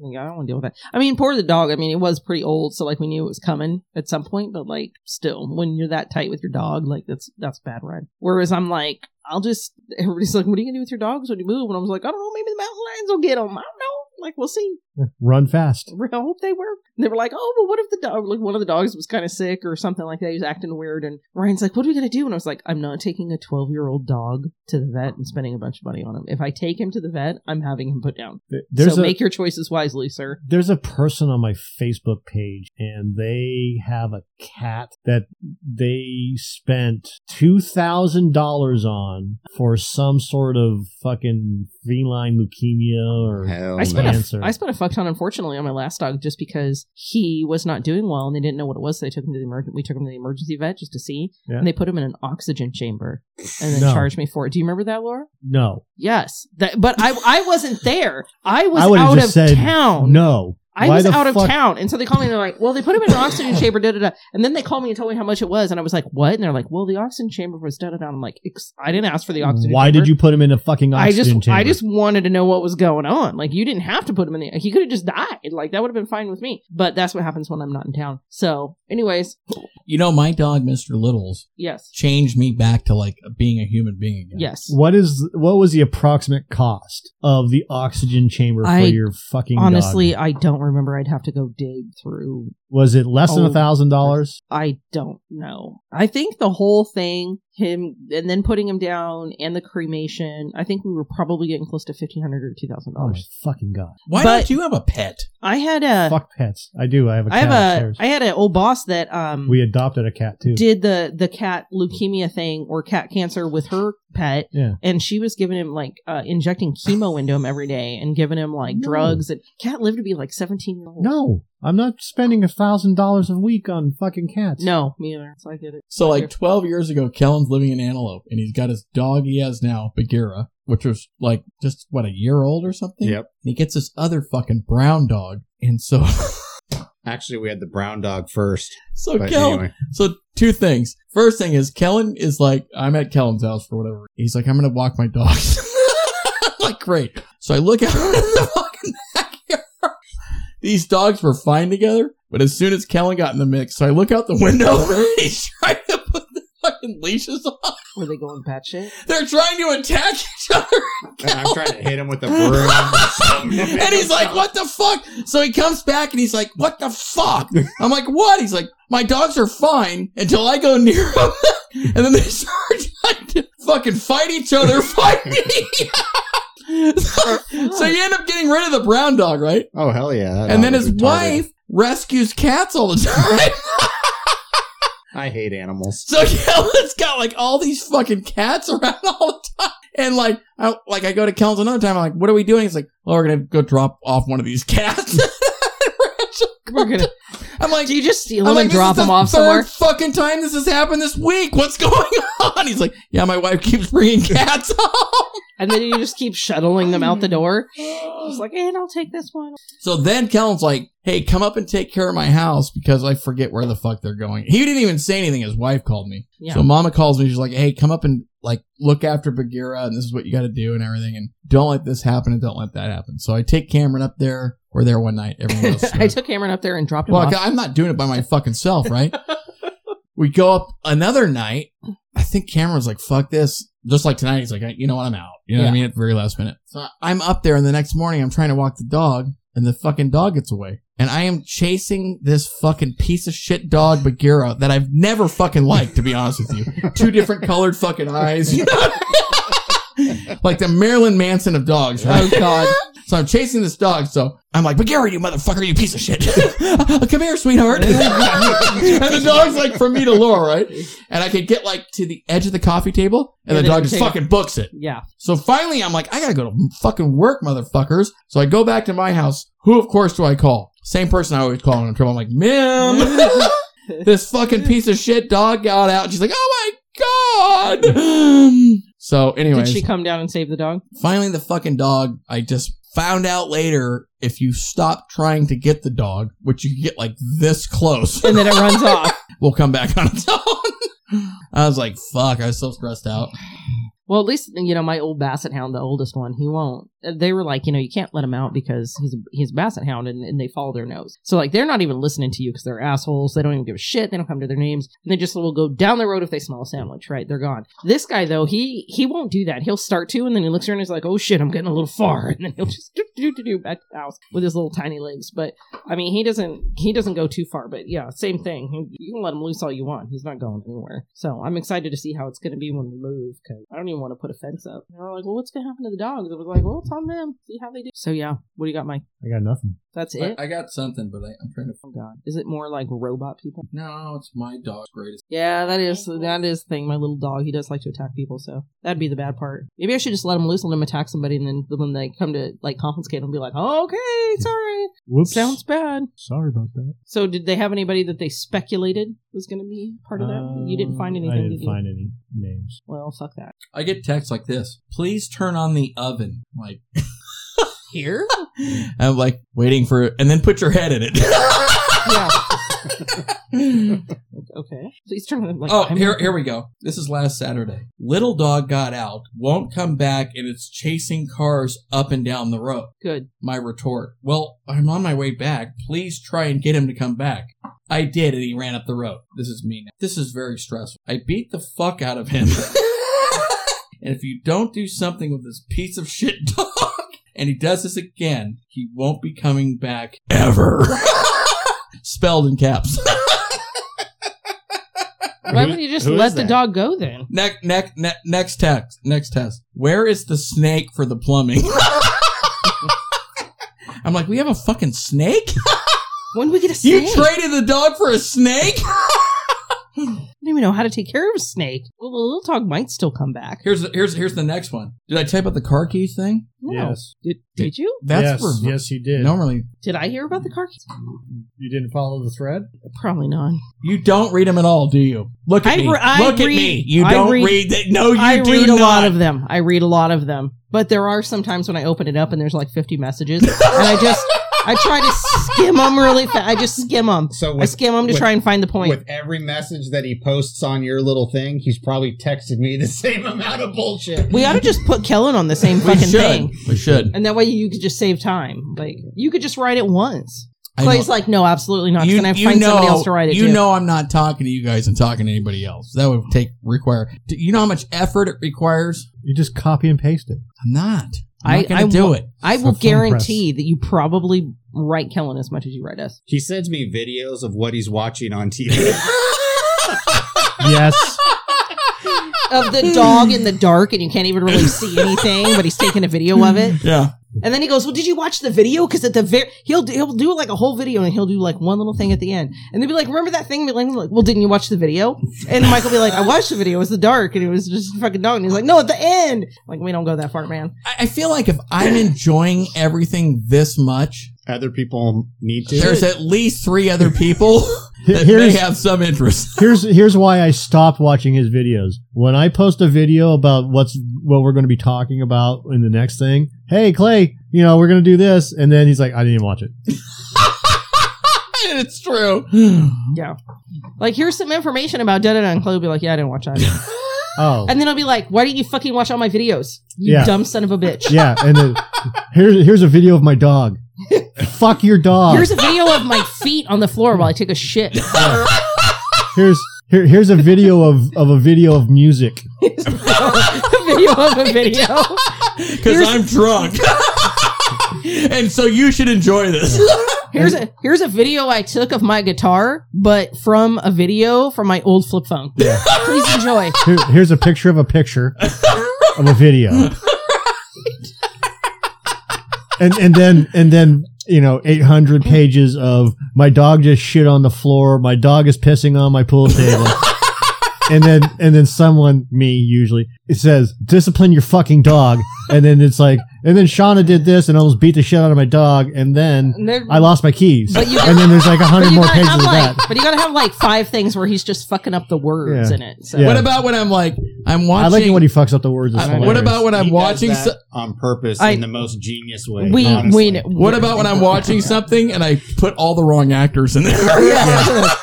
[SPEAKER 4] like I don't want to deal with that. I mean, poor the dog. I mean, it was pretty old, so like we knew it was coming at some point. But like, still, when you're that tight with your dog, like that's that's a bad run. Whereas I'm like, I'll just everybody's like, what are you gonna do with your dogs when you move? And I was like, I don't know, maybe the mountain lions will get them. I don't know. Like we'll see.
[SPEAKER 1] Run fast.
[SPEAKER 4] I hope they were. And they were like, oh, well, what if the dog, like one of the dogs was kind of sick or something like that? He was acting weird. And Ryan's like, what are we going to do? And I was like, I'm not taking a 12 year old dog to the vet and spending a bunch of money on him. If I take him to the vet, I'm having him put down.
[SPEAKER 1] There's
[SPEAKER 4] so
[SPEAKER 1] a
[SPEAKER 4] make your choices wisely, sir.
[SPEAKER 1] there's a person on my Facebook page, and they have a cat that they spent two thousand dollars on for some sort of fucking feline leukemia or
[SPEAKER 6] Hell
[SPEAKER 4] I spent
[SPEAKER 6] no.
[SPEAKER 4] a-
[SPEAKER 1] cancer.
[SPEAKER 4] I spent a fuck ton, unfortunately, on my last dog just because he was not doing well and they didn't know what it was. So they took him to the emergency. We took him to the emergency vet just to see,
[SPEAKER 1] Yeah.
[SPEAKER 4] and they put him in an oxygen chamber and then
[SPEAKER 1] No.
[SPEAKER 4] charged me for it. Do you remember that, Laura?
[SPEAKER 1] no,
[SPEAKER 4] Yes, that, but I I wasn't there. I was
[SPEAKER 1] I would have
[SPEAKER 4] out of
[SPEAKER 1] just said
[SPEAKER 4] town.
[SPEAKER 1] no.
[SPEAKER 4] I
[SPEAKER 1] Why
[SPEAKER 4] was
[SPEAKER 1] the
[SPEAKER 4] out of
[SPEAKER 1] fuck-
[SPEAKER 4] town, and so they called me. and They're like, "Well, they put him in an oxygen chamber, da da da." And then they called me and told me how much it was, and I was like, "What?" And they're like, "Well, the oxygen chamber was da da da." I'm like, Ex- "I didn't ask for the oxygen."
[SPEAKER 1] Why
[SPEAKER 4] chamber.
[SPEAKER 1] did you put him in a fucking
[SPEAKER 4] I
[SPEAKER 1] oxygen
[SPEAKER 4] just
[SPEAKER 1] chamber?
[SPEAKER 4] I just wanted to know what was going on. Like you didn't have to put him in the. He could have just died. Like that would have been fine with me. But that's what happens when I'm not in town. So, anyways,
[SPEAKER 5] You know, my dog, Mr. Littles,
[SPEAKER 4] Yes.
[SPEAKER 5] changed me back to like being a human being again.
[SPEAKER 4] Yes.
[SPEAKER 1] What is what was the approximate cost of the oxygen chamber for
[SPEAKER 4] I-
[SPEAKER 1] your fucking
[SPEAKER 4] Honestly,
[SPEAKER 1] dog?
[SPEAKER 4] I don't remember. I'd have to go dig through.
[SPEAKER 1] was it less than
[SPEAKER 4] Oh.
[SPEAKER 1] a thousand dollars?
[SPEAKER 4] I don't know. I think the whole thing, him, and then putting him down, and the cremation. I think we were probably getting close to fifteen hundred or two thousand
[SPEAKER 1] Oh my
[SPEAKER 4] dollars.
[SPEAKER 1] fucking god!
[SPEAKER 5] Why
[SPEAKER 4] But-
[SPEAKER 5] don't you have a pet?
[SPEAKER 4] I had a,
[SPEAKER 1] Fuck pets. I do. I have a
[SPEAKER 4] Uh, I
[SPEAKER 1] cat
[SPEAKER 4] have a,
[SPEAKER 1] upstairs.
[SPEAKER 4] I had an old boss that um
[SPEAKER 1] we adopted a cat too.
[SPEAKER 4] did the the cat leukemia thing or cat cancer with her pet
[SPEAKER 1] Yeah.
[SPEAKER 4] and she was giving him like uh, injecting chemo into him every day and giving him like
[SPEAKER 1] No.
[SPEAKER 4] drugs and cat lived to be like 17 years old
[SPEAKER 1] no, I'm not spending a thousand dollars a week on fucking cats.
[SPEAKER 4] no me either so i get it
[SPEAKER 5] So, like 12 years ago, Kellen's living in Antelope and he's got his dog he has now, Bagheera, which was like just what, a year old or something?
[SPEAKER 6] Yep.
[SPEAKER 5] And he gets this other fucking brown dog. And so,
[SPEAKER 6] Actually, we had the brown dog first.
[SPEAKER 5] so
[SPEAKER 6] But
[SPEAKER 5] Kellen,
[SPEAKER 6] anyway,
[SPEAKER 5] So two things. First thing is Kellen is like, I'm at Kellen's house for whatever. He's like, I'm gonna walk my dogs. like, great. So I look out in the fucking backyard. These dogs were fine together, but as soon as Kellen got in the mix, so I look out the window. he's trying to put the fucking leashes on.
[SPEAKER 4] were they going batshit
[SPEAKER 5] They're trying to attack each other.
[SPEAKER 6] and I'm trying to hit him with a broom.
[SPEAKER 5] and he's like, "What the fuck?" So he comes back and he's like, "What the fuck?" I'm like, "What?" He's like, "My dogs are fine until I go near them, and then they start trying to fucking fight each other, fighting." so, so you end up getting rid of the brown dog, right?
[SPEAKER 6] Oh hell yeah! that
[SPEAKER 5] and then
[SPEAKER 6] dog is
[SPEAKER 5] his
[SPEAKER 6] retarded.
[SPEAKER 5] wife rescues cats all the time.
[SPEAKER 6] I hate animals.
[SPEAKER 5] So Kellen's got like all these fucking cats around all the time. And like, I, like I go to Kellen's another time. I'm like, what are we doing? He's like, well, we're going to go drop off one of these cats.
[SPEAKER 4] we're gonna
[SPEAKER 5] I'm like,
[SPEAKER 4] do you just steal them
[SPEAKER 5] I'm like,
[SPEAKER 4] and
[SPEAKER 5] this
[SPEAKER 4] drop
[SPEAKER 5] is the
[SPEAKER 4] them off
[SPEAKER 5] third
[SPEAKER 4] somewhere
[SPEAKER 5] fucking time this has happened this week. What's going on? He's like, yeah, my wife keeps bringing cats home.
[SPEAKER 4] and then you just keep shuttling them out the door just like and i'll take this one
[SPEAKER 5] So then Kellen's like, hey, come up and take care of my house because I forget where the fuck they're going. He didn't even say anything. His wife called me.
[SPEAKER 4] yeah
[SPEAKER 5] So mama calls me. She's like, "Hey, come up and like look after Bagheera, and this is what you got to do, and everything, and don't let this happen, and don't let that happen." So I take Cameron up there. We're there one night. Everyone else.
[SPEAKER 4] i took cameron up there and dropped him
[SPEAKER 5] well,
[SPEAKER 4] off
[SPEAKER 5] I'm not doing it by my fucking self, right? we go up another night. I think Cameron's like, "Fuck this." Just like tonight, he's like, "You know what? I'm out." You know what I
[SPEAKER 4] Yeah.
[SPEAKER 5] mean? At the very last minute. So I'm up there, and the next morning, I'm trying to walk the dog, and the fucking dog gets away. And I am chasing this fucking piece of shit dog Bagheera that I've never fucking liked, to be honest with you two different colored fucking eyes. You know what I mean? like the Marilyn Manson of dogs, right?
[SPEAKER 4] oh god
[SPEAKER 5] So I'm chasing this dog. So I'm like, Bagheera, you motherfucker, you piece of shit. Come here, sweetheart. and the dog's like from me to Laura, right? And I could get like to the edge of the coffee table and,
[SPEAKER 4] And
[SPEAKER 5] the
[SPEAKER 4] then
[SPEAKER 5] dog
[SPEAKER 4] you
[SPEAKER 5] just
[SPEAKER 4] take-
[SPEAKER 5] fucking books it.
[SPEAKER 4] yeah
[SPEAKER 5] So finally, I'm like, I gotta go to fucking work, motherfuckers. So I go back to my house. Who, of course, do I call? Same person I always call when I'm in trouble. I'm like, Um. Mim, this fucking piece of shit dog got out. And she's like, oh my god. So, anyways,
[SPEAKER 4] did she come down and save the dog
[SPEAKER 5] finally, the fucking dog. I just found out later if you stop trying to get the dog, which you get like this close,
[SPEAKER 4] and then it runs off
[SPEAKER 5] will come back on its own. I was like, fuck. I was so stressed out.
[SPEAKER 4] Well, at least you know my old basset hound, the oldest one. He won't. uh, They were like, you know, you can't let him out because he's a, he's a basset hound, and, and they follow their nose. So like, they're not even listening to you because they're assholes. They don't even give a shit. They don't come to their names, and they just will go down the road if they smell a sandwich. Right? They're gone. This guy though, he he won't do that. He'll start to, and then he looks around and he's like, oh shit, I'm getting a little far, and then he'll just do do do do back to the house with his little tiny legs. But I mean, he doesn't he doesn't go too far, but yeah, same thing. You- You can let him loose all you want. He's not going anywhere. So I'm excited to see how it's going to be when we move because I don't even want to put a fence up. And we're like, well, what's going to happen to the dogs? I was like, well, it's on them. See how they do. So yeah, what do you got, Mike?
[SPEAKER 1] I got nothing.
[SPEAKER 4] That's it.
[SPEAKER 5] I, I got something, but I, I'm trying to.
[SPEAKER 4] Oh God! Is it more like robot people?
[SPEAKER 5] No, it's my dog's greatest.
[SPEAKER 4] Yeah, that is that is the thing. My little dog, he does like to attack people, so that'd be the bad part. Maybe I should just let him loose, let him attack somebody, and then when they come to like confiscate him, be like, okay, sorry,
[SPEAKER 1] Whoops.
[SPEAKER 4] sounds bad.
[SPEAKER 1] Sorry about that.
[SPEAKER 4] So, did they have anybody that they speculated was going to be part of that? you didn't find
[SPEAKER 1] Um,
[SPEAKER 4] anything.
[SPEAKER 1] I didn't
[SPEAKER 4] did you?
[SPEAKER 1] find any names.
[SPEAKER 4] Well, fuck that.
[SPEAKER 5] I get texts like this: "Please turn on the oven." I'm like here, I'm like waiting for, and then put your head in it.
[SPEAKER 4] Yeah. okay. Please turn on. Like,
[SPEAKER 5] oh,
[SPEAKER 4] I'm-
[SPEAKER 5] here, here we go. This is last Saturday. Little dog got out, won't come back, and it's chasing cars up and down the road.
[SPEAKER 4] Good.
[SPEAKER 5] My retort: "Well, I'm on my way back. Please try and get him to come back." I did, and he ran up the road. This is me now. This is very stressful. I beat the fuck out of him. and if you don't do something with this piece of shit dog, and he does this again, he won't be coming back ever. Spelled in caps.
[SPEAKER 8] Why wouldn't you just
[SPEAKER 1] who is
[SPEAKER 8] let the
[SPEAKER 1] that?
[SPEAKER 8] dog go then?
[SPEAKER 5] Next, next, ne- next text. Next test. Where is the snake for the plumbing? I'm like, we have a fucking snake.
[SPEAKER 4] When we get a snake,
[SPEAKER 5] You traded the dog for a snake.
[SPEAKER 4] I don't even know how to take care of a snake. Well, the little dog might still come back.
[SPEAKER 5] Here's here's here's the next one. Did I tell you about the car keys thing?
[SPEAKER 4] No.
[SPEAKER 1] Yes.
[SPEAKER 4] Did, did you?
[SPEAKER 5] That's
[SPEAKER 1] yes,
[SPEAKER 5] for
[SPEAKER 1] yes, you did.
[SPEAKER 5] normally
[SPEAKER 4] Did I hear about the car keys?
[SPEAKER 1] You didn't follow the thread?
[SPEAKER 4] Probably not.
[SPEAKER 5] you don't read them at all, do you? Look at
[SPEAKER 4] I
[SPEAKER 5] me.
[SPEAKER 4] re- I
[SPEAKER 5] Look at
[SPEAKER 4] read-
[SPEAKER 5] me. You
[SPEAKER 4] I
[SPEAKER 5] don't
[SPEAKER 4] read-
[SPEAKER 5] read, that. No, Oh, you
[SPEAKER 4] I
[SPEAKER 5] do
[SPEAKER 4] read
[SPEAKER 5] not.
[SPEAKER 4] a lot of them. I read a lot of them. But there are some times when I open it up and there's like 50 messages. and I just, I try to skim them really fast. I just skim them.
[SPEAKER 6] So
[SPEAKER 4] I
[SPEAKER 6] with,
[SPEAKER 4] skim them to
[SPEAKER 6] with-
[SPEAKER 4] try and find the point.
[SPEAKER 6] with every message that he posts on your little thing, he's probably texted me the same amount of bullshit.
[SPEAKER 4] we ought to just put Kellen on the same
[SPEAKER 5] we
[SPEAKER 4] fucking
[SPEAKER 5] should.
[SPEAKER 4] thing.
[SPEAKER 5] We should.
[SPEAKER 4] And that way you could just save time. Like, you could just write it once.
[SPEAKER 5] I
[SPEAKER 4] Clay's
[SPEAKER 5] know-
[SPEAKER 4] like, no, absolutely not.
[SPEAKER 5] you,
[SPEAKER 4] Can I
[SPEAKER 5] you
[SPEAKER 4] find
[SPEAKER 5] know,
[SPEAKER 4] somebody else to write it
[SPEAKER 5] You
[SPEAKER 4] to?
[SPEAKER 5] know, I'm not talking to you guys and talking to anybody else. That would take require. Do you know how much effort it requires?
[SPEAKER 1] You just copy and paste it.
[SPEAKER 5] I'm not.
[SPEAKER 4] I- I
[SPEAKER 5] I'm not going to do
[SPEAKER 4] wa-
[SPEAKER 5] it.
[SPEAKER 4] I
[SPEAKER 1] for Film
[SPEAKER 4] will
[SPEAKER 1] Press.
[SPEAKER 4] guarantee that you probably write Kellen as much as you write us.
[SPEAKER 6] He sends me videos of what he's watching on TV.
[SPEAKER 1] Yes.
[SPEAKER 4] Of the dog in the dark, and you can't even really see anything, but he's taking a video of it.
[SPEAKER 5] Yeah.
[SPEAKER 4] And then he goes, "Well, did you watch the video? Because at the very, he'll do- he'll do like a whole video, and he'll do like one little thing at the end, and they'll be like, "Remember that thing?" And Be like, "Well, didn't you watch the video?" And Michael be like, "I watched the video. It was the dark, and it was just a fucking dog." And he's like, "No, at the end." Like we don't go that far, man.
[SPEAKER 5] I I feel like if I'm enjoying everything this much,
[SPEAKER 6] Other people need to.
[SPEAKER 5] there's at least three other people that may
[SPEAKER 1] Here's-
[SPEAKER 5] have some interest.
[SPEAKER 1] Here's here's why I stopped watching his videos. When I post a video about what's what we're going to be talking about in the next thing, hey Clay, you know we're going to do this, and then he's like, I didn't even watch it.
[SPEAKER 5] And it's true.
[SPEAKER 4] Yeah. Like here's some information about da da da, and Chloe will be like, "Yeah, I didn't watch that."
[SPEAKER 1] Oh,
[SPEAKER 4] And then I'll be like, "Why didn't you fucking watch all my videos? You
[SPEAKER 1] Yeah.
[SPEAKER 4] dumb son of a bitch."
[SPEAKER 1] yeah. And then here's here's a video of my dog. Fuck your dog.
[SPEAKER 4] Here's a video of my feet on the floor while I take a shit.
[SPEAKER 1] here's here, here's a video of of a video of music.
[SPEAKER 4] video of a video.
[SPEAKER 5] Because I'm drunk. and so you should enjoy this.
[SPEAKER 4] Here's a here's a video I took of my guitar, but from a video from my old flip phone. Please enjoy.
[SPEAKER 1] Here, here's a picture of a picture of a video. And and then and then you know 800 pages of my dog just shit on the floor. My dog is pissing on my pool table. And then and then someone me usually it says discipline your fucking dog. And then it's like and then Shauna did this and almost beat the shit out of my dog. And then
[SPEAKER 4] And they're-
[SPEAKER 1] I lost my keys.
[SPEAKER 4] But you-
[SPEAKER 1] and then there's like a
[SPEAKER 4] but
[SPEAKER 1] hundred
[SPEAKER 4] you
[SPEAKER 1] more
[SPEAKER 4] gotta
[SPEAKER 1] pages
[SPEAKER 4] have
[SPEAKER 1] of
[SPEAKER 4] like,
[SPEAKER 1] that.
[SPEAKER 4] but you gotta have like five things where he's just fucking up the words
[SPEAKER 1] Yeah.
[SPEAKER 4] in it. So
[SPEAKER 1] Yeah.
[SPEAKER 5] What about when I'm like, I'm watching.
[SPEAKER 1] I like it when he fucks up the words. It's
[SPEAKER 5] I- what
[SPEAKER 1] hilarious.
[SPEAKER 5] about when I'm
[SPEAKER 6] He does
[SPEAKER 5] watching?
[SPEAKER 6] that
[SPEAKER 5] so-
[SPEAKER 6] on purpose
[SPEAKER 4] I-
[SPEAKER 6] in the most genius way.
[SPEAKER 4] we
[SPEAKER 6] honestly.
[SPEAKER 4] we
[SPEAKER 5] what about when I'm watching something and I put all the wrong actors in there?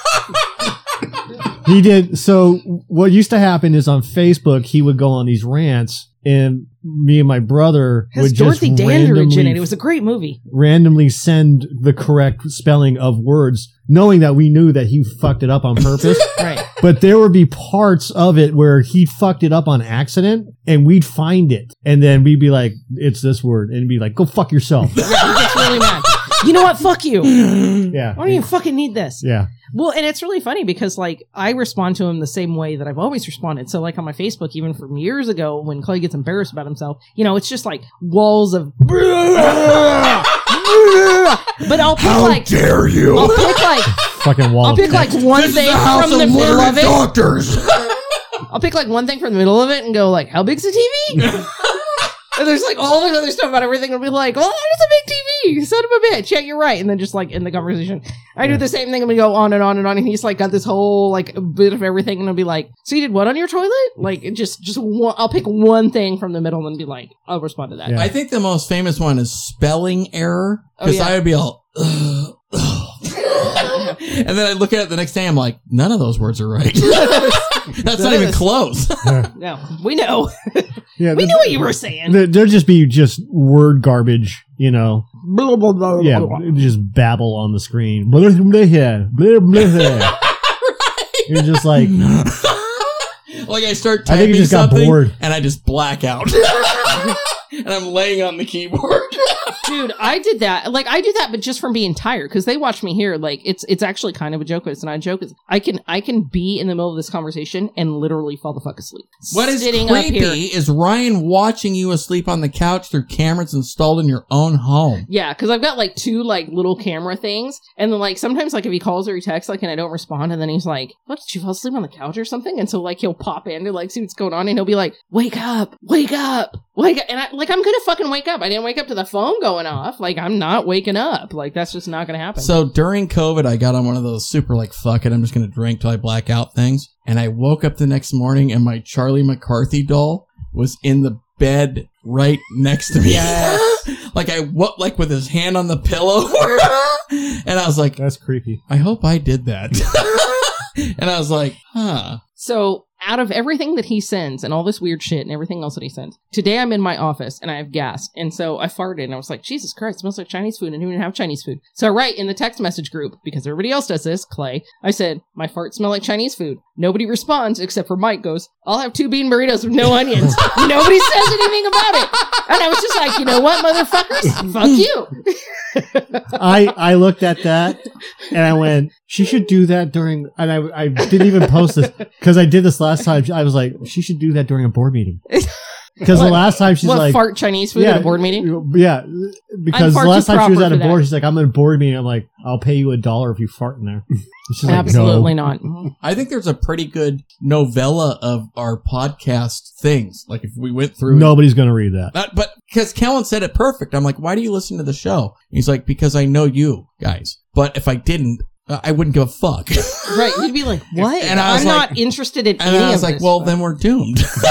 [SPEAKER 1] He did. So what used to happen is on Facebook, he would go on these rants, and me and my brother
[SPEAKER 4] has
[SPEAKER 1] would
[SPEAKER 4] Dorothy
[SPEAKER 1] just
[SPEAKER 4] Dandridge in
[SPEAKER 1] randomly,
[SPEAKER 4] it? It was a great movie.
[SPEAKER 1] randomly send the correct spelling of words, knowing that we knew that he fucked it up on purpose.
[SPEAKER 4] Right.
[SPEAKER 1] but there would be parts of it where he fucked it up on accident, and we'd find it, and then we'd be like, "It's this word," and he'd be like, "Go fuck yourself."
[SPEAKER 4] Yeah, he gets really mad. You know what? Fuck you.
[SPEAKER 1] yeah.
[SPEAKER 4] Why do you fucking need this?
[SPEAKER 1] Yeah.
[SPEAKER 4] Well, and it's really funny because like I respond to him the same way that I've always responded. So like on my Facebook, even from years ago, when Clay gets embarrassed about himself, you know, it's just like walls of. but I'll pick like
[SPEAKER 5] dare you?
[SPEAKER 4] I'll pick like
[SPEAKER 1] Fucking wall.
[SPEAKER 4] I'll
[SPEAKER 1] of
[SPEAKER 4] pick like
[SPEAKER 1] text.
[SPEAKER 4] one thing from the middle of it.
[SPEAKER 5] doctors.
[SPEAKER 4] I'll pick like one thing from the middle of it and go like, "How big's the TV?" and there's like all this other stuff about everything. I'll be like, "Well, that is a big TV, son of a bitch." Yeah, you're right. And then just like in the conversation, I do the same thing. I'm gonna go on and on and on. And he's like got this whole like bit of everything, and I'll be like, "So you did what on your toilet?" Like it just just one, I'll pick one thing from the middle and be like, "I'll respond to that."
[SPEAKER 1] Yeah.
[SPEAKER 5] I think the most famous one is spelling error.
[SPEAKER 4] Oh,
[SPEAKER 5] Because
[SPEAKER 4] yeah.
[SPEAKER 5] I would be all, "Ugh, ugh." and then I look at it the next day. I'm like, none of those words are right. That's not even
[SPEAKER 4] Yes.
[SPEAKER 5] close.
[SPEAKER 4] No, we know,
[SPEAKER 1] yeah,
[SPEAKER 4] we
[SPEAKER 1] the-
[SPEAKER 4] knew what you were saying.
[SPEAKER 1] There, there'd just be just word garbage, you know,
[SPEAKER 4] blah, blah, blah,
[SPEAKER 1] Yeah,
[SPEAKER 4] blah, blah.
[SPEAKER 1] just babble on the screen. Blah, blah, blah, blah, blah, blah. You're just like,
[SPEAKER 5] like I start
[SPEAKER 1] I
[SPEAKER 5] typing
[SPEAKER 1] think you just got
[SPEAKER 5] something
[SPEAKER 1] bored.
[SPEAKER 5] and I just black out. and I'm laying on the keyboard.
[SPEAKER 4] Dude, I did that. Like I do that, but just from being tired because they watch me here. Like it's it's actually kind of a joke, but it's not a joke. It's, I can I can be in the middle of this conversation and literally fall the fuck asleep.
[SPEAKER 5] What is
[SPEAKER 4] Sitting up here.
[SPEAKER 5] creepy is Ryan watching you asleep on the couch through cameras installed in your own home.
[SPEAKER 4] Yeah, because I've got like two like little camera things, and then like sometimes like if he calls or he texts like and I don't respond, and then he's like, "What did you fall asleep on the couch or something?" And so like he'll pop in to like see what's going on, and he'll be like, "Wake up, wake up, wake up," and I like I'm gonna fucking wake up. I didn't wake up to the phone going off. Like I'm not waking up. Like that's just not gonna happen.
[SPEAKER 5] So during COVID, I got on one of those super like fuck it, I'm just gonna drink till I black out things. And I woke up the next morning and my Charlie McCarthy doll was in the bed right next to me. like I what like with his hand on the pillow, and I was like,
[SPEAKER 1] That's creepy.
[SPEAKER 5] I hope I did that. and I was like, huh.
[SPEAKER 4] So, out of everything that he sends and all this weird shit and everything else that he sends, today I'm in my office and I have gas. And so I farted and I was like, Jesus Christ, it smells like Chinese food and who didn't have Chinese food? So I write in the text message group, because everybody else does this, Clay, I said, My farts smell like Chinese food. Nobody responds except for Mike goes, I'll have two bean burritos with no onions. Nobody says anything about it. And I was just like, you know what, motherfuckers? Fuck you.
[SPEAKER 1] I I looked at that and I went, she should do that during. And I I didn't even post this because I did this last time. I was like, she should do that during a board meeting because the
[SPEAKER 4] What-
[SPEAKER 1] last time she's
[SPEAKER 4] what
[SPEAKER 1] like.
[SPEAKER 4] fart Chinese food at a board meeting?
[SPEAKER 1] Yeah, because the
[SPEAKER 4] far too
[SPEAKER 1] last time she was
[SPEAKER 4] proper
[SPEAKER 1] at a
[SPEAKER 4] for
[SPEAKER 1] board,
[SPEAKER 4] that.
[SPEAKER 1] she's like, "I'm at a board meeting." I'm like, "I'll pay you a dollar if you fart in there." And She's
[SPEAKER 4] Absolutely
[SPEAKER 1] like,
[SPEAKER 4] not. Mm-hmm.
[SPEAKER 5] I think there's a pretty good novella of our podcast things. Like if we went
[SPEAKER 1] no,
[SPEAKER 5] through
[SPEAKER 1] nobody's gonna read that.
[SPEAKER 5] Not- Uh, but because Kellen said it perfect, I'm like, why do you listen to the show? He's like, because I know you guys. But if I didn't, uh, I wouldn't give a fuck.
[SPEAKER 4] Right. You'd be like, what?
[SPEAKER 5] And I was
[SPEAKER 4] I'm
[SPEAKER 5] like-
[SPEAKER 4] not interested in
[SPEAKER 5] And
[SPEAKER 4] any
[SPEAKER 5] I was
[SPEAKER 4] of
[SPEAKER 5] like,
[SPEAKER 4] this.
[SPEAKER 5] well, then we're doomed.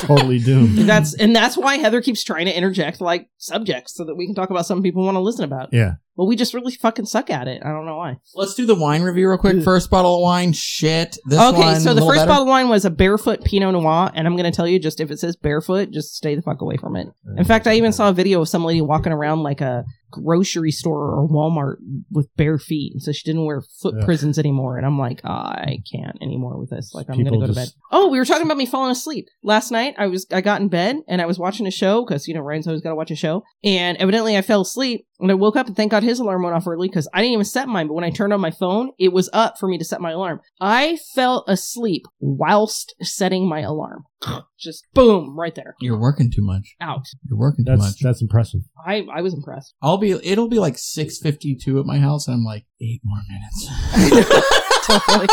[SPEAKER 1] Totally doomed.
[SPEAKER 4] That's and that's why Heather keeps trying to interject like subjects so that we can talk about something people want to listen about.
[SPEAKER 1] Yeah.
[SPEAKER 4] Well, we just really fucking suck at it. I don't know why.
[SPEAKER 5] Let's do the wine review real quick. First bottle of wine, shit. This
[SPEAKER 4] Mm. okay,
[SPEAKER 5] one,
[SPEAKER 4] so the
[SPEAKER 5] a little
[SPEAKER 4] first
[SPEAKER 5] better.
[SPEAKER 4] bottle of wine was a barefoot Pinot Noir, and I'm going to tell you just if it says barefoot, just stay the fuck away from it. In fact, I even saw a video of some lady walking around like a grocery store or Walmart with bare feet, and so she didn't wear foot
[SPEAKER 1] Ugh.
[SPEAKER 4] prisons anymore. And I'm like, I can't anymore with this. Like, I'm going to
[SPEAKER 1] People
[SPEAKER 4] go to bed.
[SPEAKER 1] just-
[SPEAKER 4] Oh, we were talking about me falling asleep last night. I was I got in bed and I was watching a show because you know Ryan's always got to watch a show, and evidently I fell asleep and I woke up and thank God his alarm went off early because I didn't even set mine. But when I turned on my phone, it was up for me to set my alarm. I fell asleep whilst setting my alarm. Just boom, right there,
[SPEAKER 5] You're working too much.
[SPEAKER 4] out.
[SPEAKER 5] You're working too
[SPEAKER 1] That's
[SPEAKER 5] much.
[SPEAKER 1] that's impressive.
[SPEAKER 4] I I was impressed.
[SPEAKER 5] I'll be. It'll be like six fifty two at my house, and I'm like eight more minutes.
[SPEAKER 4] Totally.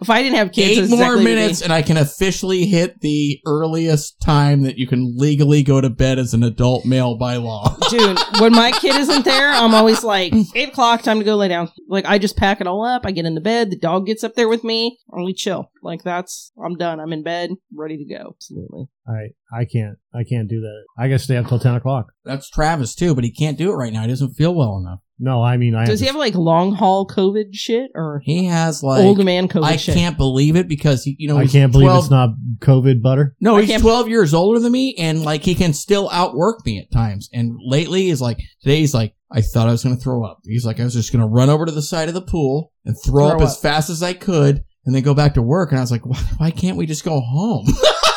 [SPEAKER 4] if I didn't have kids,
[SPEAKER 5] Eight
[SPEAKER 4] that's
[SPEAKER 5] more
[SPEAKER 4] exactly what it'd
[SPEAKER 5] minutes, and I can officially hit the earliest time that you can legally go to bed as an adult male by law.
[SPEAKER 4] be. Dude, when my kid isn't there, I'm always like eight o'clock, time to go lay down. Like I just pack it all up. I get into bed. The dog gets up there with me. Only chill. Like that's I'm done. I'm in bed, ready to go. Absolutely.
[SPEAKER 1] I I can't I can't do that. I gotta stay up till ten o'clock.
[SPEAKER 5] That's Travis too, but he can't do it right now. He doesn't feel well enough.
[SPEAKER 1] No, I mean I.
[SPEAKER 4] Does he have like long haul COVID shit or
[SPEAKER 5] He has like
[SPEAKER 4] old man COVID
[SPEAKER 5] I
[SPEAKER 4] shit?
[SPEAKER 5] can't believe it because he, you know
[SPEAKER 1] I
[SPEAKER 5] he's
[SPEAKER 1] can't believe
[SPEAKER 5] 12
[SPEAKER 1] it's not COVID butter.
[SPEAKER 5] No,
[SPEAKER 4] I
[SPEAKER 5] he's
[SPEAKER 4] can't-
[SPEAKER 5] twelve years older than me, and like he can still outwork me at times. And lately, he's like today, he's like I thought I was going to throw up. He's like I was just going to run over to the side of the pool and throw,
[SPEAKER 4] Throw
[SPEAKER 5] up, as
[SPEAKER 4] up.
[SPEAKER 5] fast as I could, and then go back to work. And I was like, why, why can't we just go home?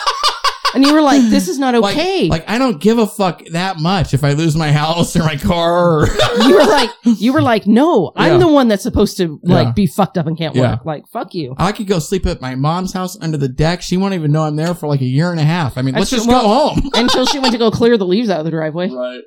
[SPEAKER 4] And you were like, this is not
[SPEAKER 5] Like-
[SPEAKER 4] okay.
[SPEAKER 5] like I don't give a fuck that much if I lose my house or my car. Or
[SPEAKER 4] you were like, you were like, no,
[SPEAKER 5] Yeah.
[SPEAKER 4] I'm the one that's supposed to like
[SPEAKER 5] Yeah.
[SPEAKER 4] be fucked up and can't
[SPEAKER 5] Yeah.
[SPEAKER 4] work. Like, fuck you.
[SPEAKER 5] I could go sleep at my mom's house under the deck. She won't even know I'm there for like a year and a half. I mean,
[SPEAKER 4] I
[SPEAKER 5] let's
[SPEAKER 4] should-
[SPEAKER 5] just go
[SPEAKER 4] well-
[SPEAKER 5] home.
[SPEAKER 4] until she went to go clear the leaves out of the driveway.
[SPEAKER 5] Right.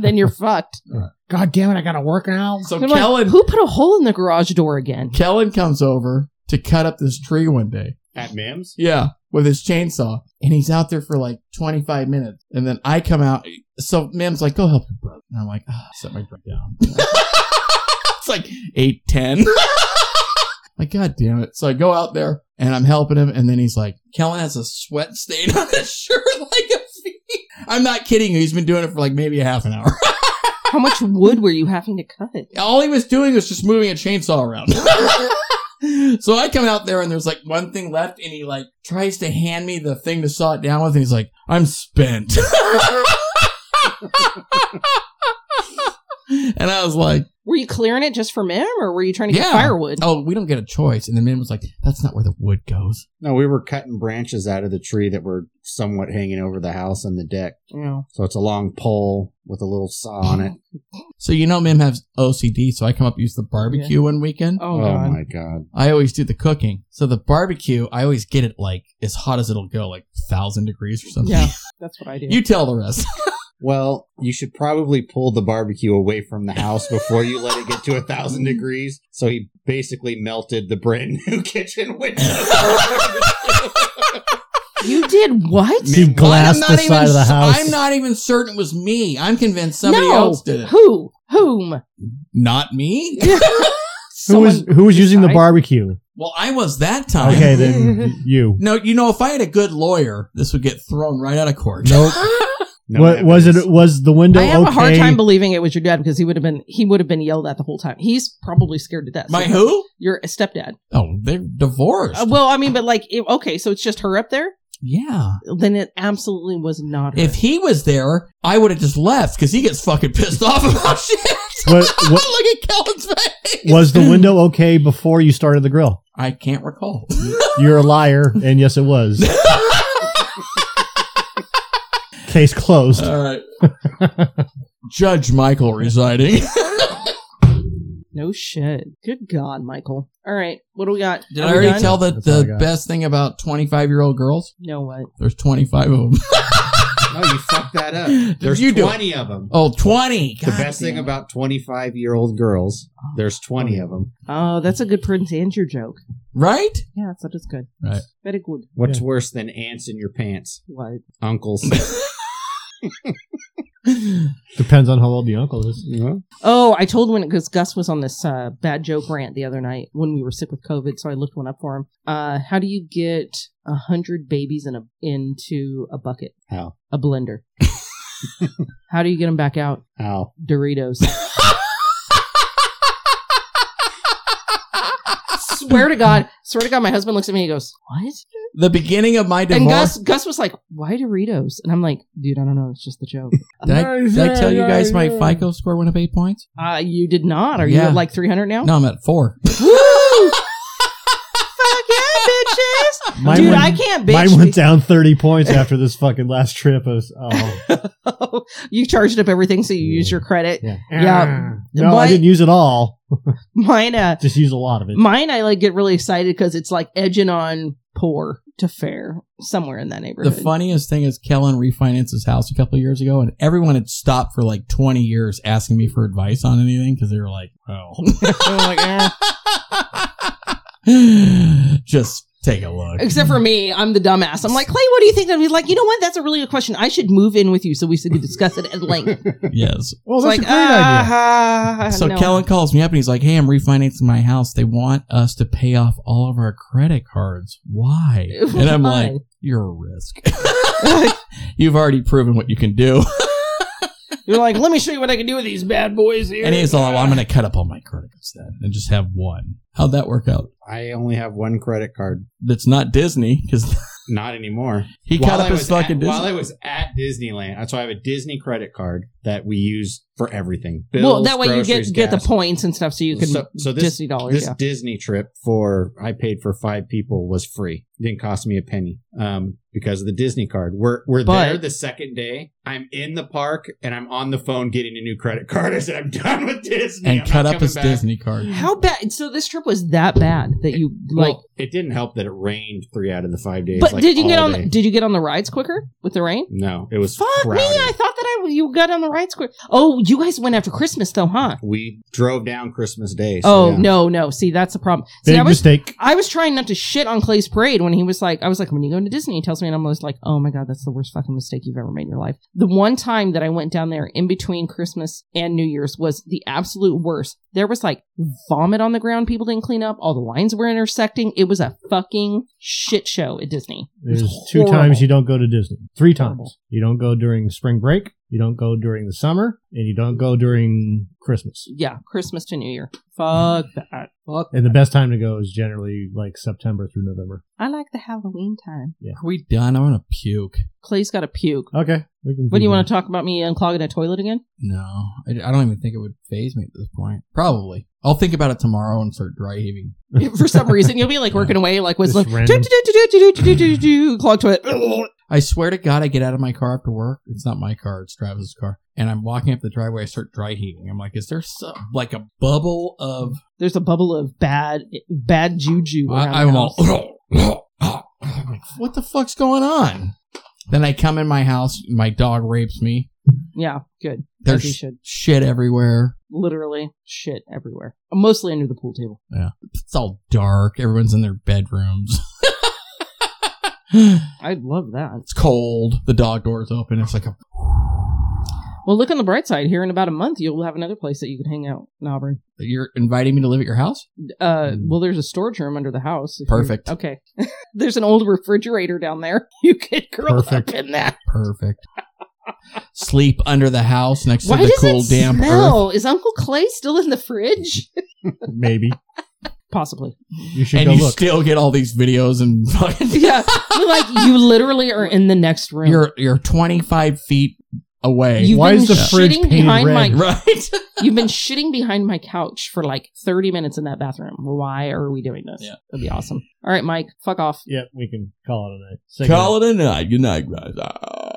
[SPEAKER 4] then you're fucked.
[SPEAKER 1] God damn it! I gotta work now.
[SPEAKER 5] So
[SPEAKER 4] They're like,
[SPEAKER 5] Kellen,
[SPEAKER 4] who put a hole in the garage door again?
[SPEAKER 5] Kellen comes over to cut up this tree one day.
[SPEAKER 6] At Mims?
[SPEAKER 5] Yeah, with his chainsaw, and he's out there for like 25 minutes, and then I come out. So Mim's like, "Go help your brother," and I'm like, "Ah, "Set my drink down." it's like eight ten. Like, God damn it. So I go out there and I'm helping him. And then he's like, Kellen has a sweat stain on his shirt like a feet. I'm not kidding you. He's been doing it for like maybe a half an hour.
[SPEAKER 4] How much wood were you having to cut?
[SPEAKER 5] all he was doing was just moving a chainsaw around. so I come out there and there's like one thing left, and he like tries to hand me the thing to saw it down with, and he's like, "I'm spent." And I was like,
[SPEAKER 4] Were you clearing it just from him, or were you trying to get
[SPEAKER 5] Yeah.
[SPEAKER 4] firewood?
[SPEAKER 5] oh, we don't get a choice. And the man was like, that's not where the wood goes.
[SPEAKER 6] No, we were cutting branches out of the tree that were somewhat hanging over the house and the deck.
[SPEAKER 4] Yeah. Oh,
[SPEAKER 6] So it's a long pole with a little saw on it.
[SPEAKER 5] So you know, Mim has OCD, so I come up and use the barbecue one weekend.
[SPEAKER 4] Oh,
[SPEAKER 6] Oh,
[SPEAKER 4] god.
[SPEAKER 6] my god!
[SPEAKER 5] I always do the cooking. So the barbecue, I always get it like as hot as it'll go, like thousand degrees or something.
[SPEAKER 4] Yeah, that's what I do.
[SPEAKER 5] You tell the rest.
[SPEAKER 6] Well, you should probably pull the barbecue away from the house before you let it get to a thousand degrees. So he basically melted the brand new kitchen window.
[SPEAKER 4] You did what?
[SPEAKER 1] She glassed
[SPEAKER 5] I'm not
[SPEAKER 1] the
[SPEAKER 5] even
[SPEAKER 1] side of the
[SPEAKER 5] s-
[SPEAKER 1] house.
[SPEAKER 5] I'm not even certain it was me. I'm convinced somebody
[SPEAKER 4] no.
[SPEAKER 5] else did it.
[SPEAKER 4] Who? Whom?
[SPEAKER 5] Not me.
[SPEAKER 1] who was
[SPEAKER 4] Someone-
[SPEAKER 1] who was using the
[SPEAKER 4] I-
[SPEAKER 1] barbecue?
[SPEAKER 5] Well, I was that time.
[SPEAKER 1] Okay, then you.
[SPEAKER 5] No, you know, if I had a good lawyer, this would get thrown right out of court.
[SPEAKER 1] Nope.
[SPEAKER 6] No
[SPEAKER 1] what was it?
[SPEAKER 6] evidence.
[SPEAKER 1] Was the window
[SPEAKER 4] I have
[SPEAKER 1] okay?
[SPEAKER 4] a hard time believing it was your dad because he would have been he would have been yelled at the whole time. He's probably scared to death.
[SPEAKER 5] My who?
[SPEAKER 4] Your stepdad.
[SPEAKER 5] Oh, they're divorced.
[SPEAKER 4] Uh, well, I mean, but like, if, okay, so it's just her up there.
[SPEAKER 5] yeah.
[SPEAKER 4] Then it absolutely was not. Her.
[SPEAKER 5] If he was there, I would have just left because he gets fucking pissed off about shit.
[SPEAKER 1] What- what-
[SPEAKER 5] Look at Kellen's face.
[SPEAKER 1] was the window okay before you started the grill?
[SPEAKER 5] I can't recall.
[SPEAKER 1] You're a liar, and yes, it was. Case closed.
[SPEAKER 5] All right. Judge Michael residing.
[SPEAKER 4] no shit. Good God, Michael. All right, what do we got?
[SPEAKER 5] Did
[SPEAKER 4] Are
[SPEAKER 5] I
[SPEAKER 4] we
[SPEAKER 5] already
[SPEAKER 4] done?
[SPEAKER 5] tell that
[SPEAKER 1] That's all I
[SPEAKER 5] the
[SPEAKER 1] got.
[SPEAKER 5] best thing about 25 year old girls?
[SPEAKER 4] No, what?
[SPEAKER 5] There's 25 of them.
[SPEAKER 6] No, you fucked that up. There's
[SPEAKER 5] You do it.
[SPEAKER 6] twenty of them.
[SPEAKER 5] Oh, 20.
[SPEAKER 6] the best thing about twenty-five-year-old girls, there's twenty of them.
[SPEAKER 4] Oh, that's a good Prince Andrew joke.
[SPEAKER 5] Right?
[SPEAKER 4] Yeah, that's that is good.
[SPEAKER 5] Right.
[SPEAKER 4] Very good.
[SPEAKER 6] What's
[SPEAKER 1] Yeah.
[SPEAKER 6] worse than ants in your pants,
[SPEAKER 4] What?
[SPEAKER 6] uncles?
[SPEAKER 1] Depends on how old the uncle is.
[SPEAKER 4] Oh, I told when because Gus was on this uh, bad joke rant the other night when we were sick with COVID, so I looked one up for him. Uh, how do you get a hundred babies in a into a bucket?
[SPEAKER 6] How?
[SPEAKER 4] A blender. how do you get them back out?
[SPEAKER 6] How?
[SPEAKER 4] Doritos. swear to God, swear to God, my husband looks at me and he goes, "What?"
[SPEAKER 5] The beginning of my
[SPEAKER 4] And Gus,
[SPEAKER 5] divorce.
[SPEAKER 4] Gus was like, "Why Doritos?" And I'm like, "Dude, I don't know. It's just a joke."
[SPEAKER 5] Did I, did I tell you guys my FICO score went up eight points?
[SPEAKER 4] uh, you did not. Are you
[SPEAKER 5] Yeah.
[SPEAKER 4] at like 300 now?
[SPEAKER 5] No, I'm at four.
[SPEAKER 4] Woo! Fuck yeah, bitches!
[SPEAKER 1] Mine
[SPEAKER 4] Dude,
[SPEAKER 1] went,
[SPEAKER 4] I can't bitch.
[SPEAKER 1] mine went down thirty points after this fucking last trip. I was- oh,
[SPEAKER 4] you charged up everything, so you use your credit.
[SPEAKER 1] yeah.
[SPEAKER 4] Yeah.
[SPEAKER 1] No,
[SPEAKER 4] But-
[SPEAKER 1] I didn't use it all.
[SPEAKER 4] Mine, uh,
[SPEAKER 1] Just use a lot of it.
[SPEAKER 4] mine, I like get really excited because it's like edging on poor to fair somewhere in that
[SPEAKER 5] The
[SPEAKER 4] neighborhood.
[SPEAKER 5] funniest thing is Kellen refinanced his house a couple of years ago, and everyone had stopped for like 20 years asking me for advice on anything because they were like, oh. Just take a look.
[SPEAKER 4] Except for me, I'm the dumbass. I'm like, Clay, what do you think? And he's like, you know what? That's a really good question. I should move in with you so we could discuss it at length.
[SPEAKER 5] Yes.
[SPEAKER 1] Well,
[SPEAKER 4] It's
[SPEAKER 1] that's
[SPEAKER 4] like,
[SPEAKER 1] a great idea.
[SPEAKER 4] ah,
[SPEAKER 5] So
[SPEAKER 4] no.
[SPEAKER 5] Kellen calls me up and he's like, hey, I'm refinancing my house. They want us to pay off all of our credit cards. Why? And I'm like,
[SPEAKER 4] Why?
[SPEAKER 5] you're a risk. You've already proven what you can do.
[SPEAKER 4] you're like, let me show you what I can do with these bad boys here.
[SPEAKER 5] And he's all, well, I'm going to cut up all my credit cards then and just have one. How'd that work out?
[SPEAKER 6] I only have one credit card.
[SPEAKER 5] That's not Disney because
[SPEAKER 6] Not anymore.
[SPEAKER 5] he
[SPEAKER 6] While
[SPEAKER 5] cut up
[SPEAKER 6] I
[SPEAKER 5] his
[SPEAKER 6] was
[SPEAKER 5] fucking
[SPEAKER 6] at,
[SPEAKER 5] Disney.
[SPEAKER 6] While I was at Disneyland, that's why I have a Disney credit card that we use for everything.
[SPEAKER 4] well,
[SPEAKER 6] Bills,
[SPEAKER 4] that way you get
[SPEAKER 6] groceries,
[SPEAKER 4] get the
[SPEAKER 6] gas.
[SPEAKER 4] points and stuff, so you can
[SPEAKER 6] So- so this-
[SPEAKER 4] Disney dollars.
[SPEAKER 6] This
[SPEAKER 4] yeah.
[SPEAKER 6] Disney trip for I paid for five people was free. Didn't cost me a penny um, because of the Disney card. We're we're
[SPEAKER 4] But-
[SPEAKER 6] there the second day. I'm in the park and I'm on the phone getting a new credit card. I said I'm done with Disney.
[SPEAKER 5] and
[SPEAKER 6] I'm
[SPEAKER 5] cut
[SPEAKER 6] not
[SPEAKER 5] up his
[SPEAKER 6] coming back."
[SPEAKER 5] Disney card.
[SPEAKER 4] How bad? So this trip was that bad that you like.
[SPEAKER 6] well, it didn't help that it rained three out of the five days.
[SPEAKER 4] but
[SPEAKER 6] like,
[SPEAKER 4] did you get
[SPEAKER 6] all
[SPEAKER 4] on?
[SPEAKER 6] day.
[SPEAKER 4] Did you get on the rides quicker with the rain?
[SPEAKER 6] no, it was
[SPEAKER 4] Fuck
[SPEAKER 6] crowded.
[SPEAKER 4] me! I thought that I you got on the rides quick. Oh, you guys went after Christmas though, huh?
[SPEAKER 6] we drove down Christmas Day. So
[SPEAKER 4] oh
[SPEAKER 6] yeah.
[SPEAKER 4] no, no. See, that's the problem. See,
[SPEAKER 1] Big
[SPEAKER 4] I was
[SPEAKER 1] mistake.
[SPEAKER 4] I was trying not to shit on Clay's parade when he was like, I was like, when you go to Disney, he tells me, and I'm always like, oh my God, that's the worst fucking mistake you've ever made in your life. The one time that I went down there in between Christmas and New Year's was the absolute worst. There was like vomit on the ground. People didn't clean up. All the lines were intersecting. It was a fucking shit show at Disney. It was
[SPEAKER 1] There's two times
[SPEAKER 4] horrible.
[SPEAKER 1] you don't go to Disney. Three
[SPEAKER 4] Horrible.
[SPEAKER 1] times. You don't go during spring break. You don't go during the summer, and you don't go during Christmas.
[SPEAKER 4] Yeah, Christmas to New Year. Fuck that. Fuck.
[SPEAKER 1] And the best time to go is generally like September through November.
[SPEAKER 4] I like the Halloween time.
[SPEAKER 5] Are we done? I want to puke.
[SPEAKER 4] Clay's got a puke.
[SPEAKER 1] Okay. We can
[SPEAKER 4] What do you want to talk about? Me unclogging a toilet again?
[SPEAKER 5] No, I, I don't even think it would phase me at this point. Probably. I'll think about it tomorrow and start dry heaving.
[SPEAKER 4] For some reason, you'll be like working away, like
[SPEAKER 1] Just
[SPEAKER 4] whistling.
[SPEAKER 1] random.
[SPEAKER 4] Clog toilet.
[SPEAKER 5] I swear to God, I get out of my car after work. It's not my car; it's Travis's car. And I'm walking up the driveway. I start dry heaving. I'm like, "Is there some, like a bubble of?"
[SPEAKER 4] There's a bubble of bad, bad juju. Around
[SPEAKER 5] I,
[SPEAKER 4] the
[SPEAKER 5] I'm
[SPEAKER 4] house.
[SPEAKER 5] all. I'm like, what the fuck's going on? Then I come in my house. My dog rapes me.
[SPEAKER 4] Yeah, good. As you
[SPEAKER 5] There's
[SPEAKER 4] should.
[SPEAKER 5] shit everywhere.
[SPEAKER 4] Literally shit everywhere. Mostly under the pool table.
[SPEAKER 5] It's all dark. Everyone's in their bedrooms.
[SPEAKER 4] I love that.
[SPEAKER 5] It's cold. The dog door's open. It's like a
[SPEAKER 4] Well, look on the bright side. Here in about a month, you'll have another place that you can hang out in Auburn.
[SPEAKER 5] You're inviting me to live at your house?
[SPEAKER 4] Uh, well, there's a storage room under the house. if you-
[SPEAKER 5] Hmm. Perfect.
[SPEAKER 4] Okay. there's an old refrigerator down there. You could curl
[SPEAKER 1] Perfect.
[SPEAKER 4] up in that.
[SPEAKER 5] Perfect. Sleep under the house next
[SPEAKER 4] Why
[SPEAKER 5] to the
[SPEAKER 4] does
[SPEAKER 5] cool
[SPEAKER 4] it
[SPEAKER 5] damp earth.
[SPEAKER 4] smell? Is Uncle Clay still in the fridge?
[SPEAKER 1] Maybe
[SPEAKER 4] Possibly.
[SPEAKER 1] you should
[SPEAKER 5] And
[SPEAKER 1] go
[SPEAKER 5] you
[SPEAKER 1] look.
[SPEAKER 5] still get all these videos and fucking
[SPEAKER 4] Yeah. like you literally are in the next room.
[SPEAKER 5] you're you're 25 feet away.
[SPEAKER 4] You've
[SPEAKER 1] Why
[SPEAKER 4] been
[SPEAKER 1] is the fridge
[SPEAKER 4] shitting
[SPEAKER 1] painted
[SPEAKER 4] behind
[SPEAKER 1] red?
[SPEAKER 4] my
[SPEAKER 5] right?
[SPEAKER 4] You've been shitting behind my couch for like 30 minutes in that bathroom. Why are we doing this?
[SPEAKER 5] Yeah.
[SPEAKER 4] That'd be awesome. All right, Mike, fuck off.
[SPEAKER 1] yeah, we can call it a night. Say
[SPEAKER 5] Call it a night. Good night, guys. Ah.
[SPEAKER 1] Ah.